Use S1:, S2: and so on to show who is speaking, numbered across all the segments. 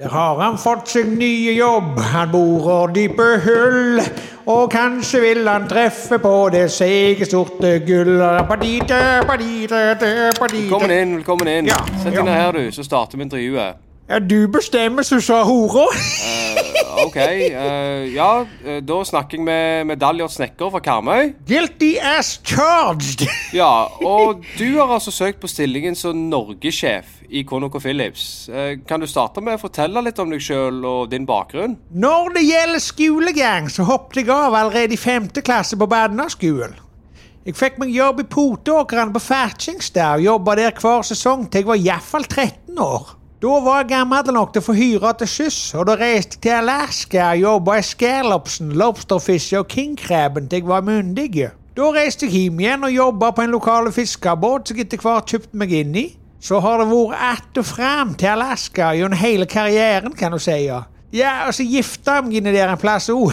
S1: Der har han fått seg nye jobb, han borer dype hull. Og kanskje vil han treffe på det seige, sorte gull. Padite, padite, padite.
S2: Velkommen inn. velkommen inn.
S1: Ja,
S2: Sett
S1: ja.
S2: deg ned her, du, så starter vi intervjuet.
S1: Ja, du bestemmer, så sa hora.
S2: OK. eh, ja, eh, da snakker jeg med Medaljert snekker fra Karmøy.
S1: Guilty as charged.
S2: Ja, og du har altså søkt på stillingen som norgessjef i ConocoPhillips. Eh, Kan du starte med å fortelle litt om deg sjøl og din bakgrunn?
S1: Når det gjelder skolegang, så hoppet jeg av allerede i femte klasse på Badnerskolen. Jeg fikk meg jobb i Potåkeren på Ferkingstad og jobba der hver sesong til jeg var iallfall 13 år. Da var jeg gammel nok til å få hyre til skyss, og da reiste jeg til Alaska og jobba i scallopsen, lobsterfisket og kingkrabben til jeg var myndig. Da reiste jeg hjem igjen og jobba på en lokal fiskebåt som jeg etter hvert kjøpte meg inn i. Så har det vært att og fram til Alaska gjennom hele karrieren, kan du si. ja. Ja, og så gifta jeg meg inni der en plass òg.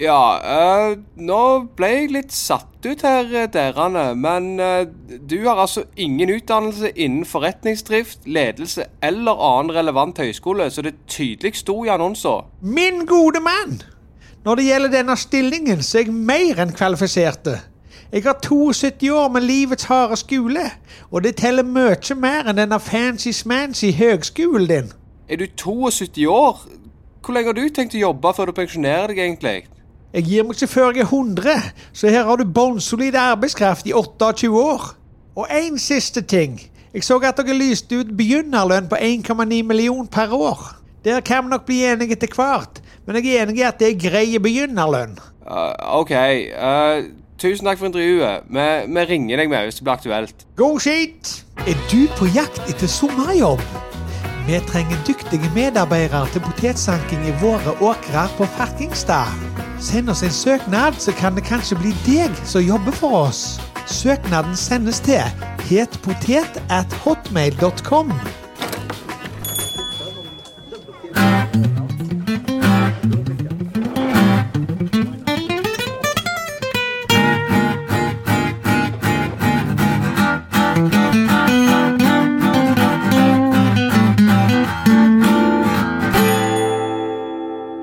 S2: Ja, eh, nå ble jeg litt satt ut her, eh, derane, men eh, du har altså ingen utdannelse innen forretningsdrift, ledelse eller annen relevant høyskole, så det tydelig sto i annonser.
S1: Min gode mann! Når det gjelder denne stillingen, så er jeg mer enn kvalifiserte. Jeg har 72 år med livets harde skole, og det teller mye mer enn denne fancy-smancy høgskolen din.
S2: Er du 72 år? Hvor lenge har du tenkt å jobbe før du pensjonerer deg, egentlig?
S1: Jeg gir meg ikke før jeg er 100, så her har du bånnsolid arbeidskraft i 28 år. Og én siste ting. Jeg så at dere lyste ut begynnerlønn på 1,9 million per år. Der kan vi nok bli enige etter hvert, men jeg er enig i at det er grei begynnerlønn.
S2: Eh, OK. eh, tusen takk for intervjuet. Vi, vi ringer deg med hvis det blir aktuelt.
S1: God skit! Er du på jakt etter sommerjobb? Vi trenger dyktige medarbeidere til potetsanking i våre åkrer på Ferkingstad. Send oss en søknad, så kan det kanskje bli deg som jobber for oss. Søknaden sendes til hetpotet at hotmail.com.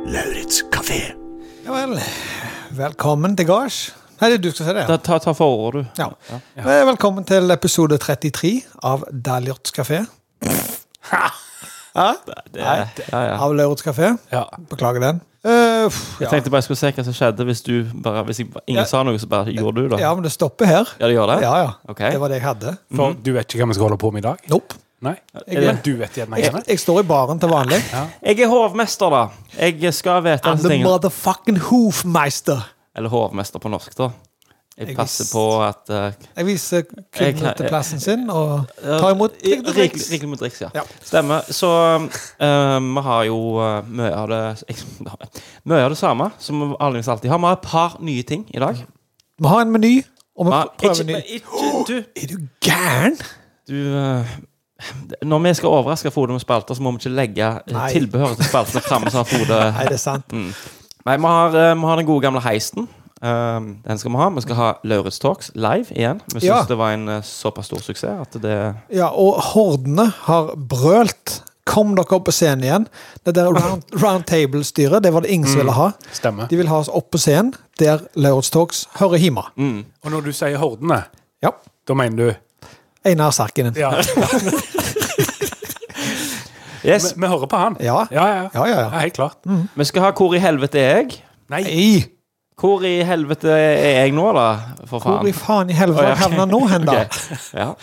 S3: Lauritz kafé.
S1: Ja vel. Velkommen til gards. Nei, det er du som sier det.
S4: Ta, ta, ta forordet, du.
S1: Ja. Velkommen til episode 33 av Daljots kafé. Hæ? Nei,
S4: Ja, ja.
S1: Av Lauritz kafé.
S4: Ja.
S1: Beklager den. Eh, pff,
S4: Jeg
S1: ja.
S4: tenkte bare jeg skulle se hva som skjedde hvis du bare Hvis jeg, ingen
S1: Ja.
S4: sa noe, så bare gjorde du det.
S1: ja, men det stopper her.
S4: Ja, det gjør det?
S1: Ja, ja.
S4: Ok.
S1: Det var det jeg hadde.
S5: For du vet ikke hva vi skal holde på med i dag?
S1: Nope.
S5: Nei?
S4: Jeg-
S5: Men du vet gjerne
S1: Jeg,
S5: hva det er.
S1: jeg står i baren til vanlig.
S4: Jeg er hovmester, da. Jeg skal vite
S1: I'm
S4: disse
S1: the
S4: tingene.
S1: motherfucking hoofmeister.
S4: Eller hovmester på norsk, da. Jeg
S1: Jeg
S4: passer
S1: visst-
S4: på at eh,
S1: Jeg viser
S4: Jeg
S1: kvinnen
S4: kan-
S1: til plassen sin og tar imot
S4: Rik-
S1: trygdetriks.
S4: Rikelig med driks, ja.
S1: Ja.
S4: Stemmer. Så eh, vi har jo eh, mye av det Mye av det samme som vi vanligvis alltid har. Vi har et par nye ting i dag.
S1: Vi har en meny, og vi
S4: Men
S1: prøver
S4: ikke,
S1: en ny.
S4: men ikke du.
S1: Er du gæren?
S4: Du eh, Når vi skal overraske Frode med spalter, så må vi ikke legge eh,
S1: Nei.
S4: tilbehøret til spaltene framme. Sånn at Frode
S1: Nei, det er sant.
S4: Nei, vi har, eh, vi har den gode gamle heisten. Eh, den skal vi ha. Vi skal ha Lauritz Talks live igjen. Vi syns
S1: Ja.
S4: det var en eh, såpass stor suksess at det
S1: Ja, og hordene har brølt. Kom dere opp på scenen igjen. Det der round, roundtable-styret, det var det ingen som
S4: Mm.
S1: ville ha.
S5: Stemmer.
S1: De vil ha oss opp på scenen, der Lauritz Talks hører hjemme.
S4: Mm.
S5: Og når du sier hordene,
S1: Ja.
S5: da mener du
S1: Einar Sarkinen.
S5: Ja,
S4: Yes.
S5: vi, vi hører på han.
S1: Ja.
S5: ja, ja.
S1: Ja, ja, ja.
S5: Helt klart.
S4: Vi skal ha Hvor i helvete er jeg?
S5: Nei,
S1: Nei,
S4: Hvor i helvete er jeg nå, da? For faen.
S1: hvor i faen i helvete har jeg havna nå hen, da? Mhm.
S4: Ok. Ja,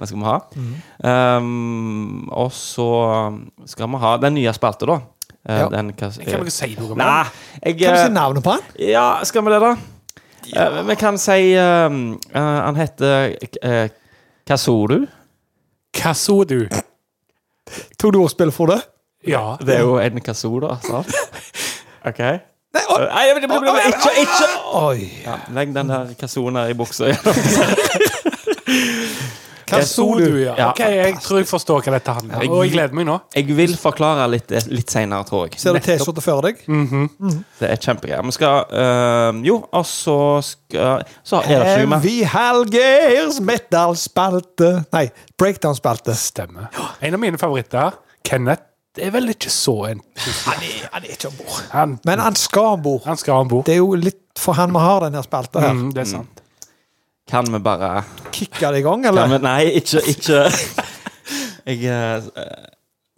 S4: den skal vi ha. Um, og så skal vi ha den nye spalta, da. Eh,
S1: Ja.
S4: Den hva,
S5: kan vi ikke si noe om
S4: Nei, jeg
S1: Kan du si
S4: eh,
S1: navnet på han?
S4: Ja, skal vi det, da? Eh, vi kan si um, eh, Han heter uh, Kazoru.
S5: Hva så du?
S1: Tok du ordspill for det?
S5: Ja.
S4: Det er jo en kazoo, da. Sant? OK?
S1: Nei, å-
S4: Nei, men det blir- blir- blir- ikke, ikke
S1: Oi.
S4: ja, Legg den der kazooen her i buksa.
S5: Hva så du, ja.
S6: Ja.
S5: Ok, jeg tror jeg forstår hva dette handler om. Og jeg gleder meg nå.
S6: Jeg vil forklare litt, eh, litt senere, tror jeg.
S1: Ser du T-skjorta før deg?
S6: Det er kjempegreier. Vi skal øh, Jo, og så skal Så er det ikke noe mer.
S1: Heavy Hallgeirs metal-spalte Nei, breakdown-spalte.
S5: Stemmer. En av mine favoritter, Kenneth, er vel ikke så en
S1: Han, er- han er ikke om bord.
S5: Han,
S1: Men han skal om bord.
S5: han skal ha en bok.
S1: Det er jo litt for han vi har denne spalta her.
S5: Mm, det er sant.
S6: Kan vi bare
S1: Kicka det i gang,
S6: kan
S1: eller?
S6: vi, Nei, ikke, ikke. Jeg øh,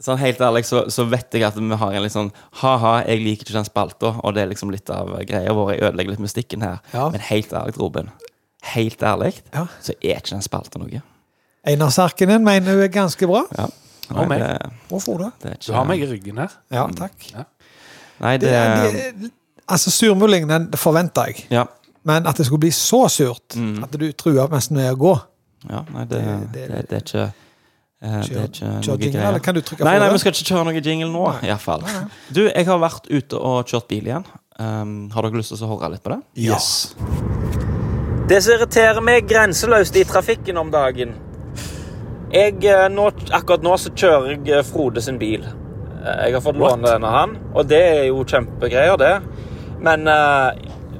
S6: Sånn helt ærlig så, så vet jeg at vi har en litt sånn Ha-ha, jeg liker ikke den spalta, og det er liksom litt av greia vår. Jeg ødelegger litt mystikken her.
S1: Ja.
S6: Men helt ærlig, Robin, helt ærlig,
S1: Ja.
S6: så er ikke den spalta noe.
S1: Einar Sarkinen mener hun er ganske bra.
S6: Ja.
S5: Og meg.
S6: det,
S1: Og Frode.
S6: det er ikke
S5: Du har meg i ryggen her.
S1: Ja, takk.
S6: Nei, det,
S1: Det, det, altså, surmuling, den forventa jeg.
S6: Ja.
S1: Men at det skulle bli så surt
S6: Mm.
S1: at du trua nesten med å gå
S6: ja nei, det, det,
S1: det-
S6: det, er ikke eh, Det er
S1: Kjør
S6: ikke noe
S1: jingle, eller
S6: greier.
S1: kan du trykke
S6: Nei,
S1: på
S6: nei,
S1: det?
S6: vi skal ikke kjøre noe jingle nå, iallfall. Du, jeg har vært ute og kjørt bil igjen. Um, har dere lyst til å høre litt på det?
S1: Yes.
S4: Det som irriterer meg grenseløst i trafikken om dagen jeg, eh, nå, Akkurat nå så kjører jeg eh, Frode sin bil. Eh, Jeg har fått låne den av han, og det er jo kjempegreier, det. Men eh,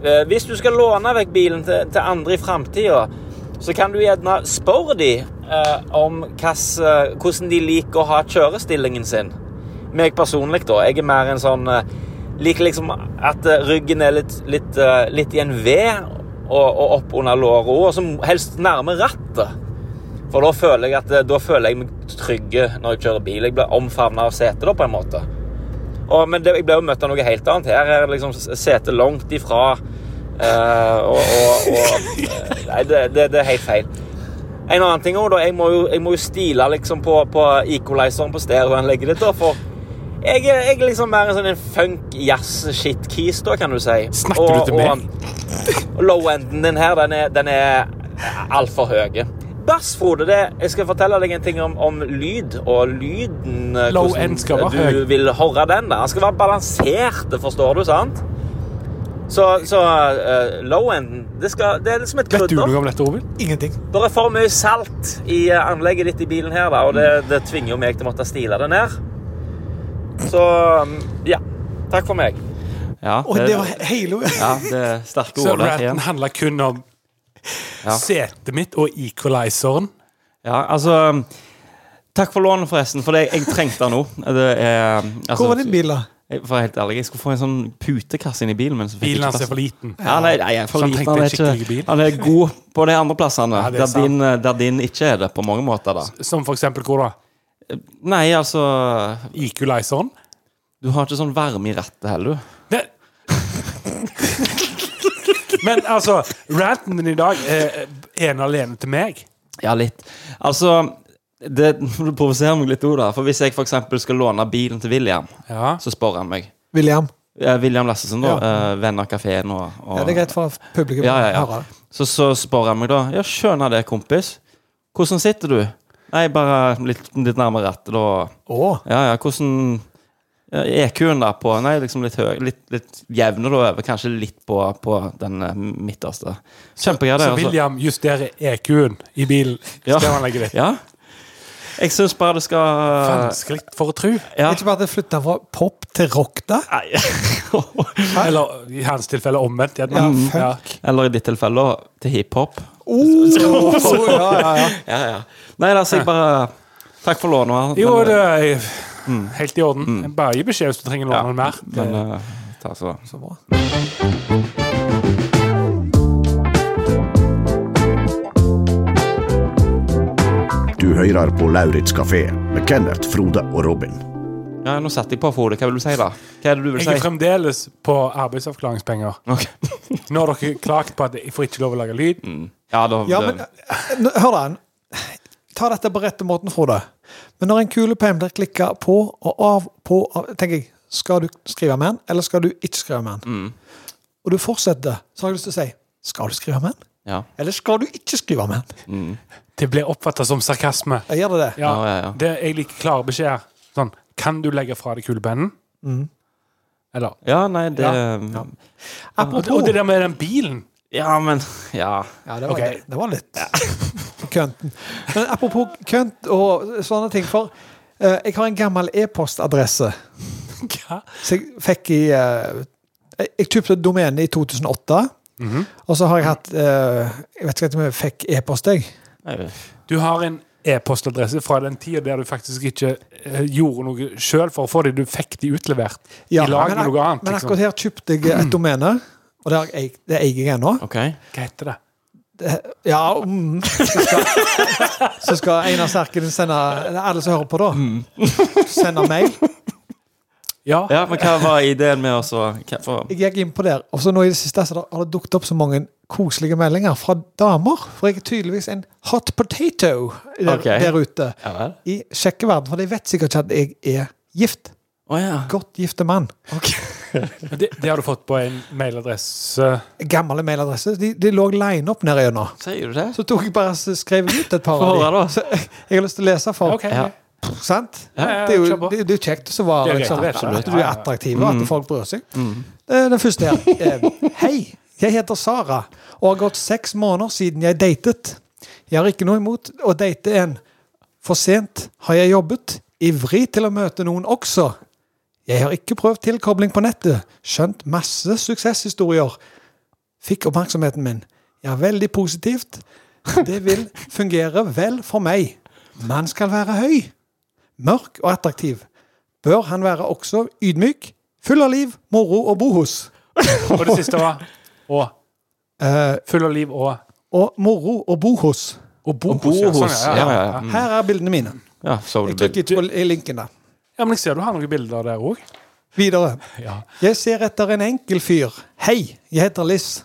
S4: eh, hvis du skal låne vekk bilen til, til andre i framtida, så kan du gjerne spørre de eh, om hvass, eh, hvordan de liker å ha kjørestillingen sin. Meg personlig, da. Jeg er mer en sånn eh, Liker liksom at eh, ryggen er litt, litt, eh, litt i en V og, og opp under låret òg, og som helst nærme rattet. For da føler jeg, at, eh, da føler jeg meg trygge når jeg kjører bil. Jeg blir omfavna av setet, da, på en måte. Og, men det, jeg ble jo møtt av noe helt annet. Her er det liksom s- setet langt ifra. eh, og, og, og eh, Nei, det, det, det er helt feil. En annen ting også, da. Jeg må jo, jeg må jo stile liksom på, på equalizeren på stereoanlegget ditt, da, for jeg er, jeg er liksom mer en sånn en funk, jazz, shit keys, da, kan du si.
S5: Snakker
S4: Og-
S5: du til
S4: og- og Low-enden din her, den er, den er altfor høy. Bass, Frode, det, jeg skal fortelle deg en ting om, om lyd, og lyden eh,
S5: Low
S4: hvordan
S5: end skal være
S4: du
S5: høy.
S4: vil høre den. da. Han skal være balansert, det forstår du, sant? Så, så eh, low-enden det, skal- det er som et
S5: Vet du
S4: krydder.
S5: noe om dette, Ovid?
S1: Ingenting.
S4: Det er for mye salt i eh, anlegget ditt i bilen her, da, og
S5: Mm.
S4: det, det tvinger jo meg til å måtte stile det ned. Så mm, ja. Takk for meg.
S6: Ja,
S1: Og det var hele
S6: Eh, ja, det er sterke
S5: Så
S6: ord der igjen.
S5: ranten handler kun om
S6: Ja.
S5: setet mitt og equalizeren.
S6: Ja, altså Takk for lånet, forresten, for det, jeg trengte den nå. Det er, altså,
S1: Hvor var din bil, da?
S6: Jeg- For å være helt ærlig, jeg skulle få en sånn putekasse inn i bilen. Men så fikk
S5: Bilen
S6: jeg
S5: hans
S6: ikke
S5: er for
S6: plass.
S5: liten.
S6: Ja, nei, nei, jeg er
S5: Så
S6: for
S5: han
S6: liten.
S5: trengte
S6: Han
S5: en
S6: er,
S5: skikkelig
S6: ikke,
S5: bil.
S6: han er god på de andre plassene.
S5: Ja, det er
S6: der,
S5: sant.
S6: din, der din ikke er det, på mange måter. da
S5: Som for eksempel hvor da?
S6: Nei, altså
S5: Equalizeren.
S6: Du har ikke sånn varme i rattet heller, du.
S5: Det. Men altså, ranten din i dag er ene og alene til meg.
S6: Ja, litt. Altså det, det provoserer meg litt òg, da. For hvis jeg for eksempel skal låne bilen til William,
S5: Ja.
S6: så spør han meg.
S1: William?
S6: Eh, William Lassesen, da. eh, venn av kafeen og, og
S1: Ja, det er greit for publikum
S6: Ja, ja, ja.
S1: å høre det.
S6: Så, så spør han meg da Ja, skjønner det, kompis. Hvordan sitter du? Nei, bare litt, litt nærmere rattet, da.
S1: Å,
S6: Ja, ja, hvordan ja, EQ-en der på Nei, liksom litt høy Litt, litt jevne da over. Kanskje litt på, på den eh, midterste. Kjempegreier, det.
S5: Så William justerer EQ-en i bilen.
S6: altså- Ja.
S5: Stereoanlegget ditt.
S6: Ja. Jeg syns bare det skal
S5: Vanskelig for å tro.
S6: ja.
S1: Ikke bare at jeg flytta fra pop til rock, da.
S6: Nei.
S5: Eller i hans tilfelle omvendt. gjerne. Ja.
S6: Eller i ditt tilfelle da, til hiphop.
S1: Oh, ja, ja, ja.
S6: Ja, ja. Nei, da, så jeg bare Takk for lånet.
S5: Jo,
S6: men- Mm.
S5: det er helt i orden. Bare gi beskjed hvis du trenger noe
S6: Ja,
S5: mer.
S6: Men eh, ta så da.
S1: Så bra.
S7: Du hører på Lauritz kafé med Kenneth, Frode og Robin.
S6: Ja, nå setter jeg på Frode. Hva vil du si, da? Hva er det du vil
S5: Jeg er
S6: si?
S5: fremdeles på arbeidsavklaringspenger.
S6: Ok.
S5: Nå har dere klagt på at jeg får ikke lov å lage lyd.
S6: Mm. Ja, da,
S1: Ja, men eh, nå- Hør da. Ta dette på rette måten, Frode. Men når en kulepenn blir klikka på og av på av, tenker jeg, Skal du skrive med den, eller skal du ikke skrive med den?
S6: Mm.
S1: Og du fortsetter, så har jeg lyst til å si Skal du skrive med den,
S6: ja.
S1: eller skal du ikke skrive med den?
S5: Det blir oppfatta som sarkasme.
S1: Jeg gjør det det.
S5: Ja,
S6: Ja, ja, ja.
S5: Det er like klare beskjeder. Sånn, kan du legge fra deg kulepennen?
S1: Mm.
S5: Eller
S6: ja, nei, det
S5: Ja,
S6: ja.
S5: og, og
S1: Apropos
S5: det der med den bilen.
S6: men Ja.
S1: Ja, det var,
S5: Ok.
S1: det var litt kønten. Men apropos kønt og sånne ting. For eh, jeg har en gammel e-postadresse
S5: Hva?
S1: som jeg fikk i eh, Jeg, jeg kjøpte domenet i 2008.
S5: Mhm.
S1: Og så har jeg hatt eh, Jeg vet ikke om jeg fikk e-post, jeg.
S5: Du har en e-postadresse fra den tida der du faktisk ikke eh, gjorde noe sjøl for å få dem. Du fikk de utlevert
S1: Ja,
S5: i lag
S1: men
S5: med
S1: ak-
S5: noe annet.
S1: Men
S5: Liksom.
S1: akkurat her kjøpte jeg et domene, og det har jeg- det eier jeg ennå.
S6: Ok.
S5: Hva heter det?
S1: Ja, mm. så, skal, så skal Einar Serkelen sende eller Alle som hører på, da.
S5: Mm.
S1: Sende mail.
S5: Ja.
S6: Ja, men hva var ideen med å så hva- for-
S1: Jeg gikk inn på der, og så nå i det siste så har det dukket opp så mange koselige meldinger fra damer. For jeg er tydeligvis en hot potato der,
S6: Ok.
S1: der ute
S6: Ja vel.
S1: i sjekkeverden. For de vet sikkert ikke at jeg er gift.
S6: Å ja.
S1: Godt gifte mann.
S5: Men Det, det har du fått på en mailadresse.
S1: Gamle mailadresse. De, de lå line opp nede gjennom.
S6: Sier du det?
S1: Så tok jeg bare og skrev ut et par
S6: Få
S1: av
S6: høre,
S1: dem.
S6: da.
S1: Så jeg, jeg har lyst til å lese for
S5: Ok.
S6: Ja.
S1: Sant?
S6: Ja, ja,
S1: det er
S5: kjør
S1: jo
S5: på.
S1: det, det er jo kjekt å være
S5: Det er greit,
S1: liksom,
S5: det er absolutt.
S1: at du er attraktiv, og at folk bryr seg. Det er Den første her. Eh, Hei, jeg heter Sara og har gått seks måneder siden jeg datet. Jeg har ikke noe imot å date en. For sent har jeg jobbet, ivrig til å møte noen også. Jeg har ikke prøvd tilkobling på nettet, skjønt masse suksesshistorier. Fikk oppmerksomheten min. Ja, veldig positivt. Det vil fungere vel for meg. Man skal være høy, mørk og attraktiv. Bør han være også ydmyk, full av liv, moro og bo hos.
S5: Og det siste var å.
S1: Eh,
S5: Full av liv og
S1: og moro og bo hos.
S5: Og bo
S6: Og bo
S5: hos. ja, sånn,
S6: hos. Ja, ja, ja. Mm.
S1: Her er bildene mine.
S6: ja så
S1: Jeg
S6: du
S1: trykker
S6: bil-
S1: ikke på i linken der.
S5: Ja, men jeg ser du har noen bilder der òg.
S1: Videre.
S5: Ja.
S1: Jeg ser etter en enkel fyr. Hei, jeg heter Liss.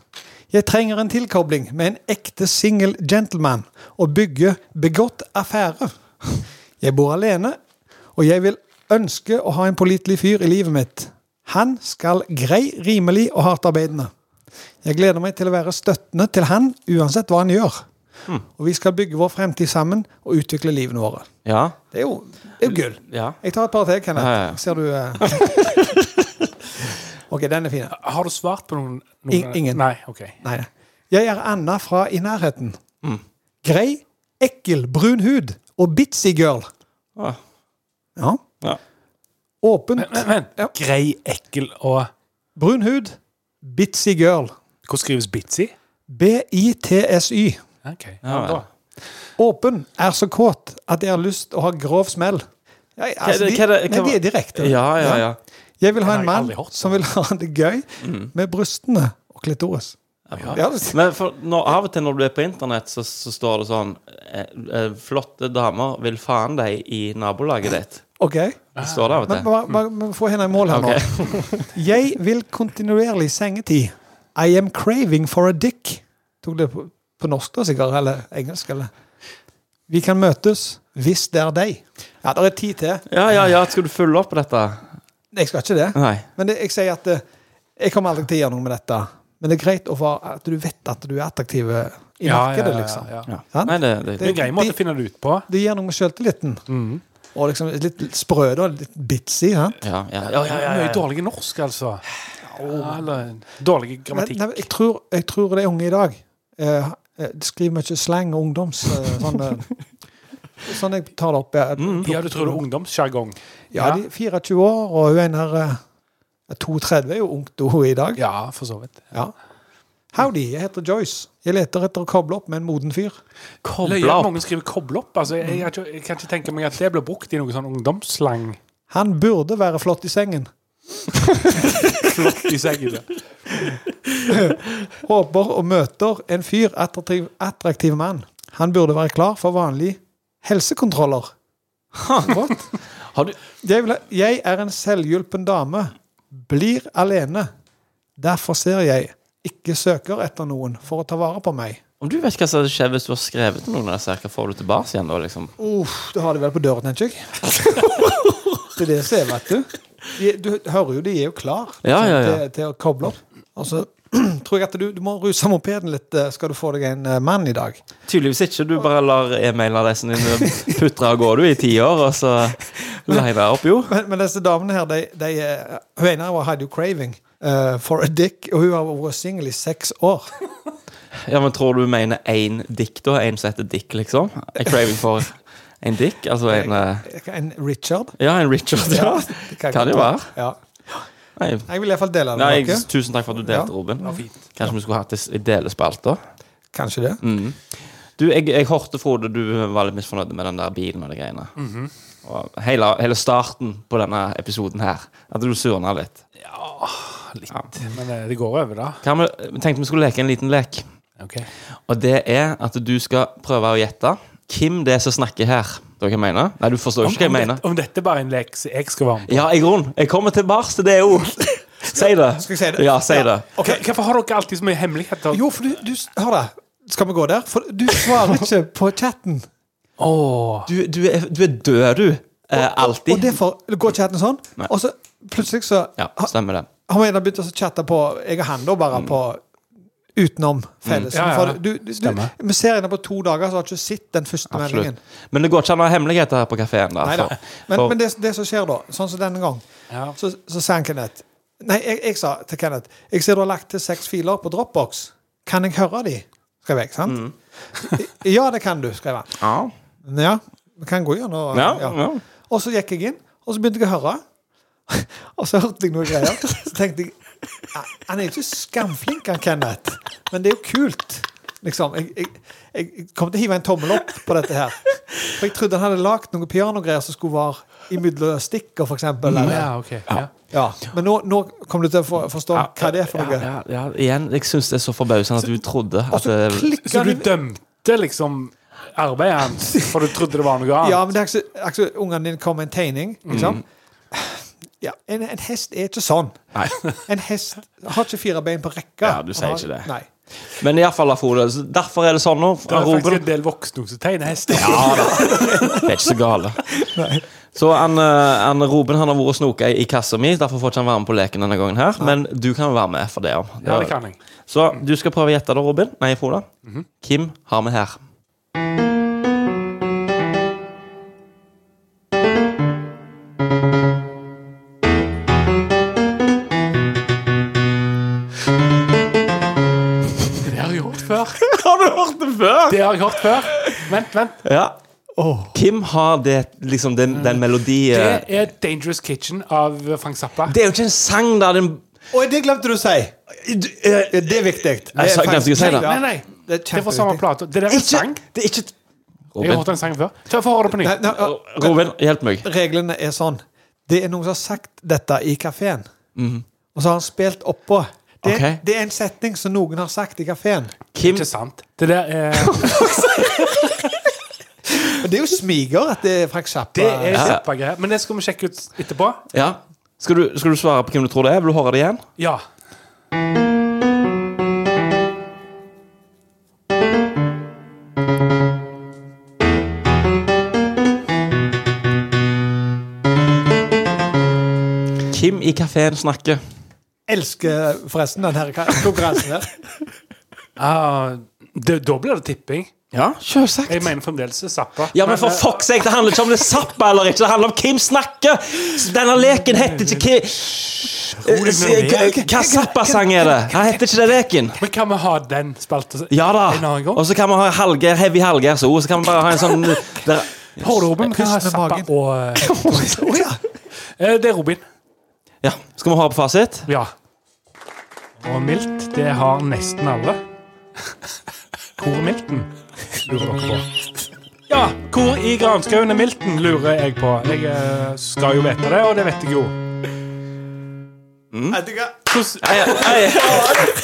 S1: Jeg trenger en tilkobling med en ekte single gentleman og bygge begått affære. Jeg bor alene, og jeg vil ønske å ha en pålitelig fyr i livet mitt. Han skal grei, rimelig og hardtarbeidende. Jeg gleder meg til å være støttende til han uansett hva han gjør. Og vi skal bygge vår fremtid sammen og utvikle livene våre.
S6: Ja.
S1: Det er jo, det er jo gull.
S6: ja.
S1: Jeg tar et par til, Kenneth.
S6: Ja, ja, ja.
S1: Ser du eh? OK, den er fin.
S5: Har du svart på noen?
S1: In-
S5: noen
S1: ingen.
S5: Nei, ok.
S1: Nei. Jeg er Anna fra I nærheten.
S6: Mm.
S1: Grei, ekkel, brun hud og bitzy girl.
S6: Å,
S1: Ja.
S6: Ah. Ja.
S1: Åpent,
S5: Men, men
S1: Ja.
S5: grei, ekkel og
S1: brun hud, bitzy girl.
S5: Hvor skrives Bitzy?
S1: B-I-T-S-Y.
S5: Ok.
S6: ja vel.
S1: Åpen er så kåt at jeg har lyst å ha grov smell. Ja, altså,
S6: det-
S1: de,
S6: hva er det- hva
S1: nei, de
S6: var-
S1: er direkte.
S6: Ja, ja, ja.
S1: Jeg vil ha
S5: Den
S1: en
S5: har jeg
S1: mann
S5: aldri hørt.
S1: som vil ha det gøy
S6: Mm.
S1: med brystene og klitoris. Ja, det-
S6: Men for når, av og til når du er på internett, så, så står det sånn eh, eh, Flotte damer vil faen deg i nabolaget ditt.
S1: OK.
S6: Det står det av og
S1: Men,
S6: til.
S1: bare- bare- men få henne i mål her nå. Jeg vil kontinuerlig sengetid. I am craving for a dick. Tok det på, på norsk da, sikkert? Eller engelsk? eller? Vi kan møtes hvis det er deg. Ja, det er ti til.
S6: Ja, ja, ja. Skal du følge opp på dette?
S1: Jeg skal ikke det.
S6: Nei.
S1: Men det, jeg sier at eh, jeg kommer aldri til å gjøre noe med dette. Men det er greit å få, at du vet at du er attraktiv eh, i markedet, liksom.
S5: ja.
S6: Ja.
S1: Sant?
S6: Nei, det, det,
S5: Det er en grei måte å finne det ut på.
S1: Det gjør noe med sjøltilliten.
S5: Mhm.
S1: Og liksom litt sprø og litt bitsy. Ja?
S6: ja, ja, ja, ja, ja,
S5: Mye
S6: ja.
S5: dårlig norsk, altså. Eller dårlig
S1: Men,
S5: grammatikk.
S1: nei, jeg, tror, jeg tror de unge i dag eh, eh, skriver mye slang og ungdoms... Eh, sånn, eh, sånn jeg tar det opp. Jeg,
S5: Mm, Ja, du tror det er ungdomssjargong?
S1: ja, de er 24 år, og hun ene her eh, er 32 er jo ungt og hun i dag.
S5: Ja, for så vidt.
S1: Ja. Howdy, jeg heter Joyce. Jeg leter etter å koble opp med en moden fyr.
S5: Løye
S6: Koble
S5: at
S6: opp.
S5: mange skriver 'koble opp'. Altså, jeg, har ikke- jeg kan ikke tenke meg at det blir brukt i noe sånn ungdomsslang.
S1: Han burde være flott i sengen.
S5: Flott i seg i det.
S1: Håper og møter en fyr attraktiv, attraktiv mann. Han burde være klar for vanlige helsekontroller. What?
S6: Har du
S1: Jeg, vil, ha- jeg er en selvhjulpen dame. Blir alene. Derfor ser jeg. Ikke søker etter noen for å ta vare på meg.
S6: Om du vet hva som skjer hvis du har skrevet til noen av disse, her, hva får du tilbake igjen da, liksom?
S1: Uff, du har det vel på døren, tenker jeg. det er det som er, vet du. De, du hører jo, de er jo klar liksom,
S6: Ja, ja, ja.
S1: Til, til å koble opp. Og så tror jeg at du, du må ruse mopeden litt, eh, skal du få deg en eh, mann i dag.
S6: Tydeligvis ikke. Du bare lar e-mailadressen din putre av gårde i ti år, og så liner opp, jo.
S1: Men, men disse damene her, de, de eh, Hun ene var- hadde jo craving eh, for a dick, og hun har vært singel i seks år.
S6: Ja, men tror du du mener én dick, da? En som heter Dick, liksom? En craving for en dick? Altså en eh,
S1: En Richard.
S6: Ja, en Richard, ja.
S1: Det
S6: Kan
S1: godt
S6: jo være.
S1: Ja.
S6: Nei,
S1: Jeg vil iallfall dele det
S6: nei,
S1: med
S6: jeg,
S1: dere.
S6: tusen takk for at du delte, Robin. Kanskje vi skulle hatt det i delespalter?
S1: Kanskje det.
S6: Mm. Du, jeg, jeg hørte, Frode, du var litt misfornøyd med den der bilen og de greiene.
S1: Mhm.
S6: Og hele, hele starten på denne episoden her. At du surna litt.
S5: Men eh, det går over, da.
S6: Hva med, vi tenkte vi skulle leke en liten lek.
S5: Ok.
S6: Og det er at du skal prøve å gjette hvem det er som snakker her. Vet du hva jeg mener? Nei, du forstår jo
S5: Om,
S6: ikke hva jeg
S5: om,
S6: mener.
S5: dette, om dette bare er en lek som jeg skal være med på.
S6: Ja, i grunn. Jeg kommer tilbake til det òg. Si det.
S1: Skal jeg si det?
S6: Ja, si det.
S5: Hva- Hvorfor har dere alltid så mye hemmeligheter?
S1: Jo, for du, du Hør, da. Skal vi gå der? For du svarer ikke på chatten.
S5: Åh.
S6: Du, du, er, du er død, du. Eh,
S1: Og
S6: alltid.
S1: derfor går chatten sånn.
S6: Nei.
S1: Og så plutselig så
S6: Ja, Mm. stemmer det.
S1: har vi en begynt å chatte på Jeg og han da bare på utenom
S6: Mm.
S1: felles.
S5: Ja, ja, ja.
S1: For du, du, du,
S5: Stemmer.
S1: vi ser henne på to dager, så har du ikke sett den første meldingen.
S6: Absolutt. Men det går ikke an å ha hemmeligheter her på kafeen.
S1: Nei da. Men, men det, det som skjer da, sånn som denne gang,
S5: Ja.
S1: så, så sa han Kenneth Nei, jeg, jeg sa til Kenneth Jeg ser du har lagt til seks filer på Dropbox. Kan jeg høre de? Skrev jeg, sant? Ja, det kan du, skrev han.
S6: Mm. ja.
S1: Ja, vi kan gå gjennom
S6: Ja, ja.
S1: Og så gikk jeg inn, og så begynte jeg å høre. Og så hørte jeg noen greier. Så tenkte jeg "Ja, Han er jo ikke skamflink, han Kenneth, men det er jo kult. Liksom, jeg, jeg, jeg kom til å hive en tommel opp på dette her. For jeg trodde han hadde lagd noen pianogreier som skulle være imellom stikker, f.eks.
S6: Mm.
S5: Ja,
S1: Ja.
S5: ok. Ja.
S1: Ja. Men nå, nå kommer du til å for- forstå hva det er for noe.
S6: Ja, ja, igjen, jeg syns det er så altså, forbausende at du trodde
S1: Og
S6: at
S1: så
S6: det,
S5: Så
S1: klikker
S5: du
S1: du
S5: dømte liksom arbeidet hans, for du trodde det var noe annet?
S1: Ja, men det er ikke så- er ikke så ungene dine kommer med en tegning.
S6: Mm.
S1: Ikke sant? Ja, en, en hest er ikke sånn.
S6: Nei.
S1: En hest har ikke fire bein på rekka.
S6: Ja, du sier
S1: Han har-
S6: ikke det.
S1: Nei.
S6: Men iallfall, Frode. så Derfor er det sånn nå.
S5: Det er faktisk
S6: Robin,
S5: en del voksne som tegner hester.
S6: det er ikke så gale. Så han, eh, han, Robin han har vært og snoka i, i kassa mi, derfor får ikke han være med på leken denne gangen. her Men du kan være med for det Mhm. òg.
S5: Ja, det kan jeg.
S6: Så du skal prøve å gjette det, Robin. Nei, Frode. Hvem har vi her?
S5: Det har jeg hørt før.
S6: Har du hørt det før?
S5: Det har jeg hørt før. Vent, vent.
S6: Ja. Hvem har det, liksom, den, den melodien
S5: Det
S6: det,
S5: er Dangerous Kitchen av Frank Zappa.
S6: er jo ikke en sang, da. Den,
S1: Og det glemte du å si! Du, eh, Det er viktig.
S6: Jeg sa- glemte ikke å si det.
S5: Nei, nei.
S1: Det er
S5: Det er fra samme
S1: kjempeviktig.
S5: plate. Det der er en sang.
S6: det er ikke
S5: Jeg har
S6: Robin,
S5: hørt den sangen før. Ta for å høre det på
S1: Nei,
S5: nytt.
S1: nei, ja,
S6: Robin, hjelp meg.
S1: reglene er sånn Det er noen som har sagt dette i kafeen, og så har han spilt oppå. Det,
S6: Mhm. Ok.
S1: det er en setning som noen har sagt i kafeen.
S6: Hvem
S5: Ikke sant. Det der er
S1: Og det er jo smiger at det er Frank Zappa.
S5: Det er kjempegreier. Men det skal vi sjekke ut etterpå.
S6: Ja. Skal du, skal du svare på hvem du tror det er? Vil du høre det igjen?
S5: Ja.
S6: Kim i kafeen snakker.
S1: Elsker forresten den her konkurransen her.
S5: Ah, det, da blir det tipping.
S6: Ja, selvsagt.
S5: Jeg mener fremdeles det er Zappa.
S6: Ja, men for
S5: eh,
S6: fuck's sake, det handler ikke om det er Zappa eller ikke. Det handler om hvem snakker! Denne leken heter ikke Kim
S5: rolig nå.
S6: Hva Zappa-sang er det? Han heter ikke det leken.
S5: Men kan vi ha den spalta?
S6: Ja da.
S5: En annen gang?
S6: Og så kan vi ha Hallgeir, Heavy Hallgeirs ord. Så kan vi bare ha en sånn der,
S5: Har du Robin? Vi kan ha
S1: Pust med
S5: Zappa
S1: magen.
S5: og
S1: Å ja.
S5: eh, Det er Robin.
S6: Ja, Skal vi høre på fasit?
S5: Ja. Og mildt, det har nesten alle. Hvor er milten? Lurer dere på. Ja, hvor i granskauen er milten, lurer jeg på. Jeg eh, skal jo vite det, og det vet jeg jo.
S1: Vet du hva?
S5: Hvordan-
S6: Nei, nei.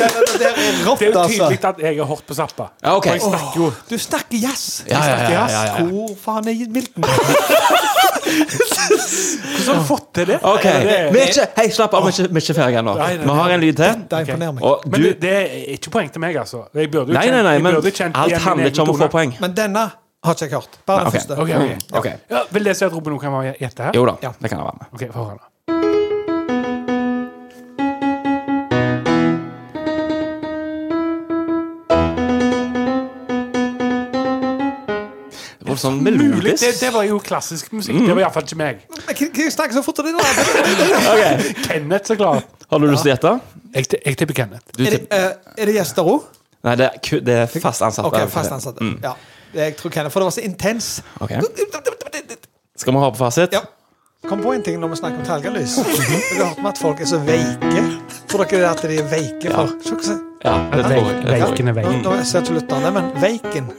S1: Dette der er rått,
S5: Det er jo
S1: altså.
S5: tydelig at jeg har hørt på Zappa.
S6: Ja, ok.
S5: For jeg snakker jo
S1: Du snakker jazz.
S6: Ja, ja, ja, ja, ja.
S1: Hvor faen er Milton?
S5: Hvordan har du fått til det?
S6: Ok,
S5: Er
S6: vi
S5: det-
S6: er ikke, Hei, slapp av, vi er ikke- vi er ikke ferdige ennå.
S5: Nei, nei,
S6: Vi har en lyd
S1: Det
S6: til.
S1: imponerer meg.
S6: Og
S5: Men
S6: du
S5: det, det er ikke poeng til meg, altså. Jeg burde jo
S6: Nei, nei,
S5: kjent-
S6: nei,
S5: jeg
S6: men
S5: burde kjent
S6: alt
S5: igjen min
S6: handler
S5: egen
S6: ikke om å få
S5: tone.
S6: poeng.
S1: Men denne har ikke jeg hørt. Bare den
S6: ok.
S1: første.
S5: Ok, ok.
S6: Ok.
S5: Ja, vil det si at Robin nå kan være gjette her?
S6: Jo da,
S1: Ja.
S6: det kan jeg være med.
S5: Ok, få høre da.
S6: Det var sånn
S5: Mulig. Det,
S6: melodisk.
S5: det var jo klassisk musikk. Det var iallfall ikke meg.
S1: Men Kan kan jeg snakke så fort om det der?
S5: Kenneth, så klart.
S6: Har du lyst til å gjette?
S5: Jeg, jeg tipper Kenneth.
S6: Du
S1: Er det,
S6: tipper-
S1: eh, er det gjester òg?
S6: Nei, det er, ku- det er fast ansatte. Mm.
S1: Ok, fast ansatte. Ja. Jeg tror Kenneth, for det var så intens.
S6: Ok. Skal vi ha på fasit?
S1: Ja. Kom på en ting når vi snakker om talgelys. Du har hørt med at folk er så veike. Tror dere det er at de er veike for Se hva som-
S6: Ja, det tror jeg. Det tror jeg.
S5: Veikende veik.
S1: Nå ser jeg ikke lytterne, men veiken.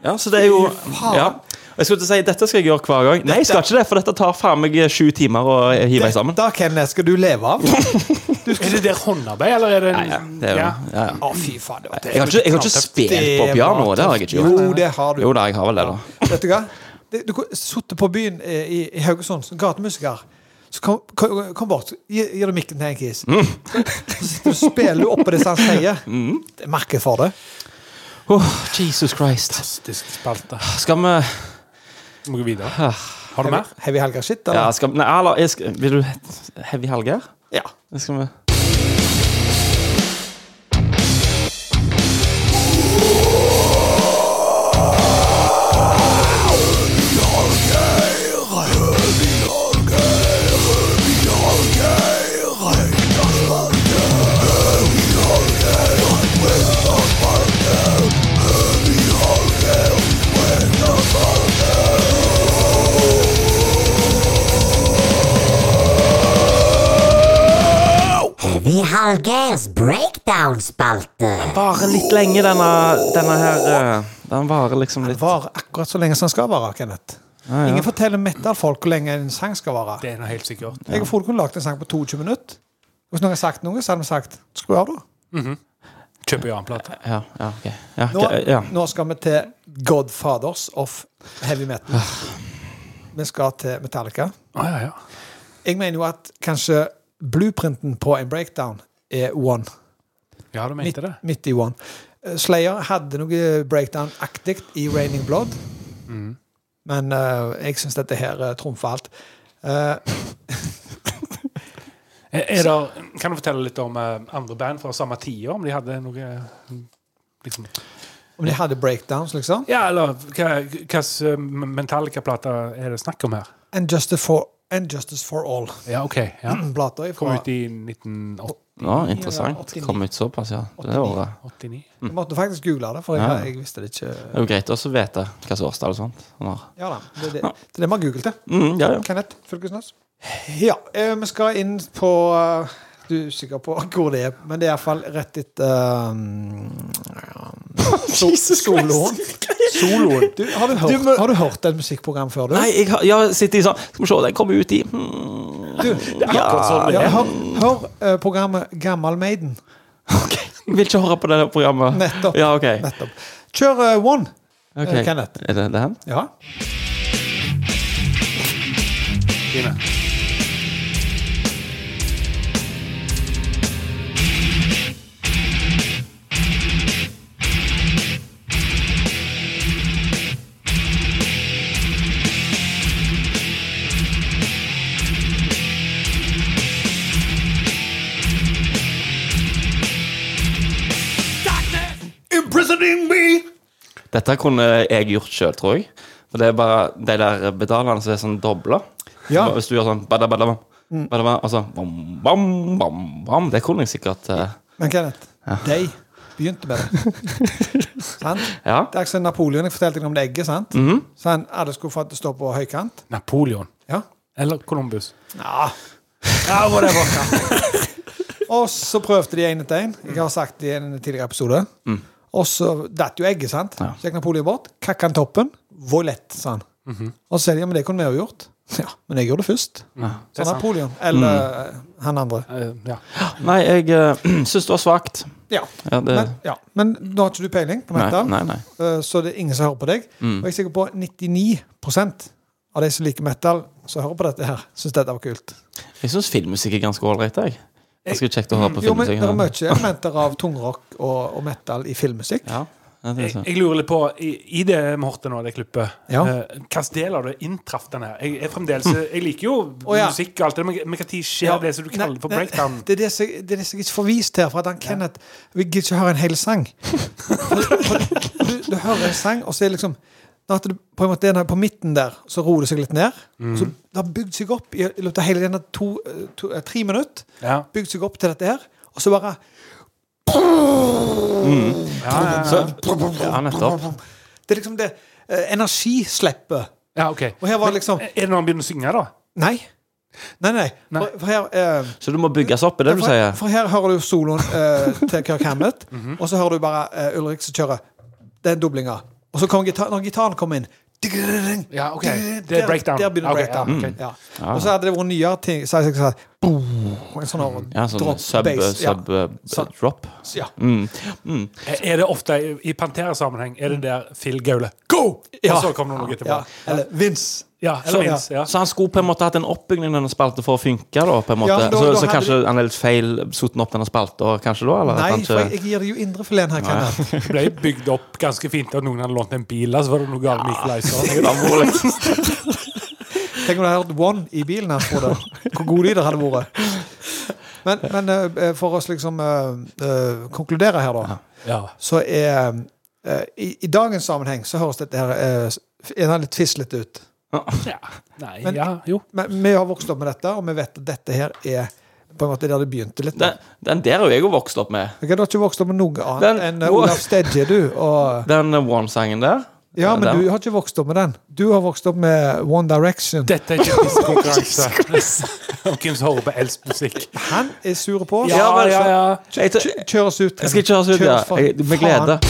S6: Ja, så det er jo
S1: faen.
S6: ja. Og Jeg skulle til å si dette skal jeg gjøre hver gang. Nei, jeg skal ikke det, for dette tar faen meg eh, sju timer å hive i sammen.
S1: Da, Kenneth, skal du leve av?
S5: Er det der håndarbeid, eller er det
S6: Nei, ja, det er jo,
S5: Ja.
S6: ja, ja.
S1: Å, fy faen. Det var
S6: Jeg har ikke, jeg har ikke spilt på piano, det har jeg ikke gjort.
S1: altså. Jo, det har du.
S6: Jo da, jeg har vel det, da.
S1: Vet du hva? Det- Du satt på byen eh, i, i Haugesund som gatemusiker. Så kom, kom, kom bort, gi, gi deg mikken til en kis.
S6: Mm.
S1: Så sitter du og spiller opp på det som han sier. Det er merke for det.
S6: Åh, Jesus Christ.
S5: Fantastisk spalte.
S6: Skal vi
S5: Så må vi gå videre.
S6: Ah.
S5: Har du mer?
S1: Heavy Helga shit,
S6: Ja,
S1: eller?
S6: skal vi Nei, eller jeg skal, Vil du Heavy Helger?
S1: Ja.
S6: Skal vi
S8: Heavy Hallgeirs breakdown-spalte.
S6: Varer litt lenge, denne, denne her eh, Den varer liksom litt
S1: Var akkurat så lenge som den skal vare, Kenneth. Ingen forteller metal-folk hvor lenge en sang skal vare.
S5: Det er nå helt sikkert.
S1: Jeg og Frode kunne lagd en sang på 22 minutter. Hvis noen har sagt noe, så hadde vi sagt skru av, da.
S5: Kjøper jo annen plate.
S6: Ja, ja, ok. Ja,
S1: Nå,
S6: ok, ja.
S1: nå skal vi til Godfathers of Heavy Metal.
S5: Ah.
S1: Vi skal til Metallica.
S5: Å, ja, ja.
S1: Jeg mener jo at kanskje blueprinten på en breakdown er one.
S5: Ja, du
S1: Midt,
S5: mente det.
S1: midt i one. Eh, Slayer hadde noe breakdown-aktig i Raining Blood,
S5: Mm.
S1: men eh, jeg syns dette her eh, trumfer alt. Eh,
S5: Er, er der, kan du fortelle litt om eh, andre band fra samme tiår? Om de hadde noe eh, liksom.
S1: om de hadde breakdowns, liksom.
S5: Ja, eller hvilken Metallica-plate eh, er det snakk om her?
S1: And Justice for, and justice for All.
S5: Ja, OK. Ja.
S1: Blater
S5: Kom
S1: fra
S5: ut i 1989.
S6: Nå, interessant. Kom ut såpass, ja. Det er jo, det
S1: Jeg måtte faktisk google det, for jeg, jeg visste det ikke.
S6: er jo greit også å vite hva som er årstall og sånt. han har.
S1: Ja da. Det er det, det, er det man googlet.
S6: Mm, ja, ja.
S1: Kenneth Fylkesnes. Ja, eh, vi skal inn på eh, Du er usikker på hvor det er, men det er iallfall rett etter eh, so Soloen. Soloen. Du, har, du hørt, har du hørt et musikkprogram før, du?
S6: Nei, jeg har jeg sitter i sånn Skal vi se, den kommer ut i mm,
S1: du ja, hør, hør eh, programmet Gammal Maiden.
S6: Ok, jeg vil ikke høre på det der programmet.
S1: Nettopp.
S6: Ja, ok.
S1: Nettopp. Kjør eh, One. eh,
S6: Ok.
S1: Kenneth.
S6: Er det den?
S1: Ja.
S6: Dette kunne jeg gjort sjøl, tror jeg. For det er bare de der pedalene som er sånn dobla.
S1: Ja.
S6: Så Hvis du gjør sånn bada, bada, bam, bada, bam, og så bam, bam, bam, bam. Det kunne jeg sikkert eh,
S1: Men Kenneth, de begynte med det. sant?
S6: Ja.
S1: Det er ikke som Napoleon. Jeg fortalte deg om det egget. sant? Så han alle skulle få det til å stå på høykant.
S5: Napoleon.
S1: Ja.
S5: Eller Columbus.
S1: Ja, whatever. og så prøvde de en etter en. Jeg har sagt det i en tidligere episode.
S6: Mm.
S1: Og så datt jo egget, sant? Så gikk Napoleon bort, kakka han toppen. Voilett, sa han.
S5: Mhm.
S1: Og så sier de ja, men det kunne vi jo gjort. Ja, men jeg gjorde det først.
S5: Det
S1: Sa
S5: er sant.
S1: Napoleon. Eller
S6: Mm.
S1: han andre.
S5: Eh, ja.
S6: Nei, jeg uh, syns det var svakt.
S1: Ja.
S6: Ja, det
S1: Men, ja. men nå har ikke du peiling på
S6: Nei,
S1: metal.
S6: nei. Mm. nei.
S1: Eh, så det er ingen som hører på deg. Og jeg er sikker på 99 av de som liker metal, som hører på dette her, syns dette var kult.
S6: Jeg syns filmmusikk er ganske ålreit, jeg. Ganske kjekt å høre på
S1: Jo, men det
S6: filmmusikk.
S1: er mye elementer av tungrock og, og metal i filmmusikk.
S6: Ja, det er
S5: Jeg,
S6: sånn.
S5: jeg lurer litt på, i, i det vi hørte nå, det klippet,
S1: Ja. Mm.
S5: eh, hvilken del av det inntraff den her? Jeg, er fremdeles, jeg liker jo
S1: ja.
S5: musikk og alt det, men men hva tid skjer
S1: Ja,
S5: det som du
S1: nei,
S5: kaller for
S1: nei,
S5: breakdown?
S1: Det er det som det er det som jeg ikke får vist her, for at han Kenneth vil ikke høre en hel sang. For- for du, du hører en sang, og så er det liksom når at du, på, en måte, er den her på midten der, så roer det seg litt ned.
S5: Mm.
S1: og Så det har bygd seg opp i, i løpet av hele denne to, to, eh, tre minutter.
S5: Ja.
S1: Bygd seg opp til dette her, og så bare
S6: Så, ja, nettopp.
S1: Det er liksom det eh, energislippet.
S5: Ja, ok.
S1: Og her var det liksom
S5: eh, Er det når han begynner å synge, da?
S1: Nei. Nei, nei.
S5: Nei.
S1: For, for her eh,
S6: så du må bygges opp, er det du
S1: for,
S6: sier?
S1: For her hører du soloen eh, til Kirk Hammett,
S5: Mhm.
S1: og så hører du bare eh, Ulrik som kjører den doblinga. Og så kommer gitar når gitaren kommer inn
S5: Ja, ok.
S1: Der-
S5: Det er breakdown.
S1: Der begynner
S5: Ok,
S1: breakdown.
S5: ja, ok.
S1: Ja.
S6: Ah.
S1: Og så hadde det vært nyere ting. Så hadde jeg sagt boom, En sånn
S6: Ja, sånn
S1: drop
S6: sub,
S1: bass. Ja.
S6: sub Mm. eh,
S1: Sub-
S6: drop.
S1: Ja.
S5: Eh, Er det ofte i, i Pantera-sammenheng er det der Phil Gaule Go! Og så kommer det noe
S1: Mm. Ja.
S5: etterpå.
S1: Eller Vince.
S5: Ja,
S1: Så-
S5: eller minst. Ja.
S6: Så han skulle på en måte hatt en oppbygning i denne spalten for å funke, da? på en måte.
S1: Ja, da-
S6: så
S1: da
S6: så
S1: hadde
S6: kanskje han er litt feil satt opp denne spalten, kanskje da? Eller? at han
S1: Nei, for jeg,
S6: ikke...
S1: jeg gir deg jo indrefileten her, Kenneth.
S5: Det ble bygd opp ganske fint at noen hadde lånt en bil, og så var det noe galt med Michael Eisner.
S1: Tenk om du hadde hørt One i bilen her, Frode. Hvor god lyd det hadde vært. Men, men eh, for oss liksom eh, eh, konkludere her, da.
S5: Ja.
S1: så er eh, i, I dagens sammenheng så høres dette her eh, s- en av litt fislete ut.
S5: ja. Nei,
S1: Men-
S5: ja, jo.
S1: Men vi har vokst opp med dette, og vi vet at dette her er på en måte der det begynte litt. da.
S6: Den, den der har jo jeg jo vokst opp med.
S1: Jeg har ikke vokst opp med noe annet
S6: Den-
S1: enn eh, Olaf Stedje, du. Og,
S6: Den eh, One-sangen der.
S1: ja, men
S6: den-
S1: du har ikke vokst opp med den. Du har vokst opp med One Direction.
S5: Dette er en quiz-konkurranse om hvem som hører på eldst musikk.
S1: Han er sur på oss.
S5: Ja, ja, ja.
S6: Jeg, jeg,
S1: Kjø- Kjør oss ut.
S6: jeg skal ikke høres ut,
S1: Kjør
S6: ja.
S1: oss for
S6: Jeg,
S1: faen.
S6: med glede.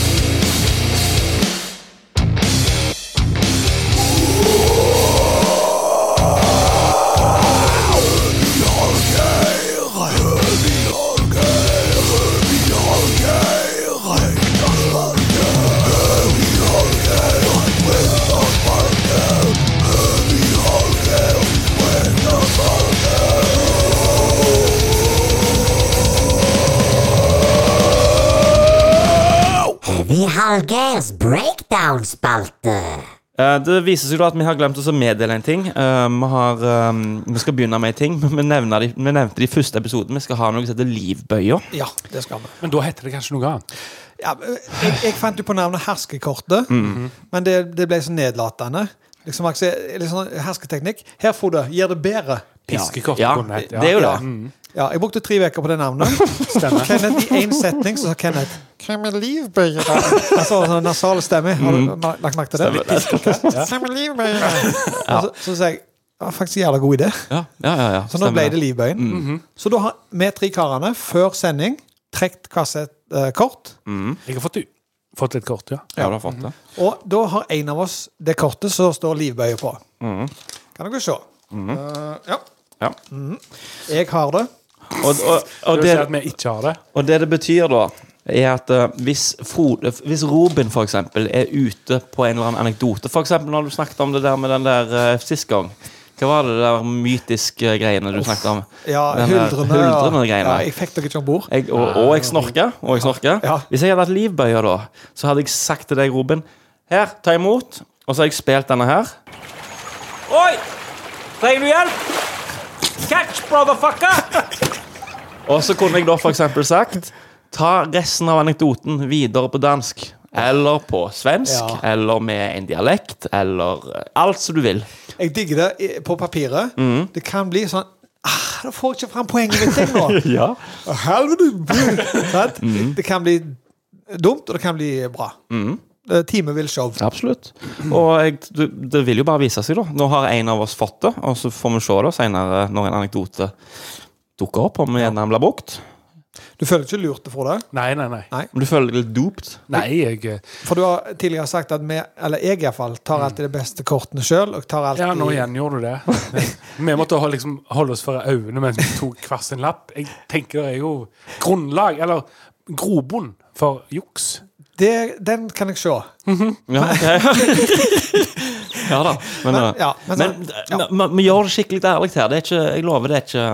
S8: Heavy Hallgeirs Breakdown-spalte.
S6: Eh, Det viser seg da at vi har glemt oss å meddele en ting. Eh, vi, har, eh, vi skal begynne med en ting, men vi, nevner de, vi nevnte det i første episoden. Vi skal ha noe som heter Livbøya.
S1: Ja, det skal vi.
S5: Men da heter det kanskje noe annet.
S1: Ja, jeg, jeg fant jo på navnet herskekortet,
S6: Mm.
S1: men det, det ble så nedlatende. Liksom, Axel, litt sånn hersketeknikk. Her, Frode, gjør det bedre.
S5: Piskekort.
S6: Ja,
S5: kunne
S6: det
S5: hett, ja.
S6: er jo det.
S1: Ja. Ja, jeg brukte tre uker på det navnet.
S5: Stemmer.
S1: Kenneth, I én setning så sa Kenneth Hvem er livbøyere? Altså sånn nasal stemme. Har
S6: Mm.
S1: du ma- lagt merke til det? Hvem er livbøyere? Og Så, så sa jeg det var faktisk en jævla god idé.
S6: Ja, ja, ja, ja.
S1: Så nå ble
S6: stemmer Mm.
S1: det livbøyen. Så da har vi tre karene før sending trukket kassettkort.
S5: Jeg har fått, fått et kort, ja.
S6: Ja, du har fått det.
S1: Og da har en av oss det kortet som står livbøye på. Kan dere se. Eh, ja. Mhm.
S6: Mhm. Ja.
S1: Jeg har det.
S6: Og, og, og,
S5: Det vil si
S6: det,
S5: at vi ikke har det.
S6: og det det betyr da, er at eh, hvis, Frode, hvis Robin for eksempel er ute på en eller annen anekdote For eksempel når du snakket om det der med den der uh, sist gang. Hva var det der mytiske greiene du snakket om?
S1: Ja,
S6: Den der
S1: huldrene.
S6: huldrene
S1: ja.
S6: greiene.
S1: ja, jeg fikk dere ikke om bord.
S6: Jeg, og, og jeg snorka. Og jeg snorka.
S1: Ja.
S6: Hvis jeg hadde hatt livbøyer da, så hadde jeg sagt til deg, Robin Her, ta imot. Og så har jeg spilt denne her.
S4: Oi! Trenger du hjelp? Catch, brotherfucker!
S6: Og så kunne jeg da for eksempel sagt Ta resten av anekdoten videre på dansk. Eller på svensk.
S1: Ja.
S6: Eller med en dialekt. Eller eh, alt som du vil.
S1: Jeg digger det i- på papiret.
S6: Mhm.
S1: Det kan bli sånn ah, Da får jeg ikke fram poenget mitt jeg, nå.
S6: Ja. Mhm.
S1: Helvete! Sant? Det kan bli dumt, og det kan bli bra. Det er Time vil show.
S6: Absolutt. Og jeg, du, det vil jo bare vise seg, da. Nå har en av oss fått det, og så får vi se da senere når en anekdote dukker opp, om gjerne den blir brukt.
S1: Du føler ikke lurt det, Frode?
S5: Nei, nei, nei.
S6: Om du føler deg litt duped.
S5: Nei, jeg eh,
S1: For du har tidligere sagt at vi, eller jeg iallfall,
S6: Mhm.
S1: tar alltid de beste kortene sjøl. Og tar alltid
S5: Ja, nå igjen gjorde du det. Vi måtte holde, liksom, holde oss for øynene mens vi tok hver sin lapp. Jeg tenker det er jo grunnlag, eller grobunn, for juks.
S1: det, Den kan jeg se.
S6: Ja, ok. ja da. Men,
S1: Men,
S6: eh,
S1: ja, men,
S6: men
S1: sånn-
S6: eh, men vi gjør det skikkelig ærlig her. Det er ikke, jeg lover, det er ikke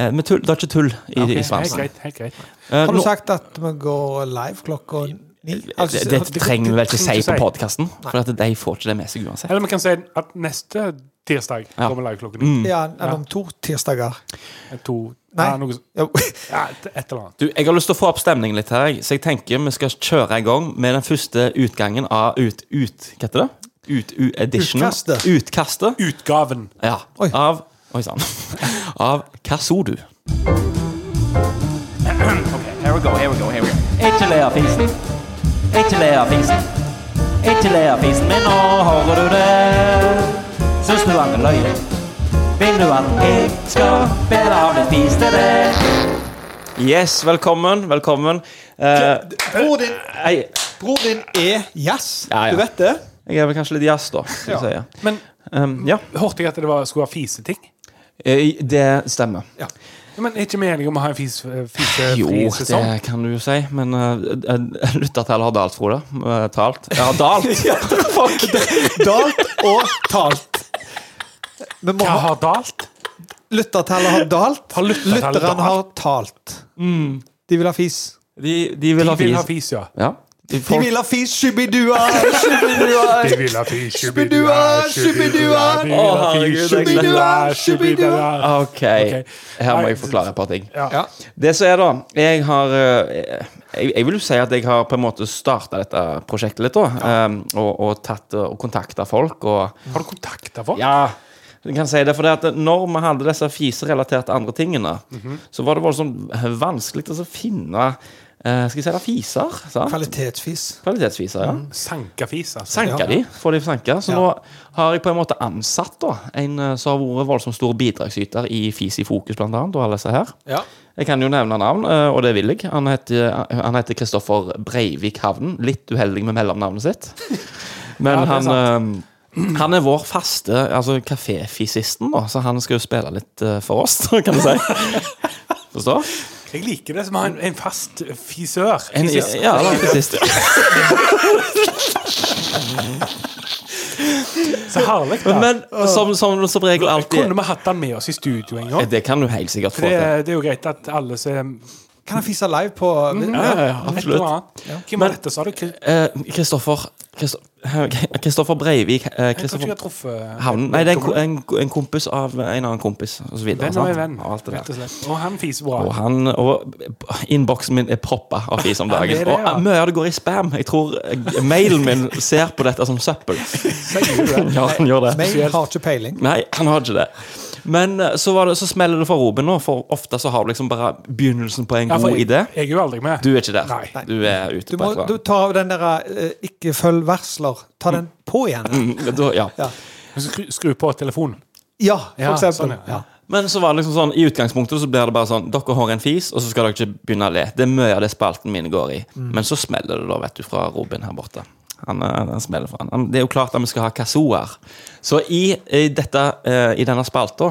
S6: eh, vi tull, Det er ikke tull i, i
S5: Helt
S6: svansen.
S5: greit. helt greit.
S6: Eh,
S1: Har du
S6: nå-
S1: sagt at vi går live klokka ni? Altså,
S6: det, det trenger vi vel ikke
S5: det-
S6: si
S5: det-
S6: på
S5: det-
S6: podkasten, for at de får ikke det med seg uansett.
S5: Eller vi kan si at neste tirsdag
S6: Ja. Mm.
S5: kommer liveklokken ni.
S1: Ja, eller om to tirsdager.
S5: To
S1: Nei.
S5: Ja, noe,
S1: Ja,
S5: ja, et, et eller annet.
S6: Du, jeg har lyst til å få opp stemningen litt her, jeg. så jeg tenker vi skal kjøre i gang med den første utgangen av Ut... ut hva heter det? Ut, u, editionen.
S1: Utkastet.
S6: Utkastet.
S5: Utgaven.
S6: Ja.
S1: Oi.
S6: Av Oi sann. Av Hva så du?
S5: Ok, her
S9: Here we go, here we go, here we go. Ikke-le-av-fisen. Ikke-le-av-fisen. Ikke-le-av-fisen min, nå hører du det. Syns du han er løye? Vil du at jeg skal bære av det fiste det?
S6: Yes, velkommen. Velkommen. Eh,
S1: Bror din,
S6: jeg,
S1: bror din er jazz.
S6: Ah, Ja, ja.
S1: Du vet det?
S6: jeg er vel kanskje litt jazz, da. Skal jeg
S5: Ja.
S6: si.
S5: Men
S6: Um, ja,
S5: hørte jeg at det var, skulle være fiseting?
S6: Eh, det stemmer.
S5: Ja, men er ikke vi enige om å ha en fis, eh,
S6: Jo,
S5: fisefri sesong?
S6: det kan du jo si, men uh, lyttertallet har dalt, Frode. Eh, talt. Ja, dalt.
S1: Dalt og talt. Vi må
S5: Hva
S1: ha
S5: har dalt?
S1: lyttertallet har dalt.
S5: Har lyttertallet dalt?
S1: Lytterne har talt.
S6: Mm.
S1: De vil ha fis.
S6: De, de vil
S5: De
S6: ha
S5: vil ha
S6: fis.
S5: fis, ja.
S6: Ja. De
S1: De
S6: folk,
S1: vil ha fis, shubidua!
S5: De vil ha fis,
S1: Shubidua, shubidua.
S5: De vil ha fis, shubidua, shubidua.
S6: OK. Her må jeg forklare et par ting.
S5: Ja.
S6: Det som er, da Jeg har eh, jeg, jeg vil jo si at jeg har på en måte starta dette prosjektet litt, da. eh, og, og tatt eh, og kontakta folk og
S5: Har du kontakta folk?
S6: Ja. Du kan si det, for det at når vi hadde disse fiserelaterte andre tingene,
S1: Mhm.
S6: så var det bare sånn vanskelig å så finne eh, Skal jeg si det fiser? sant?
S1: Kvalitetsfis.
S6: Kvalitetsfiser, ja.
S5: Sanka fis, altså.
S6: Sanka
S1: Mm. Ja.
S6: de, får de sanka. Så
S1: Ja.
S6: nå har jeg på en måte ansatt da, en eh, som har vært voldsomt stor bidragsyter i Fis i fokus, blant annet, og alle disse her.
S1: Ja.
S6: Jeg kan jo nevne navn, eh, og det vil jeg. Han heter, han heter Kristoffer Breivik Havnen. Litt uheldig med mellomnavnet sitt. Men
S5: Ja, det er
S6: han eh, han er vår faste altså kaféfisisten, da, så han skal jo spille litt eh, for oss, kan du si. Forstår?
S5: Jeg liker det som har en, en fast fisør.
S6: En,
S5: Fisist.
S6: ja, det var en fisist.
S5: Så herlig, da.
S6: Men som, som, som regel
S5: Kunne
S6: alltid Eh,
S5: vi hatt han med oss i studio en gang?
S6: Det kan du helt sikkert få
S5: For det,
S6: til.
S5: det er jo greit at alle som
S1: Kan han fise live på
S6: Mm, absolutt.
S5: Hvem var dette, sa du? Kri-
S6: Eh, Kristoffer Kristo- Hæ, Kristoffer Breivik eh,
S5: Jeg tror ikke jeg har
S6: Kristoffer
S5: truffet
S6: Havnen Nei, det er en, ko- en, ko- en kompis av en annen kompis, og så videre.
S5: Venn av en
S6: sant?
S5: venn,
S6: Og alt det
S5: rett
S6: der.
S5: og slett. Og han fiser bra.
S6: Og han Og innboksen min er proppa av fis om dagen.
S5: det er det, ja.
S6: Og mye av det går i spam. Jeg tror eh, mailen min ser på dette som søppel. Ja, han gjør det.
S1: Meg har ikke peiling.
S6: Nei, han har ikke det. Men eh, så, var det, så smeller det for Robin nå, for ofte så har du liksom bare begynnelsen på en
S5: Ja, for
S6: god
S5: jeg,
S6: idé.
S5: jeg er jo aldri med.
S6: Du er ikke der.
S5: Nei.
S6: Du er ute
S1: Du
S6: på
S1: må
S6: et eller
S1: du
S6: annet.
S1: ta av den der eh, 'ikke følg varsler'. Ta den på igjen.
S6: Mm, da- ja.
S5: Men Skru, skru på telefonen.
S1: Ja, for
S5: Ja,
S1: eksempel.
S5: sånn, ja.
S1: Ja.
S6: Men så var det liksom sånn, i utgangspunktet så blir det bare sånn Dere har en fis, og så skal dere ikke begynne å le. Det er mye av det spalten min går i.
S5: Mm.
S6: Men så smeller det, da, vet du, fra Robin her borte. Han, eh, han smeller fra han. han. Det er jo klart at vi skal ha kazooer. Så i, i, dette, eh, i denne spalta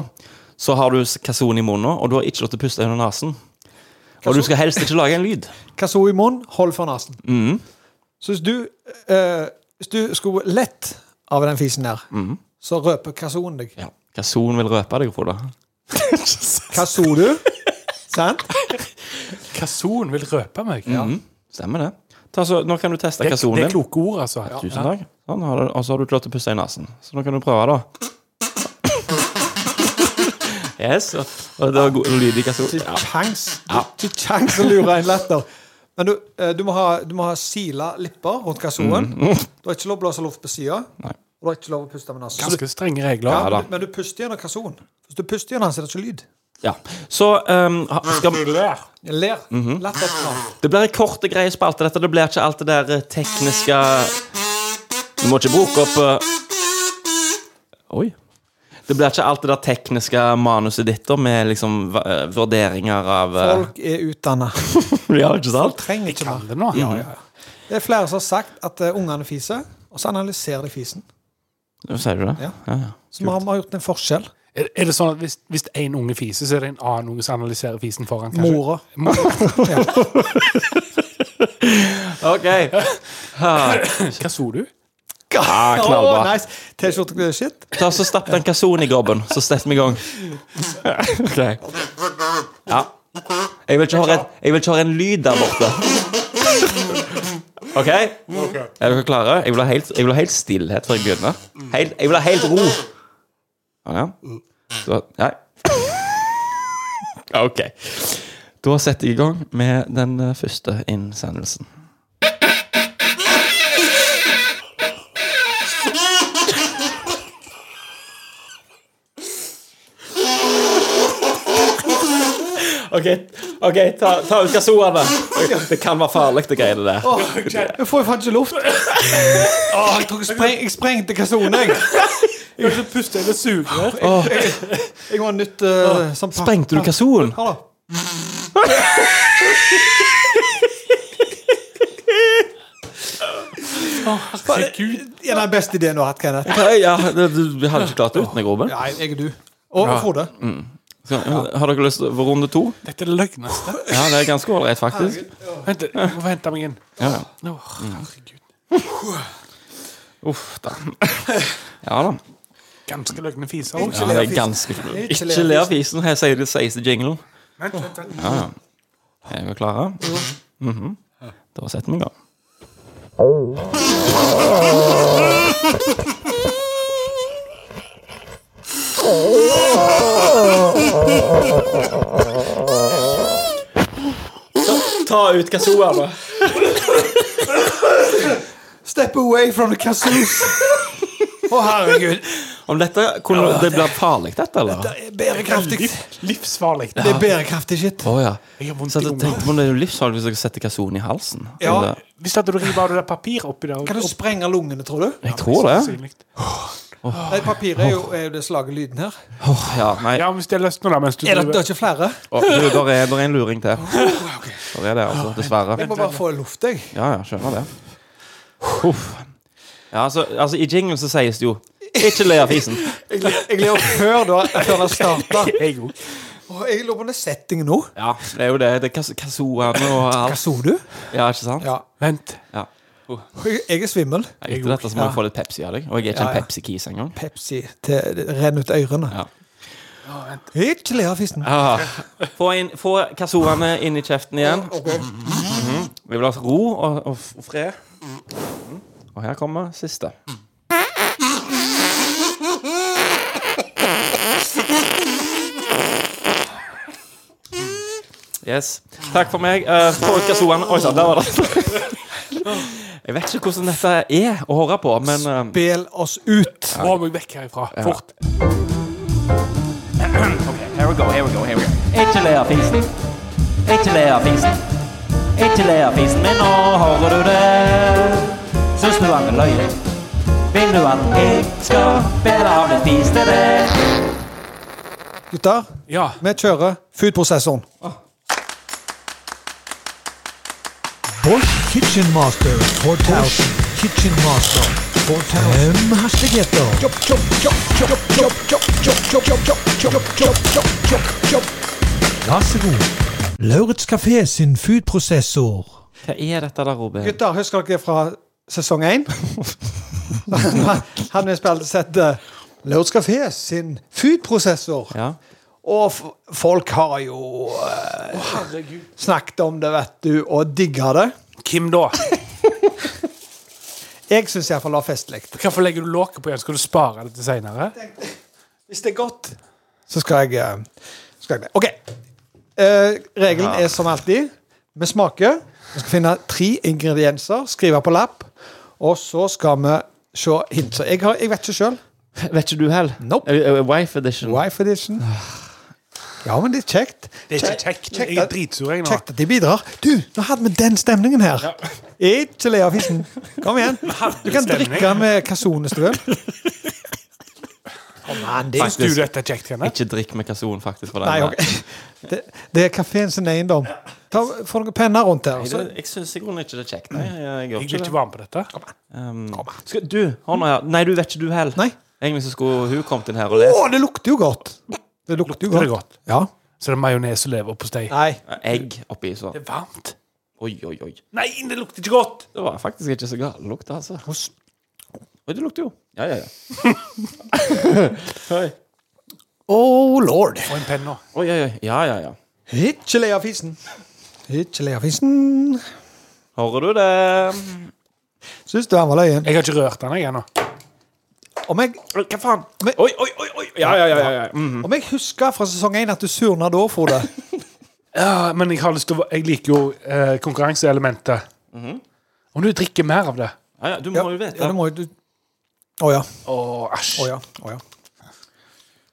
S6: så har du s- kazooen i munnen, og du har ikke lov til å puste gjennom nesen. Og du skal helst ikke lage en lyd.
S1: Kazoo i munnen, hold for nesen.
S6: Mm.
S1: Så hvis du, eh, hvis du skulle lett av den fisen der, så røper kazooen deg.
S6: Mm. Ja. Kazooen vil røpe deg, Frode.
S1: Kazoo du. Sant?
S5: Kason vil røpe meg.
S6: Mhm. Stemmer det. Ta så, nå kan du teste
S5: Det, det
S6: kazooen
S5: er
S6: din.
S5: kloke ord, altså.
S6: Tusen takk. Sånn, har du, og så har du klart å puste i nesen. Så nå kan du prøve, da. Yes. og- Og det var god lyd i kasso. Ja.
S1: Kjangs. Ikke kjangs å lure en latter. Men du, eh, du må ha, du må ha sila lipper rundt kazooen. Du har ikke lov å blåse luft på sida.
S6: Mm. Nei.
S1: Og du har ikke lov å puste med nesen.
S5: Ganske strenge regler.
S6: Ja, da.
S1: Men du puster gjennom kazooen. Hvis du puster gjennom, så er det ikke lyd.
S6: ja. Så ehm, ha- skal vi
S1: Jeg ler.
S6: Mhm.
S1: Latter. sånn.
S6: Det blir en kort og grei spalte, dette. Det blir ikke alt det der eh, tekniske Du må ikke bruke opp eh, Oi. Det blir ikke alt det der tekniske manuset ditt da, med liksom va- eh, vurderinger av eh,
S1: Folk er utdanna.
S6: Ja, ikke sant?
S1: Trenger ikke mer.
S5: Det nå.
S6: Mhm.
S5: Ja, ja.
S1: Det er flere som har sagt at eh, ungene fiser, og så analyserer de fisen.
S6: Sier du det?
S1: Ja.
S6: ja, ja.
S1: Så vi har, vi har gjort en forskjell.
S5: Er, er det sånn at hvis, hvis en unge fiser, så er det en annen unge som analyserer fisen foran? kanskje?
S1: Mora.
S6: OK.
S5: Hva så du?
S6: Ja, knallbra.
S1: Åh, nice. T-skjorte shit.
S6: Ta så Stapp den kassonen i grobben, så setter vi i gang. Ok Ja. Jeg vil ikke høre en, jeg vil ikke høre en lyd der borte. OK? Er dere klare? Jeg vil ha helt, jeg vil ha helt stillhet før jeg begynner. Helt, jeg vil ha helt ro. Sånn, ja. Så, nei. OK. Da setter jeg i gang med den eh, første innsendelsen. OK, OK, ta, ta ut gazzoene. Det kan være farlig, det greiene der.
S1: Jeg får jo faen ikke luft. Åh, jeg, tror jeg, spreng, jeg sprengte kassonen, jeg.
S5: Kanskje puste eller sugerør.
S1: Jeg må ha nytt uh, sånn pa-
S6: Sprengte du
S1: pa-
S6: gazzoen?
S1: Her da.
S5: Herregud.
S1: Ja, det er beste ideen du har hatt, Kenneth.
S6: Ja, det, du, vi hadde ikke klart det uten deg, Robin.
S1: Nei, jeg er du. Og og Frode.
S6: Så, Har dere lyst til for runde to?
S5: Dette er det løgneste.
S6: Ja, det er ganske ålreit, faktisk.
S5: Vent, jeg må hente meg inn.
S6: Ja, ja. Mm.
S5: Nå, herregud.
S6: Uff da. Ja da.
S5: Ganske løgne fiser også.
S6: Ja, det er ganske Ikke le av fisen. Her sier det sies i jinglen.
S5: Vent, vent, vent.
S6: Ja, ja. Er vi klare? Mhm. Da setter vi i gang.
S4: Ta ut gazzoene.
S1: Step away from the kazoos. Å, herregud.
S6: Om dette kunne det blir farlig, dette, eller?
S1: Det er bærekraftig.
S5: Liv- Livsfarlig.
S1: Det er bærekraftig shit.
S6: Å ja.
S5: Jeg har vondt
S6: Så
S5: i
S6: jeg tenkte på om det er jo livsfarlig hvis dere setter kason i halsen.
S1: Ja.
S6: Eller-
S5: Hvis at du river av det der papiret oppi der
S1: Kan du sprenge lungene, tror du?
S6: Jeg tror det.
S5: Sannsynlig.
S1: Nei, papiret er jo, er jo det som lager lyden her.
S6: Åh, ja, nei.
S5: Ja, hvis det er løsner da mens du
S1: Er det, det er ikke flere?
S6: Åh, du, der er, der er en luring
S1: Oh,
S6: til. Der er det, altså. Dessverre.
S1: Jeg må bare få luft, jeg.
S6: Ja, ja, skjønner det. Uff. Ja, altså, altså I jinglen så sies det jo Ikke le av fisen.
S1: Jeg ler- jeg ler før da, før det starter.
S5: Jeg òg.
S1: Å, Jeg lurer på den settingen nå.
S6: Ja, det er jo det. Det er kas- kazoene og
S1: Hva
S6: alt.
S1: så du?
S6: Ja, ikke sant?
S1: Ja.
S5: Vent.
S1: Jeg jeg er svimmel.
S6: Jeg likte dette, så må jeg få litt Pepsi av deg. Og jeg er ikke
S1: Ja,
S6: en
S1: ja.
S6: Pepsi-kis engang.
S1: Pepsi til det renner ut ørene.
S6: Ja.
S1: Ikke le av fisen.
S6: Ah, få inn- få kazoene inn i kjeften igjen. Mhm. Vi vil ha ro og, og, f- og fred. Mhm. Og her kommer siste. Yes. Takk for meg. Eh, Få ut kazoene. Oi sann, der var det. Jeg vet ikke hvordan dette er å høre på, men eh,
S1: Bel oss ut.
S5: Få meg vekk herifra. Fort.
S9: Ikke le av fisen. Ikke le av fisen. Ikke le av fisen, men nå hører du det. Syns du han løy? Vil du at jeg skal bedre av det spiste det?
S1: Gutter,
S5: Ja.
S1: vi kjører foodprosessoren. Bosch Kitchen Master 4000. Kitchen Master 4000. Fem hastigheter. Vær så god. Lauritz Café sin foodprosessor.
S6: hva er dette der, Robin?
S1: Gutter, husker dere fra sesong én? Han vi spilte, sette Lauritz Café eh, sin foodprosessor.
S6: Ja.
S1: Og f folk har jo eh, snakket om det, vet du, og digga det.
S5: Kim, da?
S1: Jeg syns iallfall det var festlig.
S5: Hvorfor legger du låket på igjen? Skal du spare det til seinere?
S1: Hvis det er godt, så skal jeg, eh, skal jeg det. OK. Eh, regelen er som alltid. Vi smaker. Vi skal finne tre ingredienser, skrive på lapp, og så skal vi se hint. Så jeg, har, jeg vet ikke sjøl.
S6: Vet ikke du heller?
S1: Nope.
S6: Eh, Wife edition.
S1: Wife edition. Ah. Ja, men det er kjekt.
S5: Det er ikke kjekt. Jeg er dritsur, jeg nå.
S1: Kjekt at de bidrar. Du, nå hadde vi den stemningen her. Ikke le av fissen. Kom igjen. Du kan
S5: stemning.
S1: drikke med kason hvis du vil. Kom an, det er-
S5: Syns du dette er kjekt, Kenneth?
S6: Ikke drikk med kason, faktisk. For den
S1: Nei,
S6: der.
S1: ok. Det, det er kafeen sin eiendom. Ta, få noen penner rundt her.
S6: Jeg,
S1: Så.
S6: jeg syns i grunnen ikke det er kjekt. Nei, jeg, jeg gjør
S5: Jeg vil
S6: ikke
S5: ikke
S6: det.
S5: være med på dette.
S6: Um, skal, du, hånda her. Nei, du vet ikke du heller.
S1: Nei.
S6: Egentlig så skulle hun kommet inn her og lest
S1: Å, det lukter jo godt. Det lukter jo
S5: Lukter det
S1: godt.
S5: godt?
S1: Ja.
S5: Så det er majones og leverpostei.
S1: Nei.
S6: egg oppi sånn.
S5: Det er varmt.
S6: Oi, oi, oi.
S5: Nei, det lukter ikke godt!
S6: Det var faktisk ikke så gal lukt, altså.
S1: Hos-
S6: Oi, det lukter jo. Ja, ja, ja.
S1: Oh lord.
S5: Og en penn nå.
S6: Oi, oi, oi. Ja, ja, ja.
S1: Ikke le av fissen. Ikke le av fissen.
S6: Hører du det?
S1: Syns du han var løyen?
S5: Jeg har ikke rørt den, jeg ennå.
S1: Om jeg,
S6: Oi, Hva faen?
S1: Men-
S6: Oi, oi, oi. oi. Ja, ja, ja. ja, ja. Mm.
S1: om jeg husker fra sesong én at du surna da, Frode.
S5: Ja, men jeg, har lyst til å, jeg liker jo eh, konkurranseelementet. Mhm. Om du drikker mer av det
S6: ja, ja. Du må
S1: Ja,
S6: jo vite.
S1: ja, det må jo du Å ja.
S5: Å, æsj.
S1: Å ja. Å ja.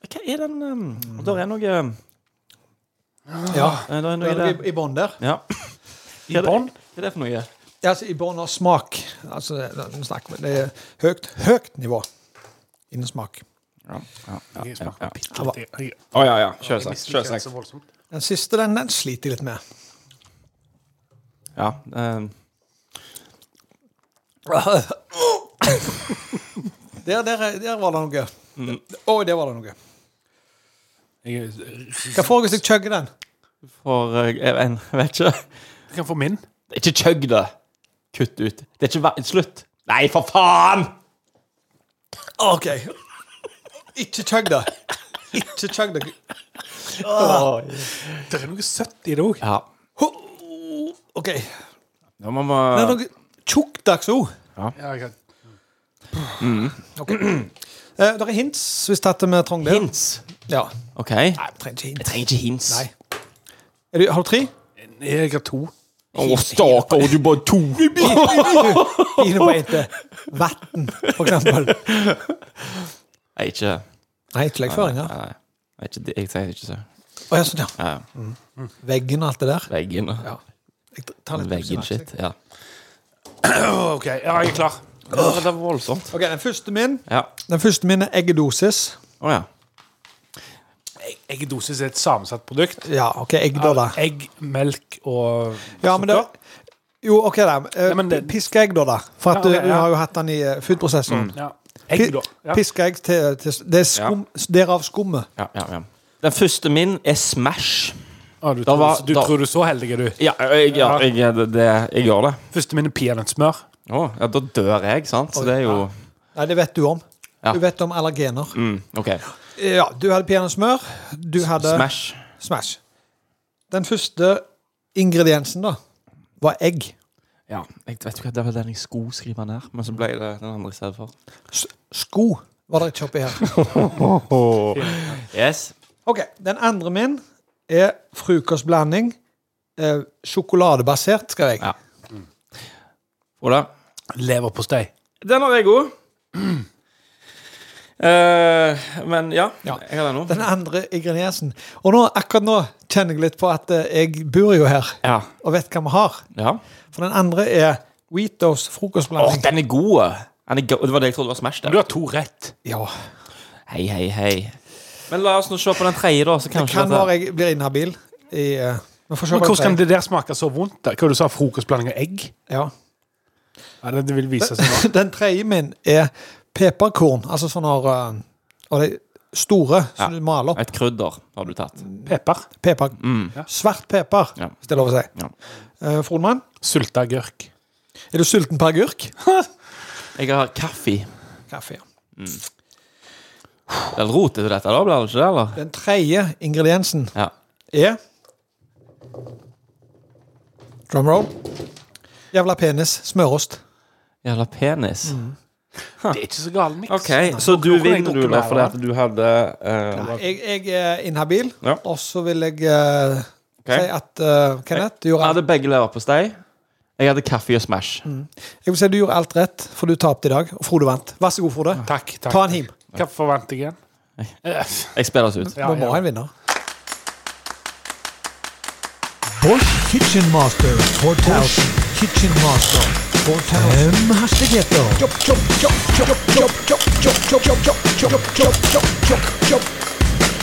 S6: Hva er den um, Der er noe um,
S1: Ja.
S5: Ah,
S6: Eh, Det er
S1: Da
S6: noe
S1: er
S6: i
S1: det
S6: det.
S1: i, i bånn der.
S6: Ja. I
S5: bånd?
S6: Hva er det for noe?
S1: Ja, altså, I bånn av smak. Altså, det- det- nå snakker vi. Det er høyt, høyt nivå innen smak.
S6: Ja, ja, ja, ja, ja.
S5: Selvsagt.
S6: Å ja, ja. Sjølsagt. Sjølsagt.
S1: Den siste den, den sliter jeg litt med.
S6: Ja. eh,
S1: Der, der, der var det noe. Oi, der var det noe.
S5: Mm. Jeg
S1: Hva får jeg hvis jeg chugger den?
S6: For eh, jeg vet- jeg vet ikke.
S5: kan få min.
S6: Det er ikke chugg, det. Kutt ut. Det er ikke ver- slutt. Nei, for faen!
S1: OK. Ikke chugg det. Ikke chugg det.
S5: Det er noe søtt i det òg.
S6: Ja.
S1: Ho! OK.
S6: Nå må
S1: Det er
S6: vi
S1: noe tjukkdags ord. Eh, det er hints hvis dette vi trenger det.
S6: Hints.
S1: Ja.
S6: OK.
S1: Nei, vi trenger ikke
S6: Jeg
S1: hints.
S6: trenger ikke hints.
S1: Nei. Er du, har du tre?
S5: Jeg har to.
S6: Å, stakkar, du bare to.
S1: Dine på en til vann, eh, for eksempel.
S6: Nei, ikke
S1: Nei, tilleggføringer.
S6: Nei, nei. Ikke, det- jeg trenger ikke så
S1: Å ja, sånn, ja.
S6: ja, ja.
S1: Veggen og alt det der.
S6: Veggen og
S1: Jeg tar litt
S6: veggen shit. Ja.
S5: Å, OK, ja, jeg er klar.
S6: Det var, det var voldsomt.
S1: OK, den første min
S6: Ja.
S1: Den første min er eggedosis.
S6: Å ja.
S5: Eggedosis er et sammensatt produkt.
S1: Ja, OK, egg da, da.
S5: Egg, melk og
S1: Ja, men det
S5: sukker.
S1: Jo, OK, da. Eh,
S5: Nei, men det-
S1: Piskeegg, da, da. For at
S5: Ja, ok,
S1: eh, du
S5: ja.
S1: har jo hatt den i eh, foodprosessoren.
S5: Ja. Egg, da. Ja.
S1: Piskeegg til, til Det er skum, derav skummet.
S6: Ja, ja, ja. Den første min er Smash.
S5: Å, Ah, du
S6: Da
S5: tror,
S6: var-
S5: du
S6: da-
S5: tror du er så heldig, er du.
S6: Ja, jeg, ja, jeg, det, det, jeg gjør det.
S5: Første min er peanøttsmør.
S6: Å, ja, da dør jeg, sant? Så det er jo
S1: Nei, det vet du om.
S6: Ja.
S1: Du vet om allergener.
S6: mm, OK.
S1: Ja, du hadde peanøttsmør. Du hadde
S6: Smash.
S1: Smash. Den første ingrediensen, da, var egg.
S6: Ja. Jeg vet ikke, hva, Det var den jeg skulle skrive ned, men så ble det den andre i stedet for.
S1: Sko var det ikke oppi her.
S6: Yes.
S1: OK. Den andre min er frokostblanding. Eh, sjokoladebasert, skal jeg.
S6: Ja. Ola?
S5: Leverpostei.
S6: Den har jeg god. Eh, men ja,
S1: Ja.
S6: jeg har den nå.
S1: Den andre ingrediensen. Og nå, akkurat nå kjenner jeg litt på at eh, jeg bor jo her
S6: Ja.
S1: og vet hva vi har.
S6: ja.
S1: For den andre er Wheatos
S6: Åh,
S1: frokostblanding.
S6: den er god. Den er go det var det jeg trodde var Smash.
S5: Du
S6: Den.
S5: har to rett.
S1: Ja.
S6: Hei, hei, hei. Men la oss nå se på den tredje, da. Så kanskje
S1: Kan
S6: dette-
S1: være jeg blir inhabil i eh, Vi får se
S5: Men
S1: hva
S5: hvordan
S1: jeg sier.
S5: kan det der smake så vondt? da? Hva du sa, frokostblanding og egg?
S1: Ja.
S5: Ja, det, det vil vise seg nå.
S1: Den tredje min er pepperkorn. Altså sånne eh, Og de store som du maler opp.
S6: Et krydder har du tatt.
S5: Pepper.
S1: Pepper. Svart pepper,
S6: Ja.
S1: hvis det er lov å si.
S6: Ja.
S1: Eh, Fronemann,
S5: Sylta agurk.
S1: er du sulten på agurk?
S6: Jeg har kaffe.
S1: Kaffe, ja.
S6: Det er rot til dette, da? Blir det ikke det, eller?
S1: Den tredje ingrediensen
S6: Ja.
S1: er Drum roll. Jævla penis. Smørost.
S6: Jævla penis.
S5: Mm. Det er ikke så galen miks.
S6: OK, så du
S5: Nå kunne jeg
S6: vinner,
S5: drukket
S6: du, da,
S5: mer
S6: fordi
S5: av
S6: at du hadde eh,
S1: Jeg, jeg er inhabil,
S6: Ja.
S1: og så vil jeg eh,
S6: Ok.
S1: si at eh, Kenneth, du
S6: Jeg
S1: gjorde alt,
S6: hadde begge leverpostei. Jeg hadde kaffe og Smash.
S5: Mm.
S1: jeg vil si du gjorde alt rett, for du tapte i dag, og Frode vant. Vær så god, Frode.
S5: Takk, takk.
S1: Ta en him.
S5: Hva forventer jeg igjen? Eh,
S6: Jeg spiller oss ut.
S5: Ja,
S1: Vi må
S5: ja.
S1: ha en vinner.
S10: Bosch Kitchen Master 4000. Kitchen Master 4000. Fem hastigheter.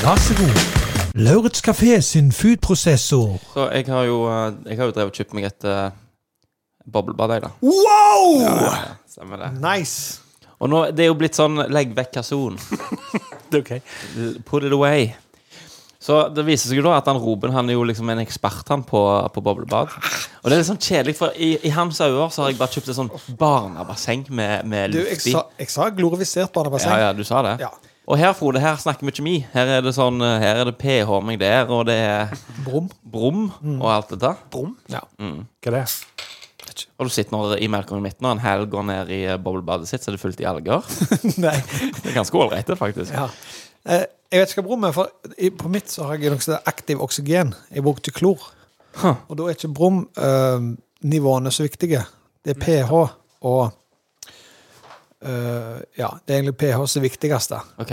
S10: Vær så god. Lauritz Café sin foodprosessor.
S6: Så jeg har jo, eh, jeg har jo drevet og kjøpt meg et uh, boblebad, jeg, da.
S1: Wow!
S6: Stemmer det.
S1: Nice.
S6: Og nå, det er jo blitt sånn legg vekk kassonen.
S5: Det er ok.
S6: Put it away. Så det viser seg jo da at han Roben han er jo liksom en ekspert han på, på boblebad. Og det er litt sånn kjedelig, for i, i hans øyne så har jeg bare kjøpt et sånn barnebasseng med, med
S1: Du, jeg
S6: luft i.
S1: sa, jeg sa glorifisert barnebasseng.
S6: Ja, ja, du sa det.
S1: Ja.
S6: Og her, Frode, her snakker vi kjemi. Her er det sånn, eh, her er det pH meg der, og det er
S1: Brum.
S6: brum
S1: Mm.
S6: og alt det der.
S5: Brum?
S1: Ja.
S5: Hva er det?
S6: Og du sitter når, i Malcolm i midten, og en hel går ned i eh, boblebadet sitt, så er det fullt i alger.
S1: Nei.
S6: Det er ganske ålreit, det, faktisk.
S1: Ja. Eh, jeg vet ikke hva brum er, for i- på mitt så har jeg noe som heter aktiv oksygen. Jeg brukte klor. Og da er ikke brumnivåene så viktige. Det er pH og eh, Ja, det er egentlig pH som er viktigste.
S6: Ok.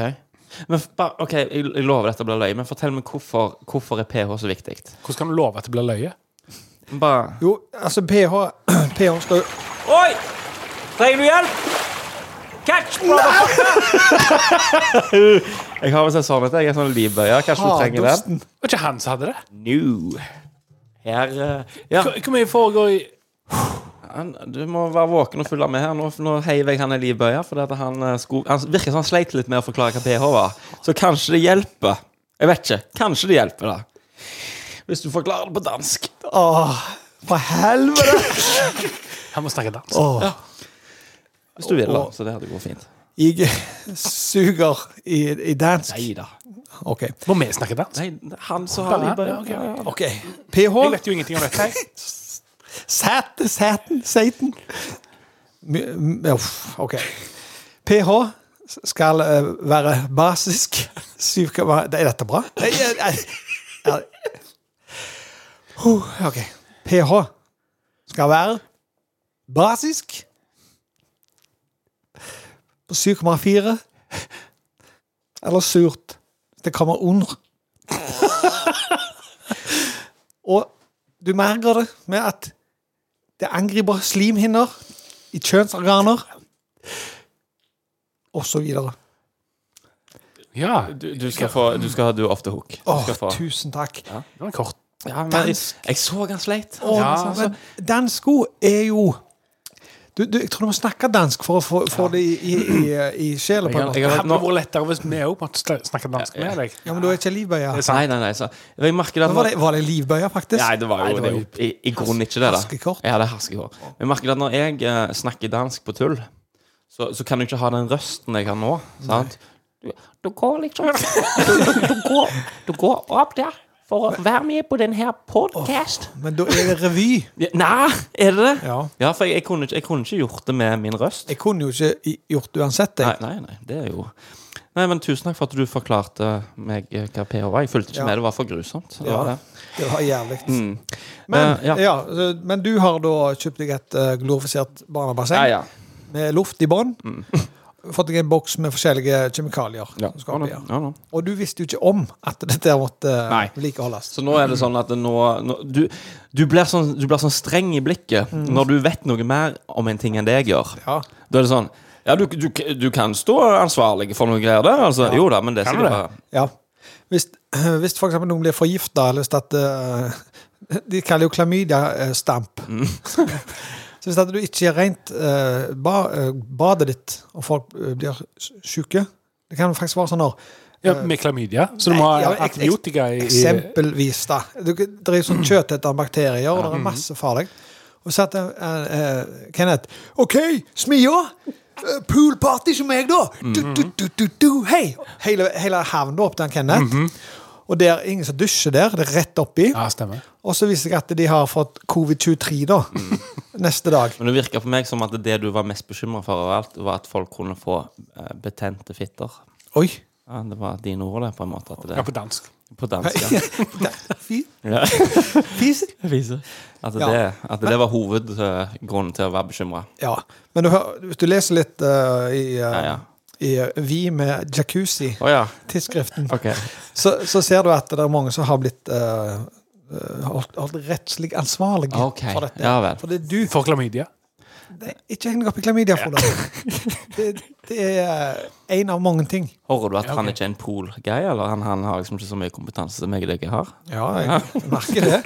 S6: Men f- bare, ok, jeg, jeg lover dette blir løye, men fortell meg hvorfor, hvorfor er pH så viktig?
S5: Hvordan kan du love at det blir løye?
S6: Bare
S1: Jo, altså pH, pH skal jo
S4: Oi! Trenger du hjelp? Catch, brother!
S6: Jeg har visst en sånn at jeg er sånn livbøyer. Kanskje du trenger den?
S1: Hardosten.
S5: Det var ikke han som hadde det.
S6: No. Her eh, Ja,
S5: Hvor hvor mye foregår i
S6: han, du må være våken og følge med her. Nå, nå heiver jeg han en livbøyer, fordi at han, eh, sko, han virker som han sleit litt med å forklare hva pH var. Så kanskje det hjelper. Jeg vet ikke. Kanskje det hjelper, da. Hvis du forklarer det på dansk.
S1: Åh, for helvete!
S5: Han må snakke dans.
S1: Åh,
S6: Hvis du vil, da. Så det hadde gått fint.
S1: jeg suger i, i dansk.
S6: Nei da.
S1: OK.
S5: Må vi snakke dans?
S6: Nei, han som har livbøyer.
S5: ok, ok.
S1: ok. PH
S5: Jeg vet jo ingenting om dette. jeg.
S1: Sæten, sæten, sæten. My- m- uff, OK. PH skal eh, være basisk. 7,1 Er dette bra? Nei, jeg- jeg- jeg- Huh, OK. PH skal være basisk på 7,4 eller surt. Det kommer under. Og du merker det med at det angriper slimhinner i kjønnsorganer, og så videre.
S5: Ja,
S6: Du, du skal få Du skal ha du off the hook. Du
S1: Åh,
S6: skal få.
S1: tusen takk.
S5: det var kort.
S6: Ja, men jeg,
S1: Dansk.
S6: jeg så han sleit.
S1: Åh,
S5: Ja, altså.
S1: men dansko er jo du, du, Jeg tror du må snakke dansk for å få få det i, i, i, i sjela. på en
S6: Jeg
S1: måte.
S5: Det
S6: har,
S5: hadde
S6: nå,
S5: vært lettere hvis vi òg måtte sl- snakke dansk med deg.
S1: Ja, men du er ikke livbøye.
S6: nei, nei, nei. Så, jeg merker at
S1: Men
S6: når,
S1: Var det, var det livbøye, faktisk?
S6: Nei, det var jo,
S1: Nei, det
S6: det
S1: var
S6: er jo i, i grunnen ikke det. da
S1: Haskekort.
S6: Ja, det er haskekort. Men jeg merker at når jeg eh, snakker dansk på tull, så, så kan du ikke ha den røsten jeg har nå. Sant? Du, du går liksom du, du, går, du går opp der for å være med på den her podcast.
S1: Men da er det revy.
S6: Ja, nei, er det det?
S1: Ja.
S6: Ja, for jeg, jeg, kunne ikke, jeg kunne ikke gjort det med min røst.
S1: Jeg kunne jo ikke i- gjort det uansett.
S6: Nei,
S1: Jeg.
S6: nei, nei, det er jo Nei, men Tusen takk for at du forklarte meg eh, hva PH var. Jeg fulgte ikke
S1: Ja.
S6: med, det var for grusomt. Det var det.
S1: Det var jævlig.
S6: Mm.
S1: Men,
S6: Eh, ja.
S1: ja, så- men du har da kjøpt deg et eh, glorifisert barnebasseng.
S6: Ja, ja. Mm.
S1: med luft i bånn. Fått deg en boks med forskjellige kjemikalier.
S6: Ja.
S1: som skal
S6: Ja,
S1: oppi
S6: da.
S1: her.
S6: Ja, da.
S1: Og du visste jo ikke om at dette her måtte eh,
S6: Nei.
S1: vedlikeholdes.
S6: Så nå er det sånn at det nå, nå du, du, blir sånn, du blir sånn streng i blikket når du vet noe mer om en ting enn det jeg gjør.
S1: Ja.
S6: Da er det sånn Ja, du, du, du kan stå ansvarlig for noen greier der, altså. Jo da, men det er
S5: Kan du
S6: sikkert bare
S1: Ja. Hvis, hvis for eksempel noen blir forgifta, eller hvis at eh, De kaller jo klamydia-stamp.
S6: Mm.
S1: Så hvis at du ikke gjør rent eh, ba, eh, badet ditt, og folk eh, blir sjuke Det kan faktisk være sånn når
S5: Ja, med klamydia. Så du må
S1: Ja,
S5: ha
S1: ek- ek-
S5: antibiotika i i-
S1: Eksempelvis, da. Du, det er jo sånn kjøtthet av bakterier, og
S5: Mm.
S1: det er masse farlig. Og så heter Kenneth OK, smia! eh, Poolparty som meg, da! Du, du,
S5: Mm-hmm.
S1: du, du, du, hei! Hele, hele havna opp til han Kenneth. Og det er ingen som dusjer der. Det er rett oppi.
S5: Mm-hmm. Ja, stemmer.
S1: Og så viser det seg at de har fått covid-23 da,
S5: Mm.
S1: neste dag.
S6: Men det virker på meg som at det du var mest bekymra for av alt, var at folk kunne få eh, betente fitter.
S1: Oi!
S6: Ja, det var dine ord, det, på en måte. At
S5: Ja,
S6: det,
S5: på dansk.
S6: på dansk. Ja.
S1: Fy-
S6: Ja.
S1: Fis.
S6: At,
S1: Ja.
S6: Altså, det, at det var hovedgrunnen til å være bekymra.
S1: Ja. Men du, hører- hvis du leser litt eh, i, eh,
S6: Ja, ja.
S1: i eh, Vi med jacuzzi,
S6: Å ja.
S1: tidsskriften,
S6: Ok.
S1: så, så ser du at det er mange som har blitt eh, eh, holdt, holdt rettslig ansvarlig
S6: Ah, Ok,
S1: for dette.
S6: ja vel.
S1: For det er du.
S5: For klamydia.
S1: Det er ikke heng deg opp i klamydia, Frode. Det, det er én av mange ting.
S6: Hører du at han ikke er en pool-guy, eller han, han har liksom ikke så mye kompetanse som jeg og deg har?
S1: Ja, jeg merker det.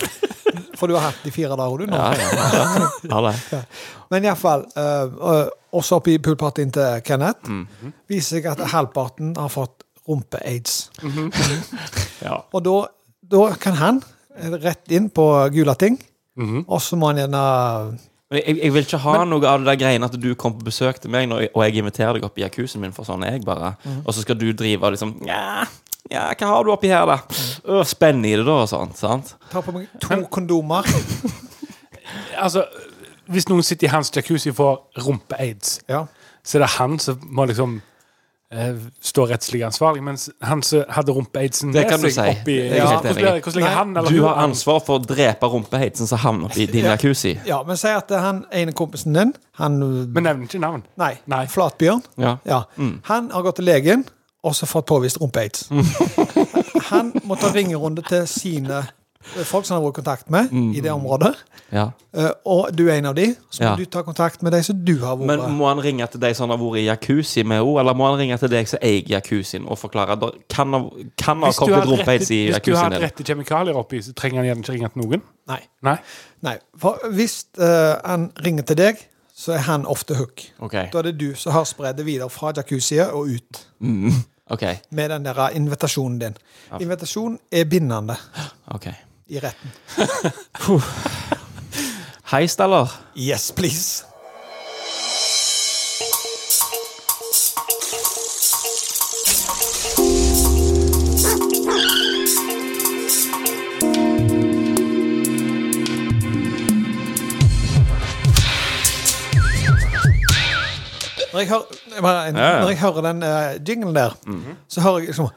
S1: For du har hatt de fire dager, du, nå.
S6: Ja, ja. ja det.
S1: Men iallfall uh, Også oppi poolpartyen til Kenneth viser seg at halvparten har fått rumpe-aids.
S6: Ja.
S1: Og da, da kan han eh, rett inn på gula ting, og så må han gjerne
S6: Men jeg, jeg vil ikke ha noe av det der greiene at du kom på besøk til meg, når, og jeg inviterer deg opp i jacuzzien min, for sånn er jeg bare. Og så skal du drive og liksom ja, ja, hva har du oppi her, da? Øh, Spenne i det, da, og sånt. sant?
S1: Ta på meg to kondomer.
S5: Altså, hvis noen sitter i hans jacuzzi og får rumpe-aids,
S1: Ja.
S5: så er det han som må liksom eh, stå rettslig ansvarlig, mens han som hadde rumpe-aidsen
S6: Det kan du si.
S5: oppi
S6: Jeg er helt
S5: Hvordan
S6: enig.
S5: blir det? Hvordan ligger han eller
S6: Du
S5: hun
S6: har
S5: an?
S6: ansvar for å drepe rumpeheitsen som havner oppi din jacuzzi.
S1: ja, men si at han ene kompisen din han,
S5: Men nevner ikke navn.
S1: Nei,
S5: Nei.
S1: Flatbjørn.
S6: Ja.
S1: Ja. Han har gått til legen og så fått påvist rumpe-aids.
S6: Mm.
S1: Han måtte ha ringerunde til sine eh, folk som han har vært i kontakt med
S6: Mm.
S1: i det området.
S6: Ja.
S1: Eh, og du er en av de, så må
S6: Ja.
S1: du ta kontakt med de som du har vært
S6: Men må han ringe til deg som har vært i jacuzzi med henne, eller må han ringe til deg som eier jacuzzien, og forklare at det kan ha- kan ha
S5: Hvis du
S6: kommet
S5: hadde
S6: rumpeis i
S5: rette- hvis du har hatt
S6: jacuzzien din?
S5: rette kjemikalier oppi, så trenger han gjerne ikke ringe til noen.
S1: Nei.
S5: Nei.
S1: Nei. For hvis eh, han ringer til deg, så er han ofte hook.
S6: Ok.
S1: Da er det du som har spredd det videre fra jacuzziet og ut.
S6: Mm. Ok.
S1: Med den der invitasjonen din.
S6: Ja.
S1: Invitasjon er bindende
S6: ok.
S1: i retten.
S6: Heist, eller?
S1: Yes, please. Når jeg hører, jeg bare,
S6: ja.
S1: når jeg hører den eh, jinglen der, så hører jeg liksom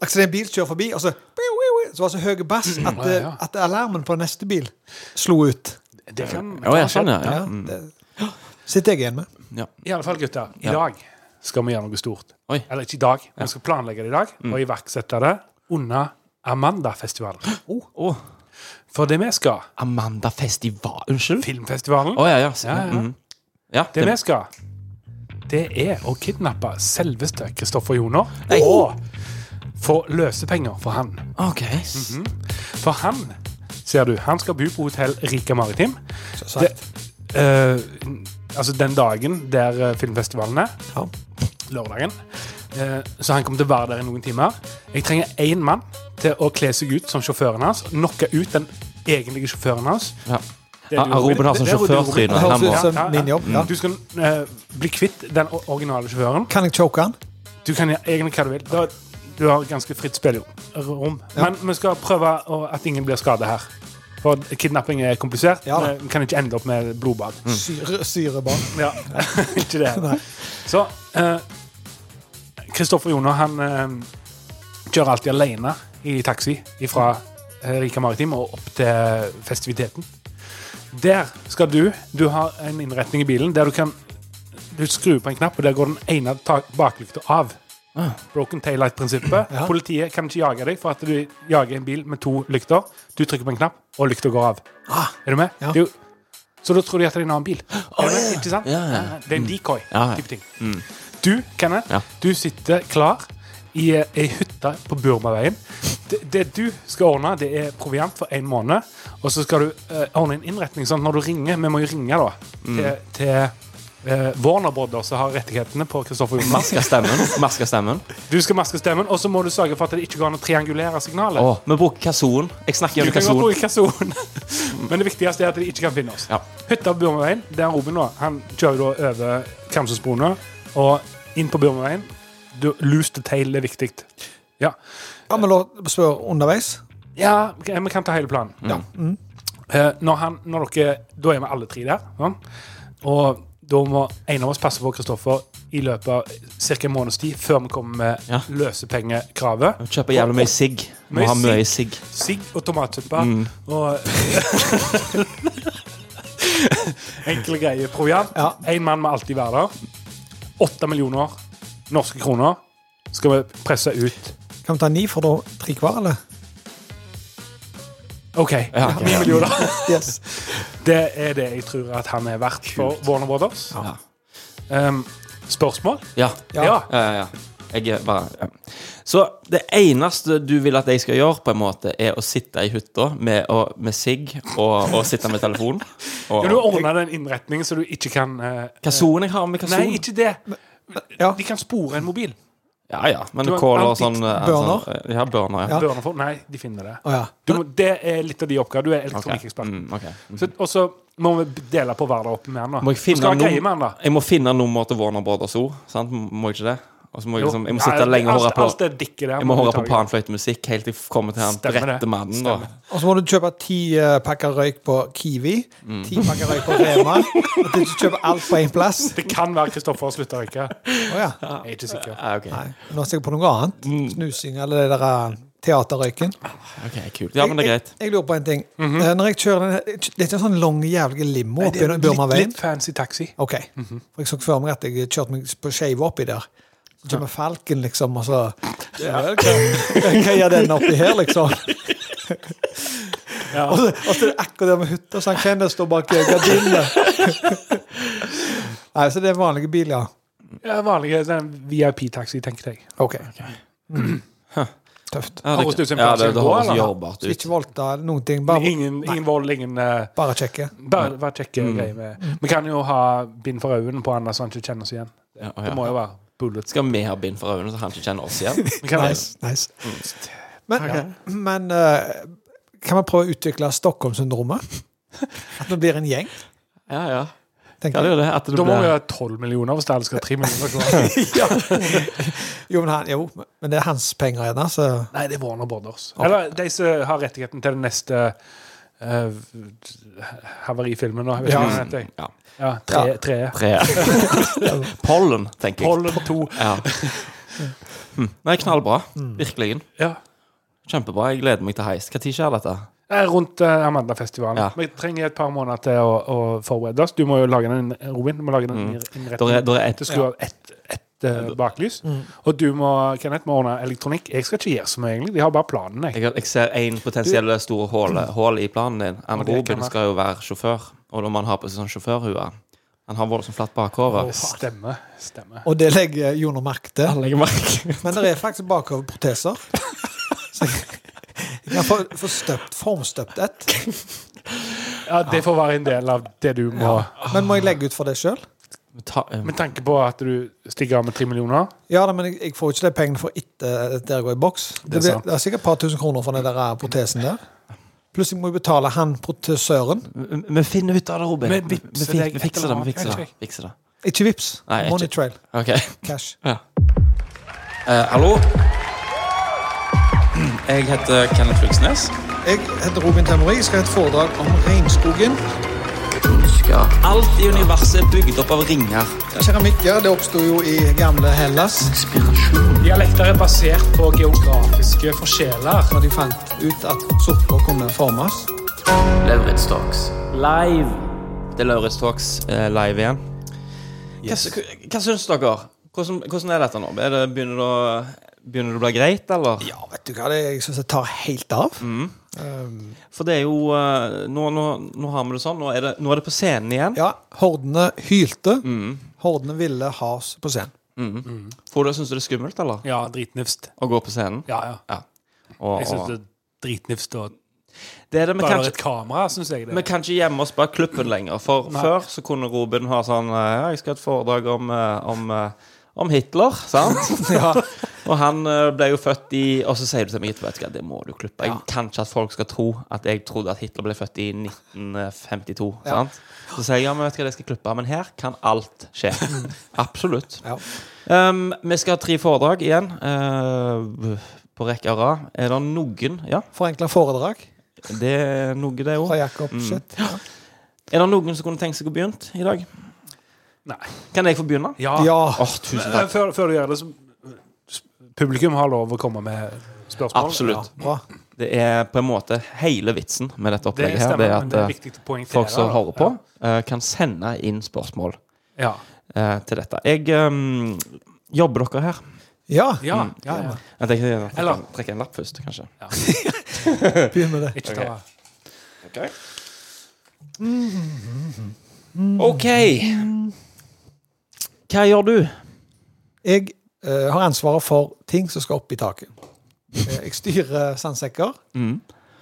S1: Altså det er en bil som kjører forbi, og så Så var det så høy bass at, eh, at alarmen på neste bil slo ut.
S5: Det kan
S6: Å, ja, sånn, ja. ja.
S1: Ja,
S6: Mm.
S1: det sitter jeg igjen med.
S5: I alle fall, gutter. I
S6: Ja.
S5: dag skal vi gjøre noe stort.
S6: Oi. Mm.
S5: Eller ikke i dag, vi skal planlegge det i dag og iverksette det under Amanda-festivalen.
S6: Å,
S5: For det vi skal
S6: Amanda Festival Unnskyld?
S5: Filmfestivalen.
S6: Å ja, ja. s-
S5: Ja, ja, ja.
S6: mhm. ja
S5: Det vi
S6: det,
S5: skal, det er å kidnappe selveste Kristoffer Joner og få løsepenger for han.
S6: OK.
S5: Mhm. For han, ser du, han skal bo på hotell Rika Maritim.
S1: sagt.
S5: Det- eh, altså den dagen der eh, filmfestivalen er.
S1: Ja.
S5: Lørdagen. Eh, så han kommer til å være der i noen timer. Jeg trenger én mann til å kle seg ut som sjåføren hans. Knocke ut den egentlige sjåføren hans.
S6: Ja.
S5: Det er du,
S6: Ah, ah, Robin har sånn
S5: Det er du,
S6: sjåførtryne.
S5: Robin.
S1: Det høres ut som
S5: Ja, ja, ja.
S1: min jobb. Ja.
S5: Du skal eh, bli kvitt den o- originale sjåføren.
S1: Kan jeg choke han?
S5: Du kan gjøre egentlig hva du vil. Da, du har ganske fritt spillerom. Men vi skal prøve å, at ingen blir skadet her. For kidnapping er komplisert.
S1: Ja.
S5: Vi kan ikke ende opp med blodbad.
S6: Mm.
S1: Syre, syrebad.
S5: Ja, ikke det. Så eh, Kristoffer Joner han eh, kjører alltid alene i taxi fra Rika Maritim og opp til festiviteten. Der skal du Du har en innretning i bilen der du kan du skrur på en knapp, og der går den ene ta- baklykta av. Broken taillight-prinsippet. Politiet kan ikke jage deg for at du jager en bil med to lykter. Du trykker på en knapp, og lykta går av.
S6: Ah.
S5: Er du med?
S1: Ja.
S5: Det er jo så da tror de at det er en annen bil. Er det, ikke sant? Ah,
S6: Ja, ja.
S5: det er en decoy.
S6: Ja, ja. Mm.
S5: Type ting. Du, Kenneth,
S6: Ja.
S5: du sitter klar i eh, ei hytte på Burmaveien. Det, det du skal ordne, det er proviant for én måned. Og så skal du eh, ordne en innretning. Sånn at når du ringer Vi må jo ringe, da.
S6: Mm.
S5: Til, til eh, Warner Brothers, som har rettighetene på Kristoffer Jonas.
S6: Maska stemmen. Maska stemmen.
S5: Du skal maske stemmen, og så må du sørge for at det ikke går an å triangulere signalet.
S6: Å, vi bruker kason. Jeg snakker
S5: Du
S6: gjennom
S5: kan godt
S6: kason.
S5: bruke kason, men det viktigste er at de ikke kan finne oss.
S6: Ja.
S5: Hytta på Burmaveien, der Robin nå, han kjører da over Kamsosbroene og inn på Burmaveien. Du- Lose the tail er viktig. Ja,
S1: Ja, men la spør underveis.
S5: ja ok, vi kan ta hele planen. Ja. Eh, Når han, når dere, da er vi alle tre der, sånn. og da må en av oss passe på Kristoffer i løpet av ca. en måneds tid før vi kommer med
S6: Ja.
S5: løsepengekravet.
S6: Kjøper jævlig mye sigg. Må
S5: Mye
S6: ha mye sigg.
S5: Sigg og tomatsuppe og Enkle greier. Proviant.
S1: Ja.
S5: Én mann må alltid være der. Åtte millioner norske kroner skal vi presse ut.
S1: Kan vi ta ni for da tre hver, eller?
S5: OK.
S6: Ja, ok.
S5: Ni millioner.
S1: Yes.
S5: Det er det jeg tror at han er verdt for Warner Brothers.
S6: Ja.
S5: Um, spørsmål?
S6: Ja.
S5: Ja.
S6: Ja, ja, ja. Jeg er bare ja. Så det eneste du vil at jeg skal gjøre, på en måte er å sitte i hytta med, og- med sigg og, og sitte med telefon.
S5: Kan du
S6: Og
S5: ordne den innretningen så du ikke kan eh,
S6: kason jeg har med kason.
S5: Nei, ikke det.
S1: Ja.
S5: De kan spore en mobil.
S6: Ja, ja. Men
S5: Du har en
S6: kål og
S5: antikt-
S6: sånn eh,
S1: burner?
S6: sånn- Ja, burner, ja.
S1: Ja.
S5: Bør han få- Nei, de finner det.
S1: Å ja.
S5: Du må, det er litt av de oppgaver. Du er
S6: Ok.
S5: elektronikkekspert.
S6: Mm, ok.
S5: Så, og så må vi dele på hver dag opp med han. da.
S6: Må jeg finne
S5: Vi skal ha
S6: noen-
S5: greie med han, da.
S6: Jeg må finne nummer til Warner Brothers òg, sant? Må jeg ikke det? Og så må jeg liksom Jeg må sitte
S5: Nei,
S6: lenge og høre
S5: alt-
S6: på
S5: alt det dikket der
S6: Jeg må
S5: du
S6: høre
S5: ta i
S6: på
S5: gang.
S6: panfløytemusikk helt til jeg kommer til han
S5: Stemmer det.
S6: rette mannen, da.
S1: Og så må du kjøpe ti eh, pakker røyk på Kiwi,
S6: Mm.
S1: ti pakker røyk på Rema. At du ikke kjøper alt på én plass.
S5: Det kan være Kristoffer har slutta å røyke. Jeg
S1: Å ja.
S5: er ikke sikker.
S6: Ja, Ah, ok.
S1: Nei, nå er jeg på noe annet.
S6: Mm.
S1: Snusing eller det der eh, teaterrøyken.
S6: ok, kult. Ja, men det er greit. Mhm.
S1: Jeg, jeg lurer på en ting. Eh, Når jeg kjører den her, Det er ikke en sånn lang, jævlig limo oppi
S5: litt,
S1: Burmaveien?
S5: litt fancy taxi.
S1: OK. For jeg så ikke for meg at jeg kjørte meg på skeiva oppi der. Så kommer falken, liksom, og så ja, vel, Hva hva gjør den oppi her, liksom? Og så og så er det akkurat der med hytta, så han kjenner står bak gardinene. Nei, så det er vanlige biler.
S5: Ja, vanlige sånn VIP-taxi, tenker jeg.
S1: Ok. Mm.
S5: Tøft.
S4: Ja,
S5: Høres det ut som en
S4: ja,
S5: plass
S4: det,
S5: å
S4: det
S5: gå,
S4: høres
S5: eller?
S4: jobbbart
S1: Så
S4: ut.
S1: ikke voldta eller noen ting. Bare,
S5: Ingen, ingen vold, ingen eh,
S1: bare sjekke.
S5: Bare, bare sjekke
S6: Mm.
S5: greier med Vi kan jo ha bind for øynene på han, så han ikke kjenner oss igjen.
S4: Ja,
S5: Det
S4: ja.
S5: må jo være bullets.
S4: Skal vi ha bind for øynene, så han ikke kjenner oss igjen?
S5: Vi kan,
S1: Nice. nice. Men, men eh, kan man prøve å utvikle Stockholmssyndromet? At vi blir en gjeng?
S4: Ja, ja. Ja,
S1: tenker
S4: det
S1: jeg.
S4: er jo det. At det
S5: Da må vi
S4: blir
S5: ha 12 millioner hvis alle skal ha 3 millioner kroner.
S1: Jo, men, han, jo, men det er hans penger igjen, så
S5: Nei, det er Warner Brothers. Eller de som har rettigheten til den neste eh, havarifilmen nå. Jeg vet
S1: Ja.
S5: ikke hva den heter. jeg.
S4: Ja.
S5: Ja, tre, treet.
S4: tre. Pollen, tenker jeg.
S5: Pollen 2.
S4: Ja. Hm. Nei, knallbra. Virkelig.
S5: Ja.
S4: Kjempebra. Jeg gleder meg til heis. Når skjer dette?
S5: Det er Rundt eh, Amanda-festivalen.
S4: Ja.
S5: Vi trenger et par måneder til å, å forberede oss. Du må jo lage den, Robin. Du må lage den
S4: Der er,
S5: innretningen.
S4: der er et
S5: Det skulle være ett ett, eh, baklys. Og du må, Kenneth, må ordne elektronikk. Jeg skal ikke gjøre så mye, egentlig. De har bare planen, jeg.
S4: Jeg, har- jeg ser en potensiell stor hål, hål i planen din. En
S5: Og det kan
S4: Robin
S5: være-
S4: skal jo være sjåfør, og da må han ha på seg sånn sjåførhue. Han har voldsomt flatt bakhode.
S5: Stemmer. Stemmer.
S1: Og det legger Joner merke til.
S4: Han legger merke.
S1: Men det er faktisk bakoverproteser. Så jeg jeg kan få, få støpt, formstøpt et.
S5: Ja, det får være en del av det du må
S1: Men må jeg legge ut for det sjøl?
S4: Ta, eh,
S5: Med tanke på at du stikker av med tre millioner.
S1: Ja, da, men jeg, jeg får ikke de pengene for etter at dere går i boks. Det, blir,
S5: sant.
S1: det er sikkert et par tusen kroner for den der eh, protesen der. Pluss jeg må jo betale han protesøren.
S4: vi- vi finner ut av det, Robin.
S5: Vi
S4: Vi,
S5: vipser
S4: vi, fin-
S5: deg
S4: vi fikser
S5: et eller
S4: det. Vi
S5: annet,
S4: fikser det.
S5: kanskje.
S4: Fikser det.
S1: Ikke vips.
S4: Nei, ikke.
S1: Money trail.
S4: OK.
S1: Cash.
S4: Ja. Eh, hallo? Jeg heter Kenneth Fylkesnes.
S1: Jeg heter Robin Temori. Jeg skal ha et foredrag om regnskogen.
S4: Ja. Alt i universet er bygd opp av ringer.
S1: Keramikk ja, det oppsto jo i gamle Hellas.
S5: Dialekter er basert på geografiske forskjeller.
S1: Når de fant ut at sopper kunne formes.
S4: Lauritz Talks. Live. Det er Lauritz Talks eh, live igjen. Hva, hva syns dere? Hvordan, hvordan er dette nå? Er det, begynner, det å, begynner det å bli greit, eller?
S1: Ja, vet du hva, det, jeg syns det tar helt av.
S4: For det er jo eh, nå, nå, nå har vi det sånn. Nå er det, nå er det på scenen igjen.
S1: Ja, hordene hylte. Hordene ville ha oss på scenen.
S4: Frode, syns du det er skummelt, eller?
S5: Ja, dritnifst.
S4: Å gå på scenen?
S5: Ja, ja.
S4: Og,
S5: Jeg syns
S4: og,
S5: det er dritnifst. Og
S4: det er det, vi
S5: bare
S4: kan,
S5: et
S4: ikke,
S5: kamera, syns jeg det.
S4: vi kan ikke gjemme oss bak klippen lenger. For før så kunne Robin ha sånn eh, Ja, jeg skal ha et foredrag om, eh, om, eh, om Hitler, sant?
S1: Ja,
S4: Og han eh, ble jo født i Og så sier du til meg etterpå vet du hva, det må du klippe. Jeg kan ikke at folk skal tro at jeg trodde at Hitler ble født i 1952. Sant? Så sier jeg ja, men vet du hva, det skal jeg klippe. Men her kan alt skje. Absolutt.
S1: Ja.
S4: Um, vi skal ha tre foredrag igjen. eh, på rekke og rad. Er det noen Ja,
S1: Forenkla foredrag
S4: det er noe, det
S1: fra
S4: òg.
S1: Jakob. Shit.
S4: Er det noen som kunne tenkt seg å begynne i dag?
S5: Nei.
S4: Kan jeg få begynne?
S5: Ja.
S1: Ja.
S4: Åh, tusen
S5: Eh,
S4: takk.
S5: Før, før du gjør det, så Publikum har lov å komme med spørsmål.
S4: Absolutt.
S1: Bra.
S4: Det er på en måte hele vitsen med dette
S5: Det
S4: opplegget her.
S5: stemmer,
S4: Det er
S5: men
S4: at
S5: det
S4: eh,
S5: er viktig å poengtere.
S4: folk som
S5: da.
S4: hører på, eh, kan sende inn spørsmål
S5: Ja.
S4: eh, til dette. Jeg ehm, Jobber dere her?
S1: Ja,
S5: Ja,
S4: Mm.
S5: ja, ja.
S4: Jeg tenker jeg trekker-
S5: Eller-
S4: trekker en lapp først, kanskje.
S1: begynn med det.
S5: Ikke ta
S4: OK. Hva gjør du?
S1: Jeg eh, har ansvaret for ting som skal opp i taket. Eh, jeg styrer sandsekker.
S4: Mm.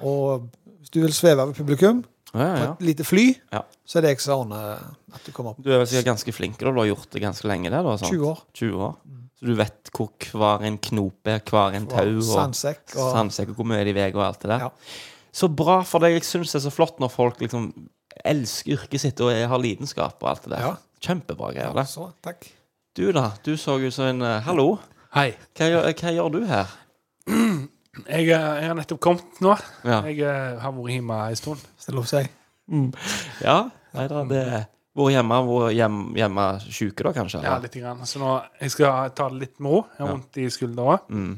S1: Og hvis du vil sveve over publikum
S4: Ja, ja,
S1: på
S4: ja.
S1: et lite fly,
S4: Ja.
S1: så er det jeg som ordner at du kommer opp.
S4: Du er vel sikkert ganske flink, og du har gjort det ganske lenge? det da, sant?
S1: 20 år.
S4: 20 år. Så du vet hvor hver en knop er, hver en tau og
S1: Sandsekk og
S4: sandsekk, og hvor mye de veier og alt det der.
S1: Ja.
S4: Så bra for deg. Jeg syns det er så flott når folk liksom elsker yrket sitt og har lidenskap og alt det der.
S1: Ja.
S4: Kjempebra greier. det.
S1: Så, takk.
S4: Du, da? Du så ut som en eh, Hallo?
S5: Hei.
S4: Hva, gjør- hva gjør du her?
S5: Jeg, eh, jeg har nettopp kommet nå.
S4: Ja.
S5: Jeg eh, har vært hjemme en stund.
S1: Hvis det er lov å si.
S4: ja? Nei da, det er Hvor hjemme? Hvor hjem, hjemme sjuke, da, kanskje?
S5: Ja,
S4: eller?
S5: litt grann. Så nå jeg skal ta det litt med ro. Jeg har
S4: Ja.
S5: vondt i skuldra.
S4: Mm.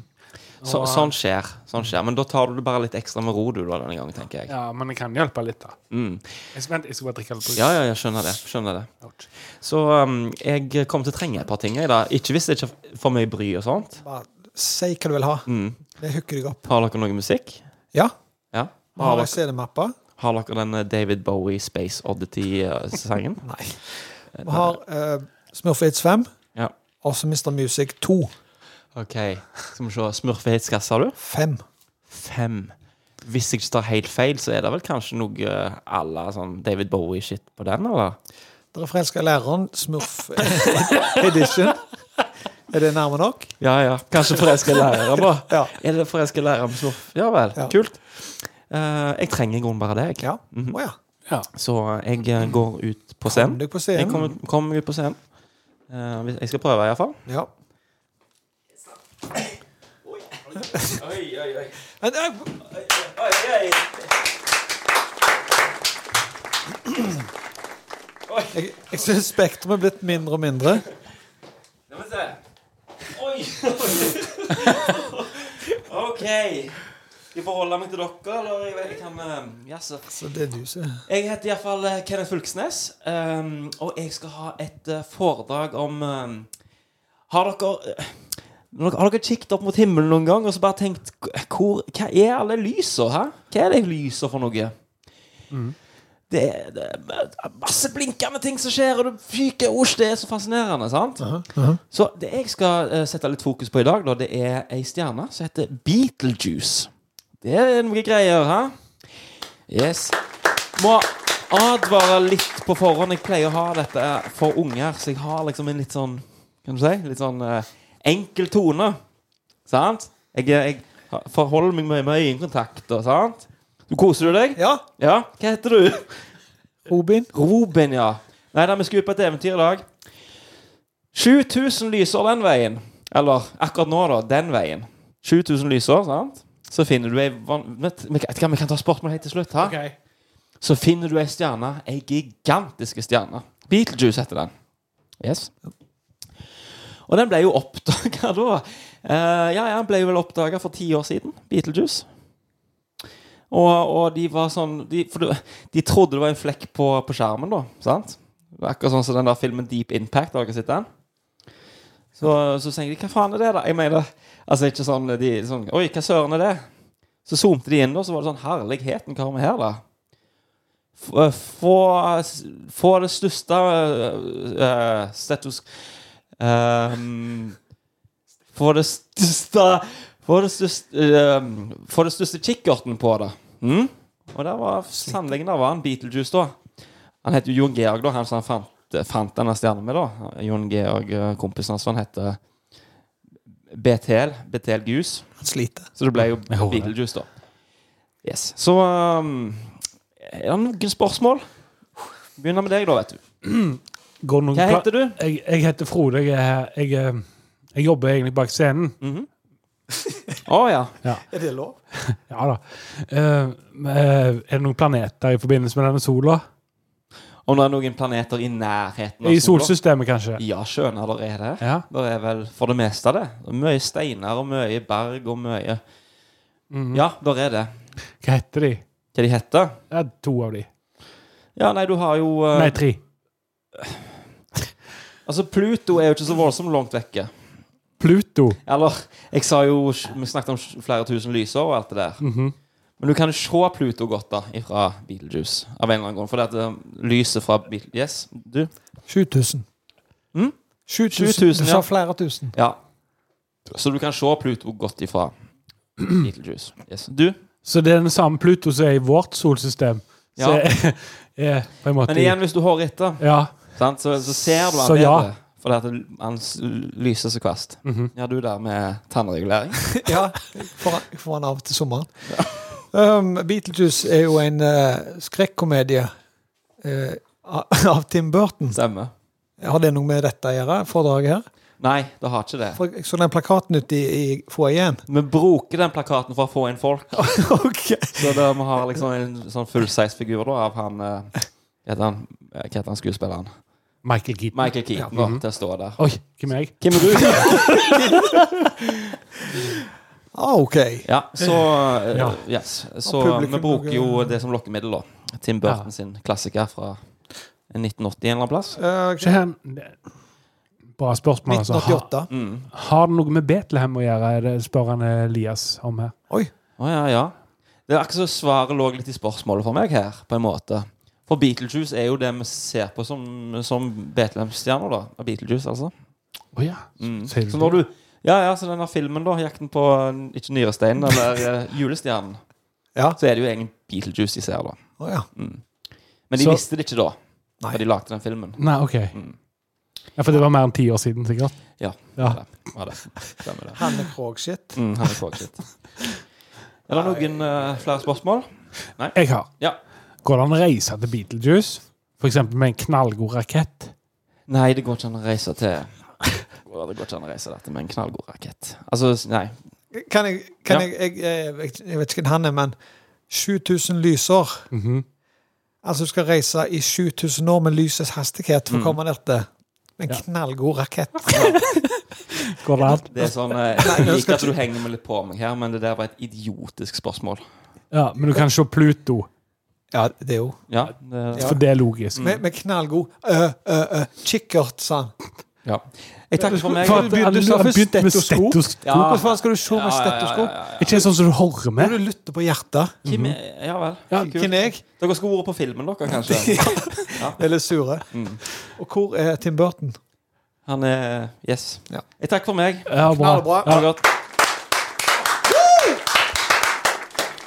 S4: Så,
S5: Og-
S4: sånn skjer. Sånn skjer. Men da tar du det bare litt ekstra med ro, du, da, denne gangen, tenker jeg.
S5: Ja, men jeg kan hjelpe litt, da.
S4: Mm.
S5: Jeg, vent, jeg skal bare drikke litt brus.
S4: Ja, ja, jeg skjønner det. Skjønner det. Så um, jeg kommer til å trenge et par ting. Jeg, da. Ikke hvis det ikke er for mye bry og sånt.
S1: Bare si hva du vil ha.
S4: Mm.
S1: Det hooker deg opp.
S4: Har dere noe musikk?
S1: Ja.
S4: Ja.
S1: Vi har
S4: Har,
S1: ei
S4: dere,
S1: CD-mappe.
S4: har dere den eh, David Bowie Space eh, Oddity-sangen?
S1: Nei. Vi har uh, Smurfhits 5
S4: Ja.
S1: og så Mr. Music 2.
S4: OK. Skal vi se. Smurfehits, hva sa du?
S1: 5.
S4: Fem. Hvis jeg ikke tar helt feil, så er det vel kanskje noe eh, à la sånn David Bowie-shit på den, eller?
S1: Dere forelska i læreren, Smurf Edition. Er det nærme nok?
S4: Ja, ja. Kanskje forelska lærere, da.
S1: Ja.
S4: Er det forelska lærere med smurf? Ja vel.
S1: Ja.
S4: Kult. Eh, jeg trenger i grunnen bare deg.
S1: Ja.
S4: Mhm.
S1: Å ja.
S4: Så jeg eh, går ut på
S1: Kom
S4: scenen.
S1: deg på
S4: Jeg
S1: scenen.
S4: kommer kom meg ut på scenen. Eh, hvis- jeg skal prøve, iallfall.
S1: Ja. Men, eh, Jeg, jeg syns spekteret er blitt mindre og mindre.
S4: Oi! OK. Skal jeg forholde meg til dere, eller jeg vet ikke hvem Jaså.
S1: Så det er du som
S4: Jeg heter iallfall eh, Kenneth Fylkesnes, ehm, og jeg skal ha et eh, foredrag om ehm, Har dere eh, når dere- Har dere kikket opp mot himmelen noen gang og så bare tenkt "K- hvor, Hva er alle lysa? Hæ? Hva er det lysa for noe? Det, er, det er masse blinkende ting som skjer, og du fyker Osj, det er så fascinerende, sant? Så det jeg skal eh, sette litt fokus på i dag, da, det er ei stjerne som heter Beetlejuice. Det er noe greier, hæ? Yes. Må advare litt på forhånd. Jeg pleier å ha dette for unger, så jeg har liksom en litt sånn Kan du si? Litt sånn eh, enkel tone. Sant? Jeg, jeg forholder meg mye med øyekontakt og sant? Du koser du deg?
S1: Ja,
S4: Ja? Hva heter du?
S1: Robin.
S4: Robin, ja. Nei da, vi skal ut på et eventyr i dag. 7000 lysår den veien. Eller akkurat nå, da. Den veien. 7000 lysår, sant? Så finner du ei van... Vet vet du hva, Vi kan ta sport med det helt til slutt. Ha?
S5: Ok.
S4: Så finner du ei stjerne, ei gigantiske stjerne. Beetlejuice heter den. Yes. Og den ble jo oppdaga da. Eh, ja, ja, den ble jo vel oppdaga for ti år siden. Beetlejuice. Og, og de var sånn de, For du- de trodde det var en flekk på, på skjermen, da. Sant? Det var Akkurat sånn som den der filmen Deep Impact. Har dere sett den? Så, så tenkte de hva faen er det, da? Jeg mener, altså ikke sånn, de, sånn Oi, hva søren er det? Så zoomte de inn, og så var det sånn Herligheten, hva har vi her, da? F- eh, Få, få det største eh, eh, stetos... ehm, få det største Få det største, ehm, få det største kikkerten på det. Mm? Og der var sannelig der var han Beetlejuice, da. Han het jo Jon Georg, da, han som han fant, fant denne stjernen med, da. Jon Georg, eh, kompisen hans, han heter BTL. BTL Goose.
S1: Han sliter.
S4: Så det ble jo
S5: Jeg håper det.
S4: Beetlejuice, da. Yes. Så um, Er det noen spørsmål? Begynner med deg, da, vet du.
S5: Går noen
S4: Hva
S5: pla-
S4: heter du?
S5: Jeg, jeg heter Frode. Jeg, er her- jeg, eh, jeg jobber egentlig bak scenen.
S4: Mm. Å ja.
S1: Er det lov?
S5: Ja da. Eh, eh, er det noen planeter i forbindelse med denne sola?
S4: Om det er noen planeter i nærheten av
S5: I
S4: sola?
S5: solsystemet, kanskje?
S4: Ja, skjønner der er det.
S5: Ja.
S4: Det er vel for det meste det. Det er Mye steiner og mye berg og mye Ja, der er det.
S5: Hva heter de?
S4: Hva de heter?
S5: Ja, to av de.
S4: Eh. Ja, nei, du har jo eh,
S5: Nei, tre.
S4: Altså, Pluto er jo ikke så voldsomt langt vekke.
S5: Pluto.
S4: Eller, jeg sa jo Vi snakket om flere tusen lysår og alt det der.
S5: Mhm.
S4: Men du kan jo se Pluto godt da fra Beetlejuice. Av en eller annen grunn. For det at eh, lyset fra Beetle... Yes, du?
S1: 7000.
S4: Mm?
S1: 7000.
S4: 7000,
S1: Du sa
S4: ja.
S1: flere tusen.
S4: Ja. Så du kan se Pluto godt ifra Beetlejuice. Yes. Du?
S5: Så det er den samme Pluto som er i vårt solsystem. Så
S4: Ja.
S5: er, er på en måte
S4: Men igjen, hvis du har etter,
S5: Ja.
S4: sant, så, så ser du han
S5: Så
S4: bedre.
S5: ja.
S4: For det at han s- lyser så kvast.
S5: Mhm.
S4: Ja, du der med tannregulering.
S1: Ja, jeg får jeg får han av til sommeren. Um, Beetlejuice er jo en uh, skrekkomedie eh, av av Tim Burton.
S4: Stemmer.
S1: Har det noe med dette å gjøre? Foredraget her?
S4: Nei, det har ikke det.
S1: For jeg så den plakaten ute i, i foajeen.
S4: Vi bruker den plakaten for å få inn folk.
S1: okay.
S4: Så da vi har liksom en sånn fullsize-figur da av han eh, Hva heter han, Eh, hva heter han skuespilleren?
S5: Michael Keaton. Mhm.
S4: Michael Keaton, da, til å stå der.
S5: Oi, hvem er jeg?
S4: Hvem er du?
S1: Ah, OK.
S6: Ja, så eh,
S1: Ja.
S6: Yes.
S1: Og
S6: Så
S1: publikum
S6: vi bruker
S1: bruker-
S6: jo det som lokkemiddel, da. Tim Burton sin klassiker fra 1980 en eller annen plass.
S1: Eh,
S5: Se her. Bra spørsmål, altså.
S6: 1988.
S5: Har, har det noe med Betlehem å gjøre, er det spør han Elias om her.
S6: Å ja, ja. Det er akkurat som svaret lå litt i spørsmålet for meg her, på en måte. For Beetlejuice er jo det vi ser på som, som Betlehemstjerner, da. Av Beetlejuice, altså.
S5: Å ja.
S6: Mm.
S5: Sier du
S6: Så når du Ja, ja, så denne filmen, da. 'Jakten på eh, ikke nyresteinen', eller eh, 'Julestjernen'. Så er det jo egentlig Beetlejuice de ser, da.
S1: Å ja.
S6: mm. Men de
S5: Så-
S6: visste det ikke da, da de lagde den filmen.
S5: Nei, OK.
S6: Mm.
S5: Ja, For det var mer enn ti år siden, sikkert?
S6: Ja.
S5: ja.
S6: Det var det. Stemmer det.
S1: Hanne Krogshit.
S6: Mm, han er kåkete. Er det noen eh, flere spørsmål? Nei?
S5: Jeg har.
S6: Ja.
S5: Går det an å reise til Beetlejuice? For eksempel med en knallgod rakett?
S6: Nei, det går ikke an å reise til Å, Det går ikke an å reise dette med en knallgod rakett. Altså, s- nei.
S1: Kan jeg, kan
S6: Ja.
S1: jeg, jeg, jeg vet- Jeg vet ikke hvem han er, men 7000 lysår. Altså, du skal reise i 7000 år med lysets hastighet for å komme ned til en
S5: Ja.
S1: knallgod rakett.
S5: Går det an?
S6: Det er sånn eh,
S1: Nei,
S6: Jeg
S1: nå
S6: liker
S1: skal
S6: at du henger meg litt på meg her, men det der var et idiotisk spørsmål.
S5: Ja, men du kan se Pluto,
S1: Ja, det er jo
S6: Ja. Det,
S5: for det er logisk.
S1: Med, med knallgod øh, øh, øh, kikkert, sa han.
S6: ja. Jeg takker for meg.
S5: For at
S1: begynte-
S5: han
S1: du sa først
S5: begynte med
S1: stetoskop.
S5: stetoskop.
S6: Ja.
S1: Hvorfor faen skal du se med
S6: Ja, ja, ja,
S1: stetoskop?
S6: ja, ja.
S5: Ikke sånn som du hører
S1: Når
S5: med.
S1: du lytter på hjertet.
S6: Hvem er- Ja vel.
S5: Ja,
S6: Kult.
S1: Hvem er jeg?
S6: Dere skulle vært på filmen, dere, kanskje.
S1: Eller sure.
S6: Mm.
S1: Og hvor er Tim Burton?
S6: Han er Yes.
S1: Ja.
S6: Jeg takker for meg.
S5: Ja, bra.
S1: Knallbra.
S6: Ha det godt.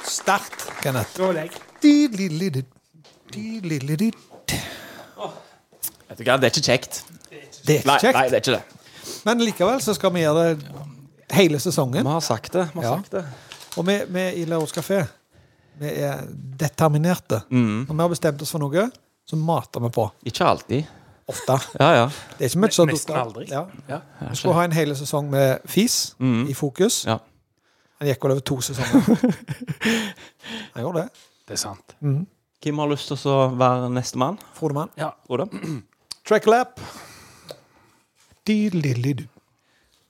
S1: Sterkt, Kenneth. Di-li-li-di. Di-li-li-di.
S6: Vet du hva, det er ikke kjekt.
S1: Det er
S6: Nei,
S1: ikke
S6: nei,
S1: kjekt,
S6: det er ikke det.
S1: men likevel så skal vi gjøre det hele sesongen.
S6: Vi har sagt det. Vi har
S1: Ja.
S6: sagt det.
S1: Og vi, vi i Lauritz kafé vi er determinerte.
S6: Mm.
S1: Når vi har bestemt oss for noe, så mater vi på.
S6: Ikke alltid.
S1: Ofte.
S6: Ja, ja.
S1: Det er ikke mye sånn
S5: Nesten aldri.
S1: Ja.
S5: Ja.
S1: Vi skulle ha en hele sesong med fis i fokus.
S6: Mm. Ja.
S1: Han gikk vel over to sesonger. Han gjorde det.
S5: Det er sant.
S6: Hvem har lyst til å være neste mann?
S1: Frode Mann.
S6: Frode?
S1: Track lap. Di-li-li-du.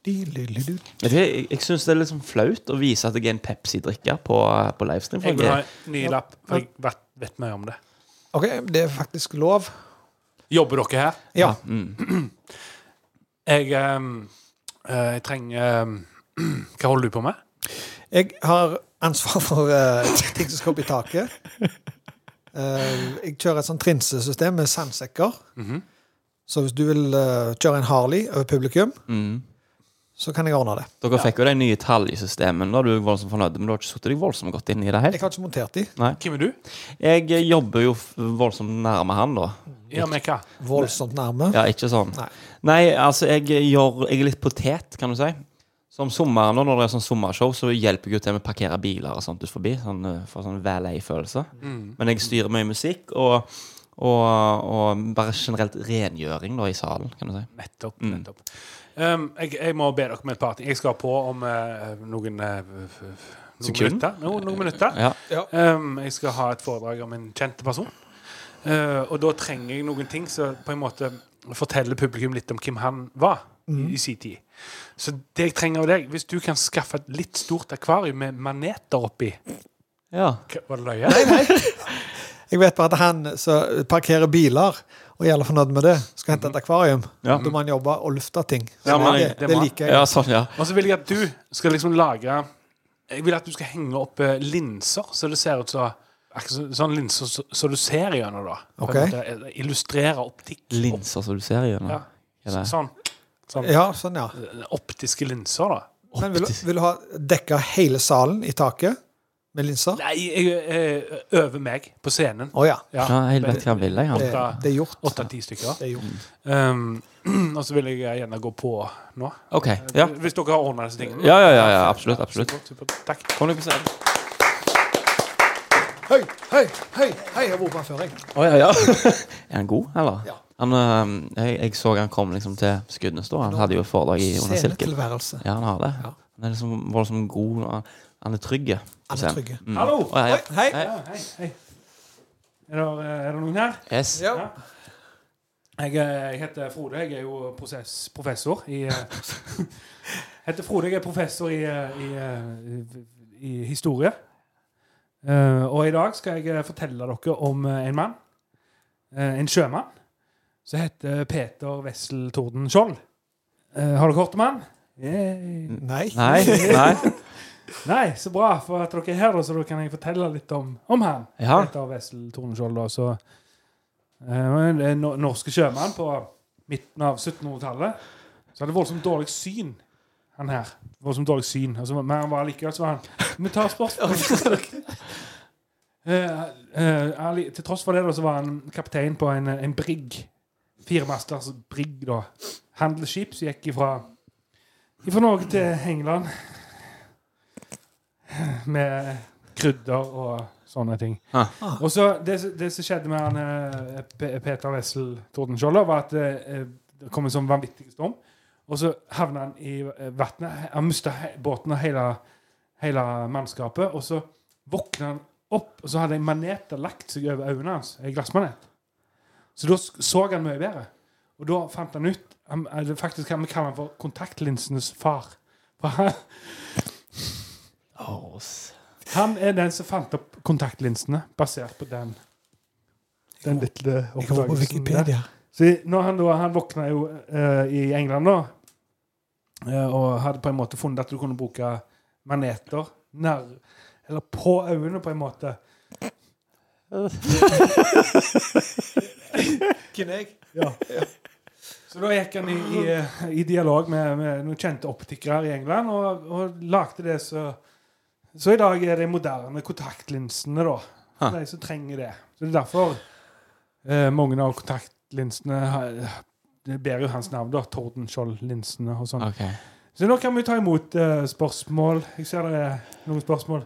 S1: Di-li-li-du.
S6: Vet du, Jeg, jeg syns det er litt sånn flaut å vise at jeg er en Pepsi-drikker på, eh, på livestream.
S5: Jeg
S6: For
S5: vil ha
S6: jeg,
S5: en ny lapp, for jeg vet, vet mye om det.
S1: OK, det er faktisk lov.
S5: Jobber dere her?
S1: Ja.
S5: Jeg, ehm, eh, jeg trenger ehm, Hva holder du på med?
S1: Jeg har ansvar for eh, ting som skal opp i taket. Eh, jeg kjører et sånt trinsesystem med sandsekker. Så hvis du vil eh, kjøre en Harley over publikum, så kan jeg ordne det.
S6: dere fikk jo de nye tallsystemene. Du er voldsomt fornøyd, men du har ikke satt deg voldsomt godt inn i det
S1: Jeg
S6: helt.
S1: har ikke montert de.
S5: Hvem er du?
S6: Jeg eh, jobber jo f- voldsomt nærme han, da.
S5: Ja, men hva?
S1: Voldsomt nærme.
S6: Ja, ikke sånn.
S1: Nei.
S6: Nei, altså, jeg gjør Jeg er litt potet, kan du si. Så om sommeren, nå, når det er sånn sommershow, så hjelper jeg jo til med å parkere biler og sånt ut forbi. Sånn, eh, for sånn valet-følelse.
S1: Mm.
S6: Men jeg styrer mye musikk og, og, og bare generelt rengjøring da, i salen, kan du si.
S5: Nettopp.
S6: Mm.
S5: nettopp. Um, jeg, jeg må be dere om et par ting. Jeg skal på om eh, noen, eh, f- f- noen
S6: Sekund?
S5: minutter. No, noen minutter.
S6: Ja.
S5: Um, jeg skal ha et foredrag om en kjent person. Eh, og da trenger jeg noen ting som på en måte forteller publikum litt om hvem han var i, i sin tid. Så det jeg trenger av deg, hvis du kan skaffe et litt stort akvarium med maneter oppi
S6: ja.
S5: Hva- Var det løye?
S1: Jeg vet bare at han som parkerer biler og er jævla fornøyd med det, skal hente et akvarium.
S6: Mhm. Ja.
S1: Da må han jobbe og lufte ting. Så
S6: Ja, men
S1: det,
S6: jeg-
S1: det,
S5: det må-
S1: liker jeg.
S6: ja, sånn, ja.
S5: Og så vil jeg at du skal liksom lage Jeg vil at du skal henge opp eh, linser, så det ser ut som akkurat så, sånn linser så, så du ser gjennom, da. På en
S1: Ok.
S5: måte, eh, Illustrere optikk.
S6: Linser som du ser igjen.
S5: Ja.
S6: Ja.
S5: Så- Sånn. sånn.
S1: Ja, sånn, ja.
S5: Optiske linser, da.
S1: Men vil, du- vil du ha dekka hele salen i taket med linser? Å
S5: Nei, jeg, jeg øver meg på scenen.
S1: ja.
S5: Ja.
S6: Ja, jeg vet hva han vil, jeg.
S1: Det,
S6: Han.
S5: Åtta-
S1: det er gjort.
S5: Åtte-ti stykker.
S1: Det er gjort.
S6: Mm.
S5: Um, og så vil jeg gjerne gå på nå.
S6: OK. Ja.
S5: Hvis dere har ordna disse tingene.
S6: Ja, ja, ja, ja, absolutt, absolutt.
S5: Supert, supert. Takk.
S6: Kom deg på scenen.
S1: Hei, hei, hei, hei, jeg har vært her før, jeg.
S6: Å, ja, ja. er han god, eller?
S1: Ja.
S6: Han, øhm, jeg, jeg så han kom liksom til Skudenes da. Han hadde jo et foredrag i Under silken.
S1: Scenetilværelse.
S6: Ja, han har det.
S1: Ja.
S6: Han er liksom voldsomt god. og han- Han er trygg. på
S1: Han er
S6: scenen.
S1: trygg.
S6: Mm.
S5: Hallo!
S6: Å, ja, ja.
S1: Hei.
S5: Ja, hei, hei. Er det, er det noen her?
S6: Yes.
S1: Ja.
S5: Jeg, eh, jeg heter Frode. Jeg er jo prosess, professor i eh, heter Frode. Jeg er professor i, eh, i, eh, i historie. Eh, og i dag skal jeg eh, fortelle dere om eh, en mann, eh, en sjømann, som heter Peter Wessel Torden Skjold. Eh, har dere hørt om han? Nei.
S6: Nei, nei.
S5: Nei, så bra, for at dere er her, da, så da kan jeg fortelle litt om, om han.
S6: Ja.
S5: Peter Wessel Torneskjold, da. Så, eh, var en- en no- norske sjømann på midten av 1700-tallet. Så hadde voldsomt dårlig syn, han her. Voldsomt dårlig syn. Altså, men han var likevel så var han Vi tar spørsmål. Eh, eh, Ali, til tross for det da, så var han kaptein på en, en brigg. Firemasters brigg, da. Handelsskip som gikk ifra fra Norge til England med krydder og sånne ting.
S6: Ah.
S5: Og så det, som- det som skjedde med han, eh, P- Peter Wessel Tordenskjolder, var at eh, det kom en sånn vanvittig storm, og så havna han i eh, vannet. Han mista båten og hele, hele mannskapet, og så våkna han opp, og så hadde en manet lagt seg over øynene hans. En glassmanet. Så da sk- så han mye bedre. Og da fant han ut han, eller faktisk, Vi kaller han for kontaktlinsenes far. For han, han er den som fant opp kontaktlinsene, basert på den. Den lille
S1: Jeg går på
S5: oppdagelsen der.
S1: Wikipedia.
S5: Så når han, da, han våkna jo eh, i England da, eh, og hadde på en måte funnet at du kunne bruke maneter nær, eller på øynene på en måte.
S1: Hvem jeg?
S5: Ja. Så da gikk han i, i, eh, i dialog med, med noen kjente optikere i England og, og lagde det så Så i dag er det moderne kontaktlinsene, da.
S6: Ha.
S5: De som trenger det. Så det er derfor eh, mange av kontaktlinsene har, det bærer jo hans navn, da. Tordenskjold-linsene og sånn.
S6: Ok.
S5: Så nå kan vi ta imot eh, spørsmål. Jeg ser det er noen spørsmål.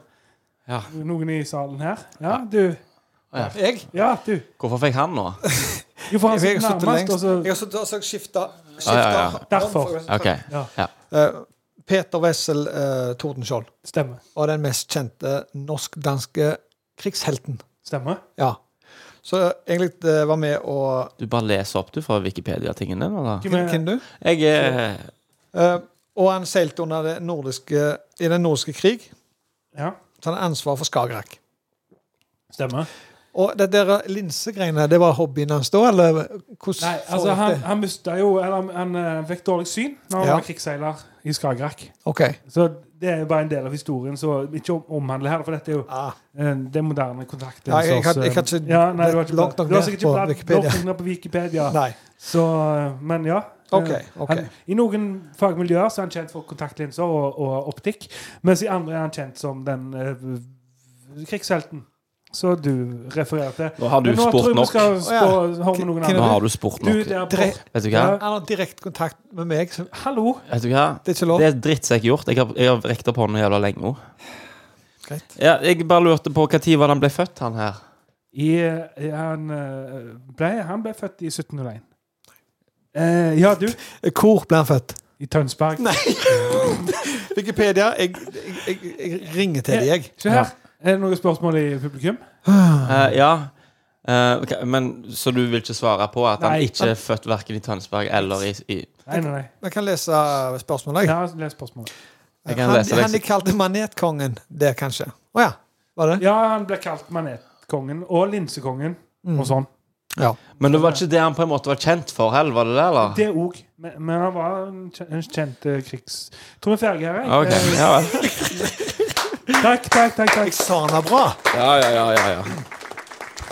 S6: Ja.
S5: Noen i salen her? Ja, du.
S6: Ja.
S1: Jeg?
S5: Ja, du.
S6: Hvorfor fikk han nå?
S5: Jo, for han
S1: Jeg har
S5: sitter
S1: sittet
S5: nærmest,
S1: lengst.
S5: og så
S1: Jeg har sittet og så skifta.
S6: Ja, ja, ja.
S1: skifta-
S5: Derfor.
S6: OK.
S5: Ja.
S6: Ja.
S1: Eh, Peter Wessel eh, Tordenskjold
S5: Stemmer.
S1: var den mest kjente norsk-danske krigshelten.
S5: Stemmer.
S1: Ja. Så egentlig eh, var med å
S6: Du bare leser opp du fra Wikipedia-tingen din? Eller?
S5: Hvem er-
S1: Hvem du?
S6: Jeg er
S1: Eh, og han seilte under det nordiske, i den nordiske krig,
S5: Ja,
S1: så han har ansvar for Skagerrak.
S5: stemmer.
S1: Og det der linsegreiene, det var hobbyen hans da, eller hvordan
S5: Nei, altså
S1: foregikk
S5: han,
S1: det?
S5: han mista jo Eller han, han eh, fikk dårlig syn når han
S1: Ja.
S5: var krigsseiler i Skagerrak.
S1: OK.
S5: Så det er jo bare en del av historien så ikke om- omhandler her, for dette er jo
S1: Ah,
S5: eh, det moderne kontakten.
S1: Nei, jeg kan- jeg kan ikke
S5: eh. ja,
S1: bladd
S5: nei, du har ikke
S1: langt
S5: bladd-
S1: nok
S5: du har
S1: ned på
S5: sikkert ikke bladd
S1: Wikipedia.
S5: langt nok ned på Wikipedia.
S1: nei.
S5: Så, eh, men ja.
S1: Ok,
S5: Eh,
S1: ok.
S5: Han, I noen fagmiljøer så er han kjent for kontaktlinser og, og optikk, mens i andre er han kjent som den eh, krigshelten. Så du refererer til.
S6: Nå har du
S5: Men nå tror
S6: spurt
S5: jeg vi
S6: nok.
S5: skal spå,
S1: Å
S5: høre med noen
S1: Hvem er
S6: Nå
S5: andre.
S6: har du spurt
S5: Du
S6: nok.
S5: der
S1: Dre-
S5: borte.
S6: Vet du hva?
S5: Ja.
S1: Han har direkte kontakt med meg, så
S5: Hallo.
S6: Vet du hva?
S1: det er ikke lov.
S6: Det er dritt som jeg har gjort. Jeg har, jeg har rekt opp hånda jævla lenge òg.
S1: Greit.
S6: Ja, jeg bare lurte på når var det han ble født, han her.
S5: I, eh, han, eh, ble, han ble født i 1701. Eh, ja, du.
S1: Hvor ble han født?
S5: I Tønsberg.
S1: Nei. Wikipedia. Jeg, jeg, jeg, jeg ringer til dem, jeg.
S5: Se her. Er det noen spørsmål i publikum?
S6: Eh, ja. Eh, ok, men, så du vil ikke svare på at han
S5: Nei.
S6: ikke er født verken i Tønsberg eller i, i
S5: Nei, nei, nei.
S1: Jeg kan lese spørsmålet.
S5: Ja, les spørsmålet.
S6: Jeg
S1: Jeg.
S6: kan
S1: Han,
S6: lese det.
S1: han de kalte manetkongen der, kanskje. Å ja. Var det?
S5: Ja, han ble kalt manetkongen og linsekongen
S1: Mm.
S5: og sånn.
S6: Men det var ikke det han på en måte var kjent for heller, var det det? eller?
S5: Det òg. Men, men han var en kjent, en kjent eh, krigs... Tror vi er ferdige her, jeg.
S6: Ok,
S5: Eh,
S6: ja vel.
S5: Takk, takk, takk.
S1: Jeg
S5: takk.
S1: sa han var bra.
S6: Ja, ja, ja. ja, ja.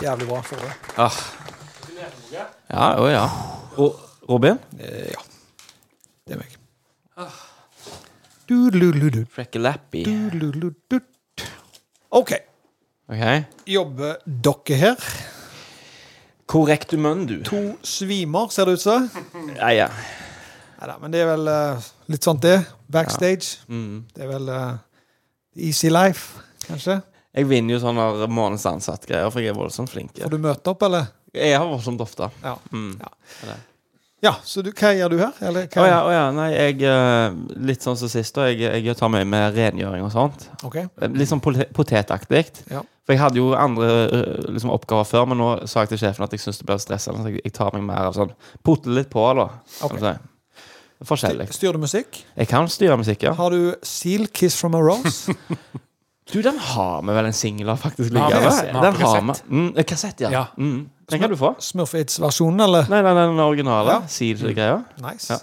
S1: Jævlig bra for det.
S6: Ah. Ja, å ja. Ro Robin?
S1: Eh, Det er meg. Du-du-du-du.
S6: Freckalappy.
S1: Du-du-du-du. OK.
S6: OK.
S1: Jobber dere her?
S6: Korrektumendu.
S1: To svimer, ser det ut som.
S6: Ja, ja.
S1: Neida, men det er vel eh, litt sånt, det. Backstage.
S6: Mm.
S1: Det er vel eh, easy life, kanskje?
S6: Jeg vinner jo sånne månedens ansatt-greier, for jeg er voldsomt flink.
S1: Får du møte opp, eller?
S6: Jeg har voldsomt ofte.
S1: Ja.
S6: Mm.
S1: ja så du, hva gjør du her? Eller,
S6: Å
S1: hva?
S6: ja, å ja. Nei, jeg eh, Litt sånn som sist, da. Jeg, jeg tar meg med rengjøring og sånt.
S1: Ok.
S6: Litt sånn pote- potetaktig.
S1: Ja.
S6: For jeg hadde jo andre eh, liksom, oppgaver før, men nå sa jeg til sjefen at jeg syns det blir stressende. Så jeg, jeg tar meg mer av sånn Putte litt på, da. kan du si. Det er Forskjellig.
S1: Styrer du musikk?
S6: Jeg kan styre musikk, ja.
S1: Har du Seal Kiss from a Rose?
S6: Du, den har vi vel en singel av, faktisk.
S1: Har vi
S6: liggende.
S1: kassett? Har
S6: Den
S1: vi
S6: har vi.
S1: kassett?
S6: Mm, eh, kassett, ja.
S1: Ja.
S6: Mm. Den kan du få.
S1: Smurfits-versjonen, eller?
S6: Nei, nei, nei, den originale.
S1: Ja.
S6: Seal-greia.
S1: Nice.
S6: Ja.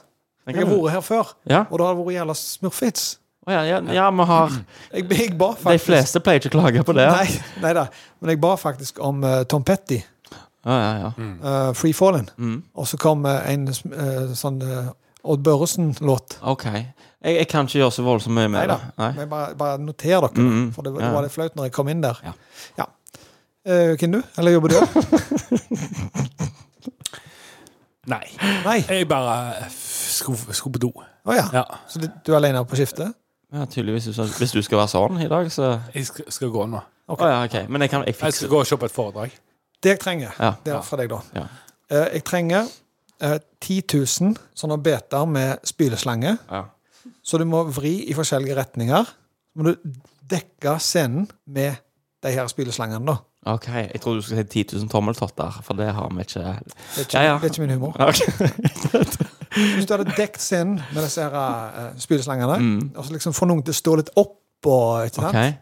S6: Den
S1: Jeg har
S6: kan du-
S1: vært her før,
S6: Ja.
S1: og da har det vært jævla Smurfits.
S6: Å, ja, ja, ja, vi har
S1: Jeg, jeg ba
S6: De
S1: faktisk
S6: fleste pleier ikke å klage på det.
S1: Nei, nei da. Men jeg ba faktisk om eh, Tom Petty,
S6: Ja, ja, ja.
S1: eh, Free Fallen.
S6: Mm.
S1: Og så kom eh, en eh, sånn eh, Odd Børresen-låt.
S6: OK. Jeg, jeg kan ikke gjøre så voldsomt mye med
S1: Neida.
S6: det. Nei.
S1: Men bare, bare noter dere,
S6: Mm, mm.
S1: for det, var-
S6: Ja,
S1: det
S6: ja.
S1: var litt flaut når jeg kom inn der.
S6: Ja.
S1: Ja. Eh, hvem du? Eller jobber du òg?
S5: Nei.
S1: Nei.
S5: Jeg bare skulle, skulle på do.
S1: Å ja.
S5: Ja.
S1: Så du, du er alene på skiftet?
S6: Ja, tydeligvis, hvis du- hvis du skal være sånn i dag, så
S5: Jeg skal, skal gå nå.
S6: Å ja, OK. Men jeg kan jeg
S5: Jeg
S6: fikser
S5: skal
S6: det.
S5: gå og se på et foredrag.
S1: Det jeg trenger,
S6: Ja.
S1: det er fra deg, da.
S6: Ja.
S1: Eh, jeg trenger eh, 10 000 sånne beter med spyleslange.
S6: Ja.
S1: Så du må vri i forskjellige retninger. Så må du dekke scenen med de her spyleslangene, da.
S6: OK. Jeg tror du skulle si 10 000 tommeltotter, for det har vi ikke.
S1: Det er ikke,
S6: Ja, ja.
S1: Det er ikke min humor.
S6: Ok.
S1: Hvis du hadde dekt scenen med disse her eh, spyleslangene,
S6: Mm.
S1: og så liksom få noen til å stå litt opp og ikke sant?
S6: OK.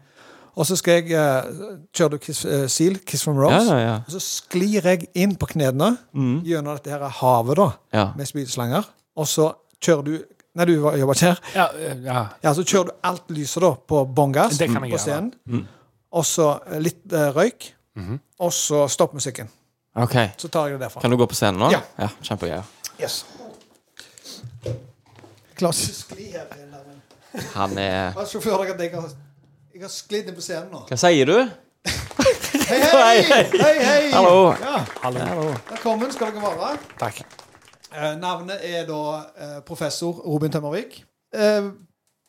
S1: Og så skal jeg eh, Kjører du Kiss, eh, Seal, Kiss from Rose?
S6: Ja, ja, Mm. ja.
S1: Og så sklir jeg inn på knærne gjennom dette her havet da,
S6: ja.
S1: med spyleslanger. Og så kjører du Nei, du var- jobber ikke her.
S5: Ja, eh, ja.
S1: Ja, så kjører du alt lyset da på bånn gass
S5: Det kan
S1: på
S5: jeg gjøre.
S1: scenen.
S6: Mm.
S1: Og så eh, litt eh, røyk.
S5: Mhm.
S1: Og så stopp musikken.
S6: OK.
S1: Så tar jeg det derfra.
S6: Kan du gå på scenen nå?
S1: Ja.
S6: ja Kjempegreier.
S1: Yes. Klaus. Skli her,
S6: Han er
S1: Vær sjåfør dere at jeg har, jeg har sklidd inn på scenen nå.
S6: Hva sier du?
S1: Hei, hei! hei, hei.
S6: Hallo.
S1: Ja,
S6: Hallo.
S1: velkommen skal dere være.
S5: Takk.
S1: Eh, navnet er da eh, professor Robin Tømmervik. Eh,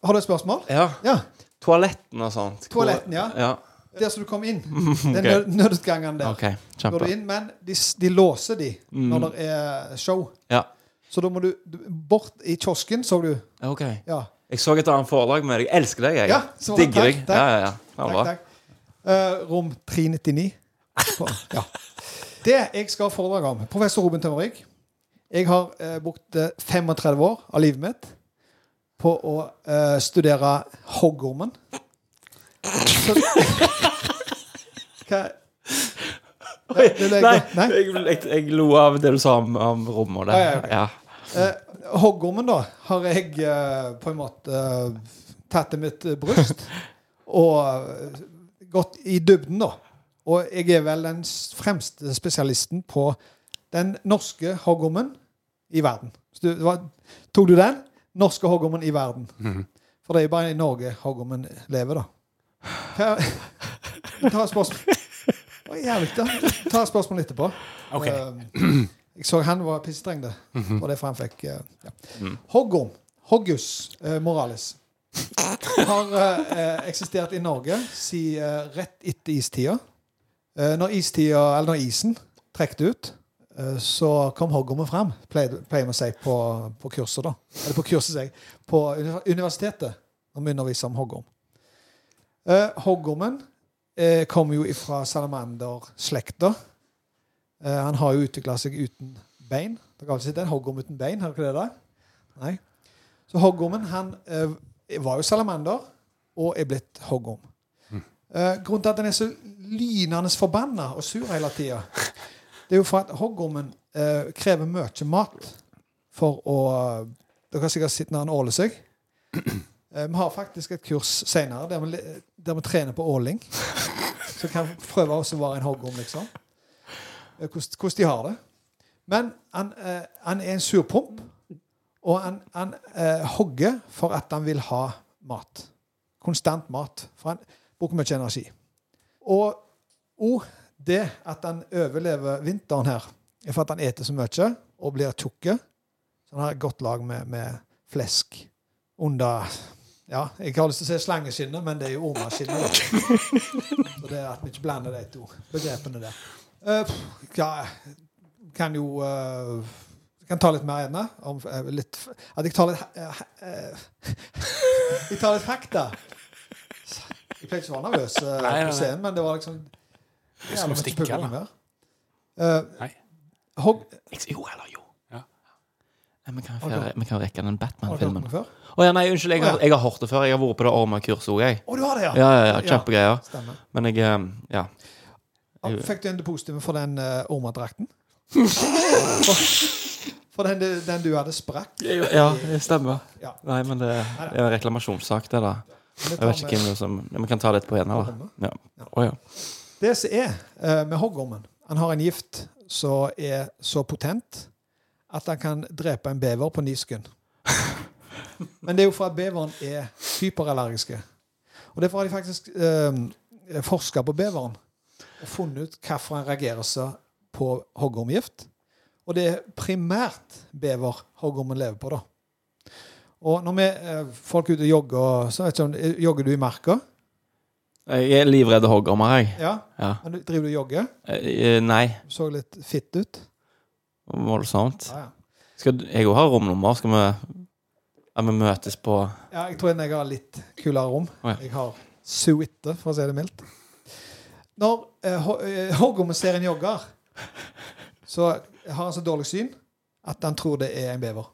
S1: har du et spørsmål?
S6: Ja.
S1: Ja.
S6: Toaletten og sånt. Hvor-
S1: Toaletten, ja.
S6: Ja.
S1: Der som du kom inn. Den
S6: ok.
S1: nød nødutgangen der.
S6: OK.
S1: Går du
S6: Kjempe.
S1: inn, men de, s- de låser de når det er show.
S6: Ja.
S1: Så da må du du- bort i kiosken, så du.
S6: OK.
S1: Ja.
S6: Jeg så et annet foredrag med deg. Jeg elsker deg, jeg.
S1: Ja, så bra.
S6: Digger
S1: Takk,
S6: deg.
S1: takk.
S6: Ja, ja, ja. Ja,
S1: Takk,
S6: bra.
S1: takk. Eh, rom 399. På, ja. Det jeg skal ha foredrag om. Professor Robin Tømmervik. Jeg har eh, brukt eh, 35 år av livet mitt på å eh, studere hoggormen. Så, hva Nei, det ble jeg-
S6: Nei,
S1: nei.
S6: jeg, jeg, jeg lo av det du sa om, om rommet der.
S1: Ja, ja, ok.
S6: Ja.
S1: Eh, hoggormen, da, har jeg eh, på en måte eh, tatt til mitt eh, bryst og eh, gått i dybden, da. Og jeg er vel den s- fremste spesialisten på den norske hoggormen i verden. Så du, hva, tok du den? Norske hoggormen i verden. For det er jo bare i Norge hoggormen lever, da. Hva, ta et spørsmål. Å, jævlig, da. Ta et spørsmål etterpå.
S5: Ok.
S1: Eh, jeg så han var pissestreng, det. Det var derfor han fikk eh, ja. Hoggorm, Hoggus eh, Morales, har eh, eh, eksistert i Norge si, eh, rett etter istida. Eh, når istida, eller når isen trekte ut, eh, så kom hoggormen fram, pleier pleier vi å si på, på kurset, da. Eller på kurset, sier jeg. På uni- universitetet, når vi underviser om hoggorm. Eh, hoggormen eh, kommer jo ifra salamanderslekta. Eh, han har jo utvikla seg uten bein. Dere har vel sett en hoggorm uten bein? Har dere det da? Nei. Så hoggormen han eh, var jo salamander og er blitt hoggorm. Eh, grunnen til at den er så lynende forbanna og sur hele tida, det er jo for at hoggormen eh, krever mye mat for å eh, Dere har sikkert sett når han åler seg. Eh, vi har faktisk et kurs seinere der, vi le- der vi trener på åling. Så kan vi prøve også å være en hoggorm, liksom eh, hvordan hvordan de har det. Men han, eh, han er en surpomp, og han, han eh, hogger for at han vil ha mat. Konstant mat. For han bruker mye energi. Og òg det at han overlever vinteren her, er for at han eter så mye og blir tjukk. Så han har et godt lag med, med flesk under ja, Jeg har lyst til å si slangeskinnet, men det er jo ormaskinnet. da. Så det er at vi ikke blander de to begrepene der. Eh, pff, ja, kan jo eh, Kan ta litt mer ennå. Om, eh, litt, f- at jeg tar litt eh, eh, Jeg tar litt fakta. Jeg pleier ikke å være nervøs eh,
S5: Nei, nei, nei.
S1: på scenen, men det var liksom
S5: Jeg skulle
S1: Jævlig mye
S5: stikke,
S1: publikum
S5: eller?
S1: her. Eh,
S5: Nei.
S1: Hogg
S6: Jo eller jo.
S5: Ja.
S6: Nei, vi kan
S1: Har du hørt-
S6: jo
S1: Har du
S6: rekke den
S1: hørt den
S6: Batman-filmen.
S1: før?
S6: Å ja, nei, unnskyld. Jeg har, jeg har hørt det før. Jeg har vært på det Orma-kurset òg, jeg.
S1: Å, du har det, ja!
S6: Ja, ja, ja. Kjempegreier.
S1: Stemmer.
S6: Men jeg eh, Ja.
S1: Ja, Fikk du en depositum for den uh, ormadrakten? for den, du- den du hadde sprakk?
S6: Ja, det stemmer.
S1: Ja.
S6: Nei, men det er en reklamasjonssak, det, da.
S1: Vi
S6: Jeg
S1: tar
S6: vet ikke
S1: med-
S6: hvem det er som Ja, Vi kan ta det etterpå igjen, da. Ja. Å, ja.
S1: Det som er eh, med hoggormen Han har en gift som er så potent at han kan drepe en bever på ni sekunder. Men det er jo for at beveren er hyperallergiske. Og derfor har de faktisk eh, forska på beveren og funnet ut hvorfor han reagerer seg på hoggormgift. Og det er primært bever hoggormen lever på, da. Og når vi eh, folk er ute og jogger, så vet jeg ikke om, eh, jogger du i marka?
S6: Jeg er livredd hoggormer, jeg.
S1: Ja?
S6: Ja.
S1: Men du- Driver du og jogger?
S6: Eh, Nei.
S1: Du så litt fitt ut.
S6: Voldsomt.
S1: Ja, ja.
S6: Skal du- jeg òg ha romnummer? Skal vi Ja, vi møtes på
S1: ja jeg tror jeg har litt kulere rom.
S6: Å, ja.
S1: Jeg har suite, for å si det mildt. Når eh, ho- eh, hoggormen ser en jogger, så har han så dårlig syn at han tror det er en bever.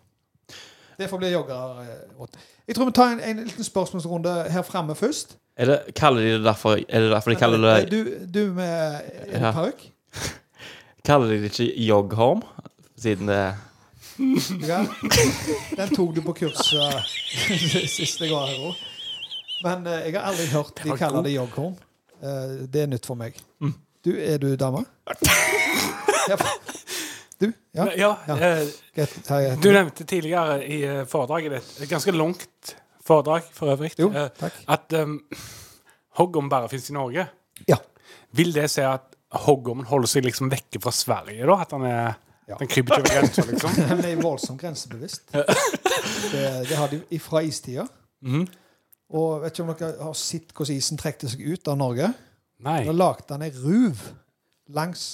S1: Derfor blir joggere eh, åt. Jeg tror vi tar en, en liten spørsmålsrunde her framme først. Eh,
S6: er det, Kaller de det derfor Er det derfor de kaller det
S1: Du, du med
S6: Ja.
S1: ja. parykk?
S6: Kaller de det ikke jogghorm? Siden det
S1: Ja. Den tok du på eh, kurset sist jeg var her òg. Men eh, jeg har aldri hørt de kaller det jogghorn. Eh, det er nytt for meg. Du, er du dame? Ja. Du? Ja,
S5: Ja,
S1: Ja.
S5: eh,
S1: greit. Hei, jeg heter-
S5: Du nevnte tidligere i eh, foredraget ditt, et ganske langt foredrag for øvrig,
S1: Jo,
S5: eh,
S1: takk.
S5: at um, hoggorm bare fins i Norge.
S1: Ja.
S5: Vil det si at hoggormen holder seg liksom vekke fra Sverige, da? At han er
S1: Ja.
S5: Den kryper ikke over grensa, liksom?
S1: Men det er voldsomt grensebevisst. Det, det har de fra istida. Og vet ikke om dere har sett hvordan isen trekte seg ut av Norge?
S5: Nei.
S1: Da lagde han ei ruv langs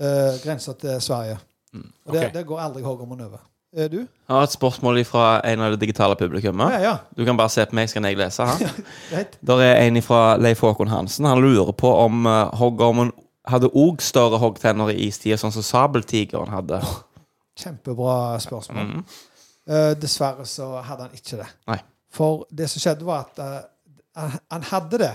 S1: uh, grensa til Sverige. Og der,
S5: ok.
S1: der går aldri hoggormen over. Er du?
S6: Jeg har et spørsmål fra en av det digitale
S1: Ja,
S6: publikummet.
S1: ja.
S6: Du kan bare se på meg, så kan jeg lese. her
S1: Greit.
S6: Der er en fra Leif Håkon Hansen. Han lurer på om eh, hoggormen hadde òg større hoggtenner i istida, sånn som sabeltigeren hadde.
S1: Kjempebra spørsmål. Eh, dessverre så hadde han ikke det.
S6: Nei.
S1: For det som skjedde, var at eh, han- han hadde det.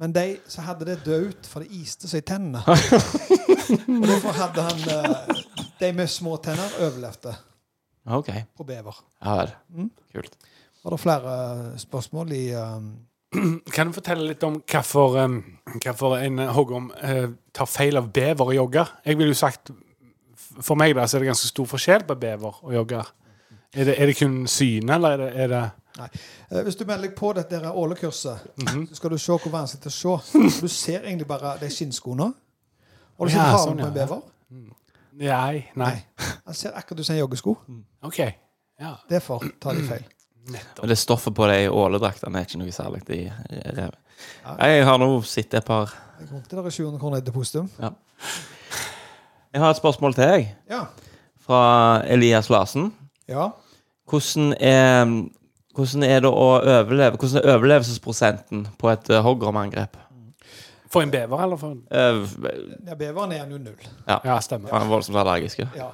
S1: Men de som hadde det, døde ut, for det iste seg i tennene. Og derfor hadde han eh, De med små tenner overlevde
S6: OK.
S1: på bever.
S6: Ja vel. Kult.
S1: Var det flere eh, spørsmål i eh,
S5: Kan du fortelle litt om hvorfor, um, hvorfor en eh, hoggorm eh, tar feil av bever og jogger? Jeg ville jo sagt For meg da, så er det ganske stor forskjell på bever og jogger. Er det, er det kun synet, eller er det, er det
S1: Eh, Hvis du melder deg på dette her ålekurset,
S5: Mhm.
S1: så skal du se hvor vanskelig det er å se. Du ser egentlig bare de skinnskoene. Og du ser
S5: Ja,
S1: halen
S5: sånn,
S1: på en
S5: ja.
S1: bever.
S5: Nei. Nei.
S1: Han ser akkurat ut som en joggesko.
S5: OK. Ja.
S1: Derfor tar de feil.
S6: Og det stoffet på de åledraktene er ikke noe særlig i i rev. Nei, Jeg har nå sett et par
S1: Jeg kom til dere 700 kroner i depositum.
S6: Jeg har et spørsmål til, jeg.
S1: Ja.
S6: Fra Elias Larsen.
S1: ja.
S6: Hvordan er, hvordan er det å overleve? Hvordan er overlevelsesprosenten på et eh, hoggormangrep?
S5: For en bever, eller for en
S6: Eh,
S1: ja beveren er han jo null.
S5: Ja, stemmer.
S6: Han er voldsomt allergisk.
S1: Ja.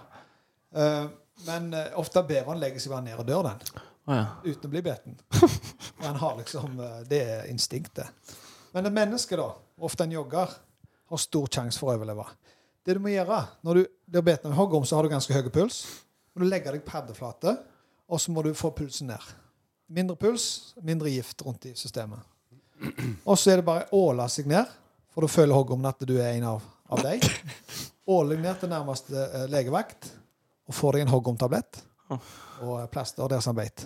S1: Eh, men eh, ofte beveren legger seg bare ned og dør, den.
S6: Å ja.
S1: Uten å bli beten. For han har liksom eh, Det er instinktet. Men et menneske, da, ofte en jogger, har stor sjanse for å overleve. Det du må gjøre når du blir beten av en hoggorm, så har du ganske høy puls. Må du legge deg paddeflate, og så må du få pulsen ned. Mindre puls, mindre gift rundt i systemet. Og så er det bare å åle seg ned, for da føler hoggormen at du er en av, av deg. Åle deg ned til nærmeste eh, legevakt og få deg en hoggormtablett og eh, plaster der som beit.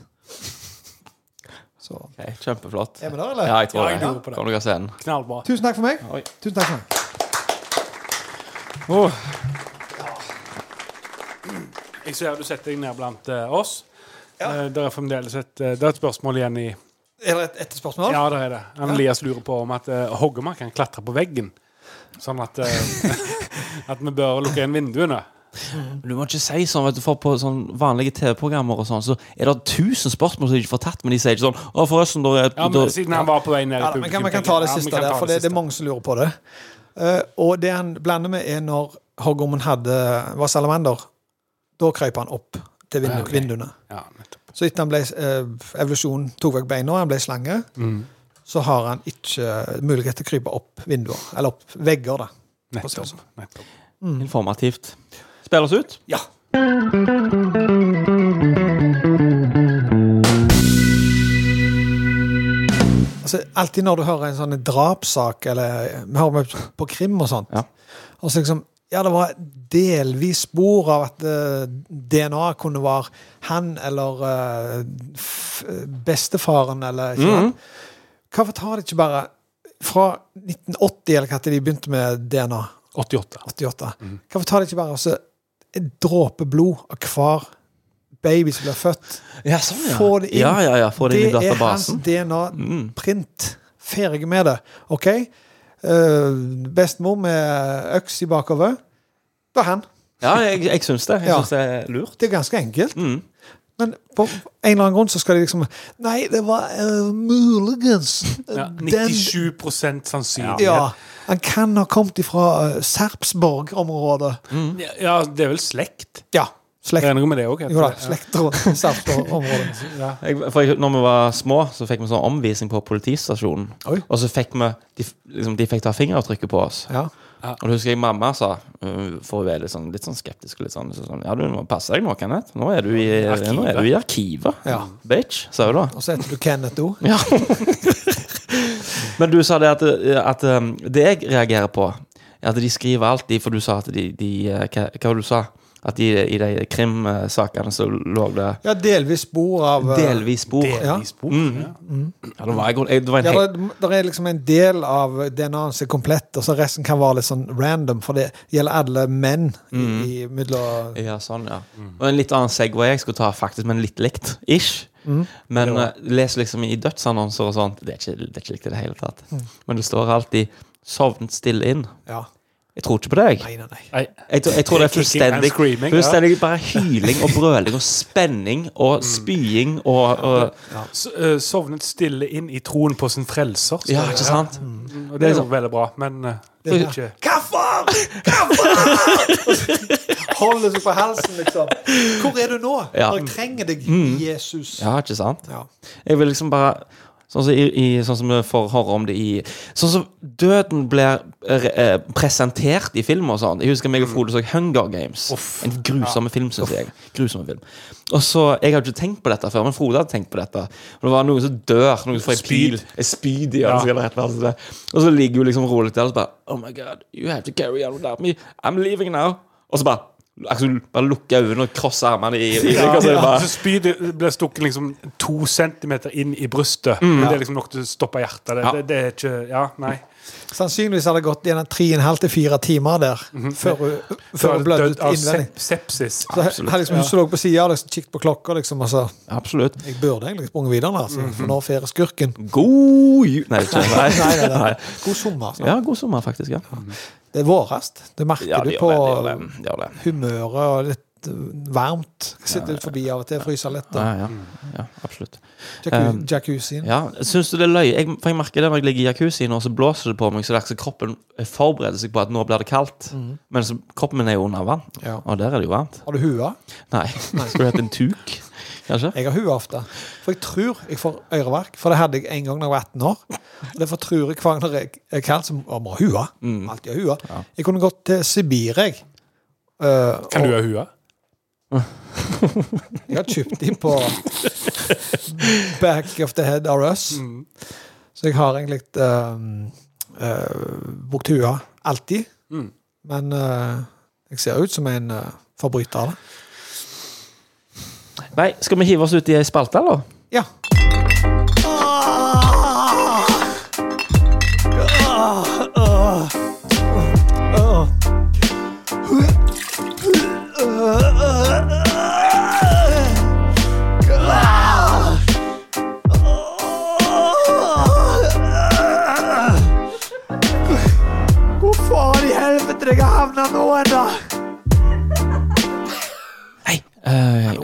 S1: Så
S6: Ok, Kjempeflott.
S1: er vi der, eller?
S6: Ja, jeg tror
S5: Ja, jeg lurer på det.
S6: det. Kom dere av scenen.
S5: Knallbra.
S1: Tusen takk for meg.
S6: Oi.
S1: Tusen takk for meg.
S5: Jeg ser du setter deg ned blant eh, oss. Eh, det er fremdeles et, eh, det er et spørsmål igjen i
S1: Er det et, et spørsmål?
S5: Ja, det er det. Elias lurer på om at uh, eh, hoggormer kan klatre på veggen. Sånn at eh, At vi bør lukke igjen vinduene.
S6: Du må ikke si sånn, vet du, for på sånn vanlige TV-programmer og sånn, så er det tusen spørsmål som de ikke får tatt, men de sier ikke sånn Å, forresten, da er
S5: Ja, men Siden han var på vei ned i
S1: Ja, da, men kan,
S5: publikum.
S1: man kan
S5: tenker
S1: ta
S5: jeg.
S1: det
S5: Ja, vi
S1: siste
S5: kan ta
S1: der, for det, det er mange som lurer på det. Eh, og det han blander med, er når hoggormen hadde, var salamander. Da krøp han opp til vindu,
S5: Ja, ok.
S1: vinduene.
S5: Ja,
S1: Så etter han ble, eh, evolusjonen tok vekk beina, han ble slange,
S5: Mm.
S1: så har han ikke mulighet til å krype opp vinduer, eller opp vegger, da. for å si det
S5: Nettopp.
S1: sånn.
S5: nettopp.
S6: Informativt. Spill oss ut?
S1: Ja. Altså, alltid når du hører en sånn drapssak, eller vi hører mye på krim og sånt,
S6: Ja.
S1: og så liksom Ja, det var delvis spor av at eh, DNA kunne være han eller eh, f bestefaren eller ikke sant? Hvorfor tar de ikke bare fra 1980, eller når de begynte med DNA?
S5: 88.
S1: 88. Hvorfor tar de ikke bare altså, en dråpe blod av hver baby som blir født?
S6: Ja, sånn, ja.
S1: Få det inn.
S6: Ja, ja, ja, få det inn i
S1: er hans
S6: databasen. Mm.
S1: DNA-print. Ferdig med det. OK? Eh, bestemor med øks i bakover. Det er han.
S6: Ja, jeg, jeg syns det. Jeg
S1: Ja.
S6: syns det er lurt.
S1: Det er ganske enkelt.
S6: Mm.
S1: Men på en eller annen grunn så skal de liksom Nei, det var eh, muligens eh,
S5: Ja,
S1: den
S5: 97 sannsynlighet.
S1: Ja. Han kan ha kommet ifra eh, Sarpsborg-området.
S6: Mm.
S5: Ja. ja, det er vel slekt.
S1: Ja.
S5: Jeg
S1: Slekt.
S5: regner med det òg.
S1: Jo da, slekt rundt Sarpsborg-området.
S6: Jeg, for jeg, når vi var små, så fikk vi sånn omvisning på politistasjonen.
S1: Oi.
S6: Og så fikk vi de, f- liksom, de fikk ta fingeravtrykket på oss.
S1: Ja.
S6: Og da husker jeg mamma sa, øh, for å være litt sånn, litt sånn skeptisk og litt sånn, så sånn Ja, du må passe deg nå, Kenneth. Nå er du i arkivet, nå er du i arkivet.
S1: Ja.
S6: bitch, sa hun da.
S1: Og så heter du Kenneth òg.
S6: Ja. Men du sa det at, at um, Det jeg reagerer på, er at de skriver alltid For du sa at de, de eh, Hva, hva var det du sa? At de, i de krimsakene så lå det
S1: Ja, delvis spor av eh,
S6: delvis spor.
S1: Ja. Mm.
S6: Ja, det var, jeg, jeg- det var en
S1: Ja,
S6: hel,
S1: det, det er liksom en del av DNA-en som er komplett, og så resten kan være litt sånn random, for det gjelder alle menn i, i mellom
S6: ja, sånn, ja.
S5: Mm.
S6: Og en litt annen segway jeg skulle ta, faktisk, men litt likt. Ish. Men eh, les liksom i dødsannonser og sånt. Det er ikke, det er ikke likt i det hele tatt. Men det står alltid 'sovnet stille inn'.
S1: Ja.
S6: Jeg tror ikke på deg.
S1: Nei, nei, nei.
S5: Nei,
S6: Jeg, tror- jeg tror det er
S5: Kicking and
S6: fullstendig,
S5: screaming, ja.
S6: fullstendig bare hyling og brøling og spenning
S5: Mm.
S6: og spying og, og
S5: s- eh, Sovnet stille inn i troen på sin frelser. står
S6: Ja,
S5: det.
S6: ikke sant?
S5: Og det er jo veldig bra, men eh, det er ikke
S1: Kaffer! Kaffer! Holder seg på halsen, liksom. Hvor er du nå?
S6: Ja.
S1: Jeg trenger deg, Jesus.
S6: Ja, ikke sant?
S1: Ja.
S6: Jeg vil liksom bare Sånn som, i, i, sånn som vi får høre om det i Sånn som døden blir eh, eh, presentert i film og sånn. Jeg husker meg og Frode så Hunger Games. en grusom film, syns jeg. Grusom film. Og så, Jeg hadde ikke tenkt på dette før, men Frode hadde tenkt på dette. Og det var noen som dør. Noen som får en pil. En spyd i øyet, eller et eller annet. sånt. Og så ligger hun liksom rolig der og så bare Oh my God, you have to carry on without me. I'm leaving now. Og så bare Altså, bare lukke øynene og krosse armene i, i ryggen. og så er det
S5: ja,
S6: bare
S5: Så spydet blir stukket liksom to centimeter inn i brystet. Men Det er liksom nok til å stoppe hjertet. Det,
S6: Mm. Ja.
S5: det, det er ikke Ja, nei.
S1: Sannsynligvis har det gått gjennom tre og en halv til fire timer der før hun- før hun blødde
S5: Død
S1: ut
S5: av
S1: innvendig.
S5: sep sepsis.
S1: Så jeg, jeg liksom, Hun lå på sida og liksom, kikket på klokka, liksom, og så
S6: Absolutt.
S1: Jeg burde egentlig sprunget videre, altså, for nå feirer skurken.
S6: God jul Nei, ikke, Mhm. nei.
S1: Nei, nei, nei. God sommer. snart.
S6: Ja, god sommer, faktisk. Ja,
S1: Det er vårest. Det merker
S6: ja
S1: du
S6: det gjør
S1: på
S6: det. det, gjør det, det, gjør det.
S1: humøret og litt eh, varmt. Sitter litt forbi av og til, fryser litt.
S6: Ja,
S1: Og
S6: ja, ja, absolutt.
S1: jacuzzi,
S6: Um,
S1: jacuzzien.
S6: Mm. Ja, Syns du det er løye? Jeg, for jeg merker det når jeg ligger i jacuzzien, og så blåser det på meg, så det er akkurat som kroppen forbereder seg på at nå blir det kaldt. Men så, kroppen min er jo under vann,
S1: Ja.
S6: og der er det jo varmt.
S1: Har du hua?
S6: Nei. Skulle hatt en tuk, kanskje?
S1: Jeg har hua ofte. For jeg tror jeg får øreverk. For det hadde jeg en gang da jeg var 18 år. Og derfor tror jeg hver gang det er- er kaldt, så må må ha hua.
S6: Mm.
S1: Alltid ha hua. Jeg kunne gått til Sibir, jeg. Eh,
S5: Kan du ha hua?
S1: Jeg har kjøpt de på Back of the Head of Us. Så jeg har egentlig um, brukt hua alltid. Men eh, jeg ser ut som en eh, forbryter. Da.
S6: Nei, skal vi hive oss ut i ei spalte, eller?
S1: Ja. Hvor faen i helvete jeg har havna nå, da?
S6: Eh, jeg,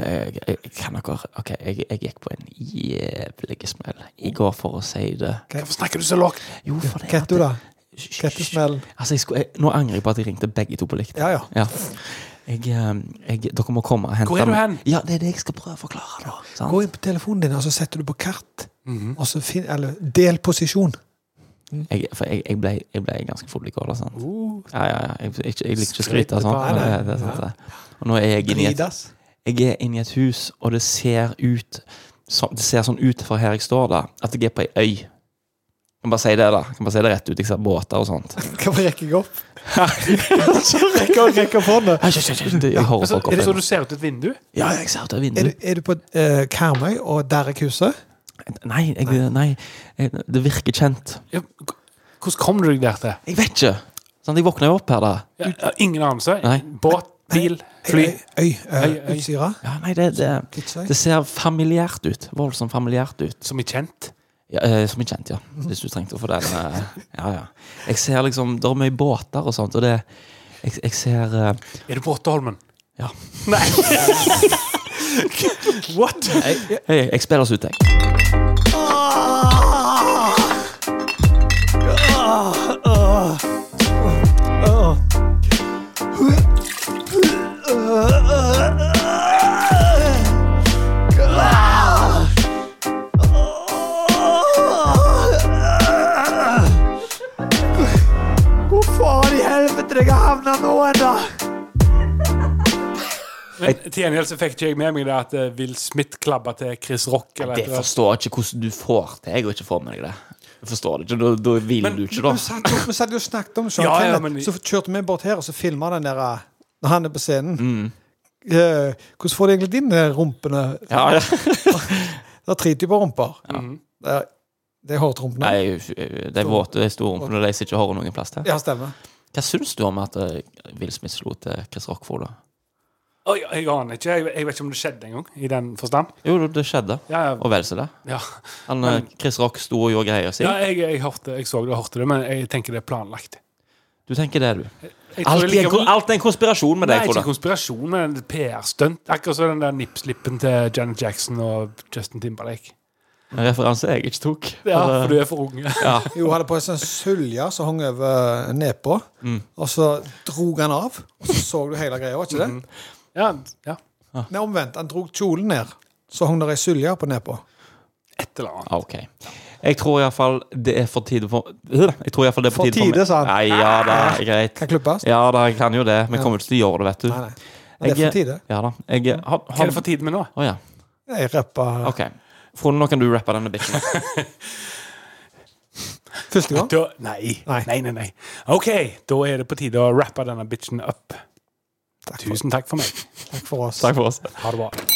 S6: jeg, kan dere OK, jeg, jeg gikk på en jævlig smell i går for å si det.
S11: Hvorfor snakker du så lavt?
S6: Oh. Jo, for det
S1: Hva heter du, da?
S6: Hysj,
S1: Hva heter smellen?
S6: Altså, jeg skulle, jeg, nå angrer jeg på at jeg ringte begge to på likt.
S1: Ja, ja.
S6: Jeg, eh, jeg, dere må komme og hente
S5: Hvor er du
S6: meg.
S5: hen?
S6: Ja, Det er det jeg skal prøve å forklare nå. sant?
S1: Gå inn på telefonen din, og så setter du på kart. Og så finn, eller del posisjon.
S6: Jeg, for jeg, jeg, ble, jeg ble ganske full i går. da, Sant?
S5: Uh.
S6: Ja, ja, ja. Jeg, jeg, jeg liker ikke å skryte av sånt.
S1: Skrytebar.
S6: men Det, det, er sant, det. Og nå er jeg inne i et,
S1: Ridas.
S6: jeg er inne i et hus, og det ser ut som, Det ser sånn ut fra her jeg står, da, at jeg er på ei øy. Kan bare si det, da. Kan bare si det rett ut. Jeg ser båter og sånt.
S1: Kan vi rekke jeg opp? rekke opp, rekke opp
S5: Mm.
S1: hånda.
S6: Hei, hysj, hysj, hysj, Jeg hører
S5: Altså,
S6: folk
S5: er det så
S6: oppe.
S5: du ser ut et vindu?
S6: Ja, jeg ser ut av
S1: Er,
S6: vinduet.
S1: du- er du på eh, Karmøy og Derrekhuset?
S6: Nei, jeg, nei jeg, det virker kjent.
S5: Ja, k- hvordan kom du deg der til?
S6: Jeg vet ikke. Sånn, jeg våkna jo opp her, da.
S5: Ja, ja, ingen anelse?
S6: Nei.
S5: Båt, bil, fly?
S1: Øy, øy, øy,
S5: Øy, øy.
S1: Utsyra?
S6: Ja, nei, det, det,
S1: Kitzøy?
S6: det ser familiært ut. Voldsomt familiært ut.
S5: Som er kjent?
S6: Ja, eh, som er kjent, ja. Hvis du trengte å få den. eh, Ja, ja. Jeg ser liksom Det er mye båter og sånt, og det Jeg, jeg ser eh,
S5: Er du på Åtteholmen?
S6: Ja.
S5: Nei! What?
S6: Jeg, jeg, jeg spiller oss ut, jeg.
S11: Hvor faen i helvete jeg har havna nå, da?
S5: Men til gjengjeld så fikk ikke jeg med meg det at eh, Will Smith klabba til Chris Rock eller et
S6: Det
S5: eller annet.
S6: forstår jeg ikke hvordan du får til jeg, og ikke får med deg det. Jeg forstår det ikke. Da, da vil du ikke, da.
S1: Vi satt jo- vi satt jo og snakket om Sean
S5: Ja, ja,
S1: Kenneth,
S5: men-
S1: så kjørte vi bort her, og så filma den der eh, Når han er på scenen.
S5: Mm.
S1: Eh, hvordan får du egentlig din eh, rumpene
S6: Ja, ja.
S1: Det er tre typer rumper.
S5: Mm.
S1: Det er, det er hårtrumpene.
S6: Nei, de våte storrumpene de som ikke har noen plass til.
S1: Ja, stemmer.
S6: Hva syns du om at eh, Will Smith slo til Chris Rockford, da?
S5: Oi, jeg aner ikke. Jeg, jeg vet ikke om det skjedde engang, i den forstand.
S6: Jo, det- det skjedde.
S5: Ja, ja,
S6: Og vel så det.
S5: ja.
S6: Han, eh, Chris Rock sto og gjorde greia si.
S5: ja jeg, jeg, hørte, jeg så det og hørte det, men jeg tenker det er planlagt.
S6: Du tenker det, du.
S5: Jeg tror
S6: Alt
S5: det
S6: er,
S5: ligger-
S6: alt er en konspirasjon med
S5: Nei,
S6: deg,
S5: ikke
S6: Frode.
S5: konspirasjon, men et PR-stunt. Akkurat som den der nippslippen til Janet Jackson og Justin Timberlake.
S6: En referanse jeg ikke tok.
S5: Ja,
S6: For, eh,
S5: for du er for unge.
S1: Jo, han hadde på en sånn sølje som hang over eh, nedpå,
S5: Mm.
S1: og så dro han av. Og så så du hele greia, var ikke
S5: Mm.
S1: det?
S5: Ja, ja.
S1: Nei, omvendt. Han dro kjolen ned, så hang der ei sølje på nedpå.
S5: Et eller annet.
S6: Ah, OK. Jeg tror iallfall det er for tide for Jeg tror i hvert fall det er
S1: For
S6: for tide
S1: tide, sa han.
S6: Nei, ja da, greit.
S1: Kan klubbes.
S6: Ja da, jeg kan jo det. Vi kommer ikke til å gjøre det, vet du.
S1: Nei, nei. Men det er
S6: Jeg-
S1: for tide.
S6: Ja da. Jeg har
S5: Hva er
S6: har-
S5: det for tid med nå?
S6: Å ja.
S1: Jeg rappa
S6: OK. Frode, nå kan du rappe denne bitchen.
S1: første gang.
S5: Da, nei.
S1: Nei.
S5: Nei. nei, nei, OK, da er det på tide å rappe denne bitchen up. Tusen takk for meg.
S1: Takk for oss.
S6: Takk for oss.
S5: Ha det bra.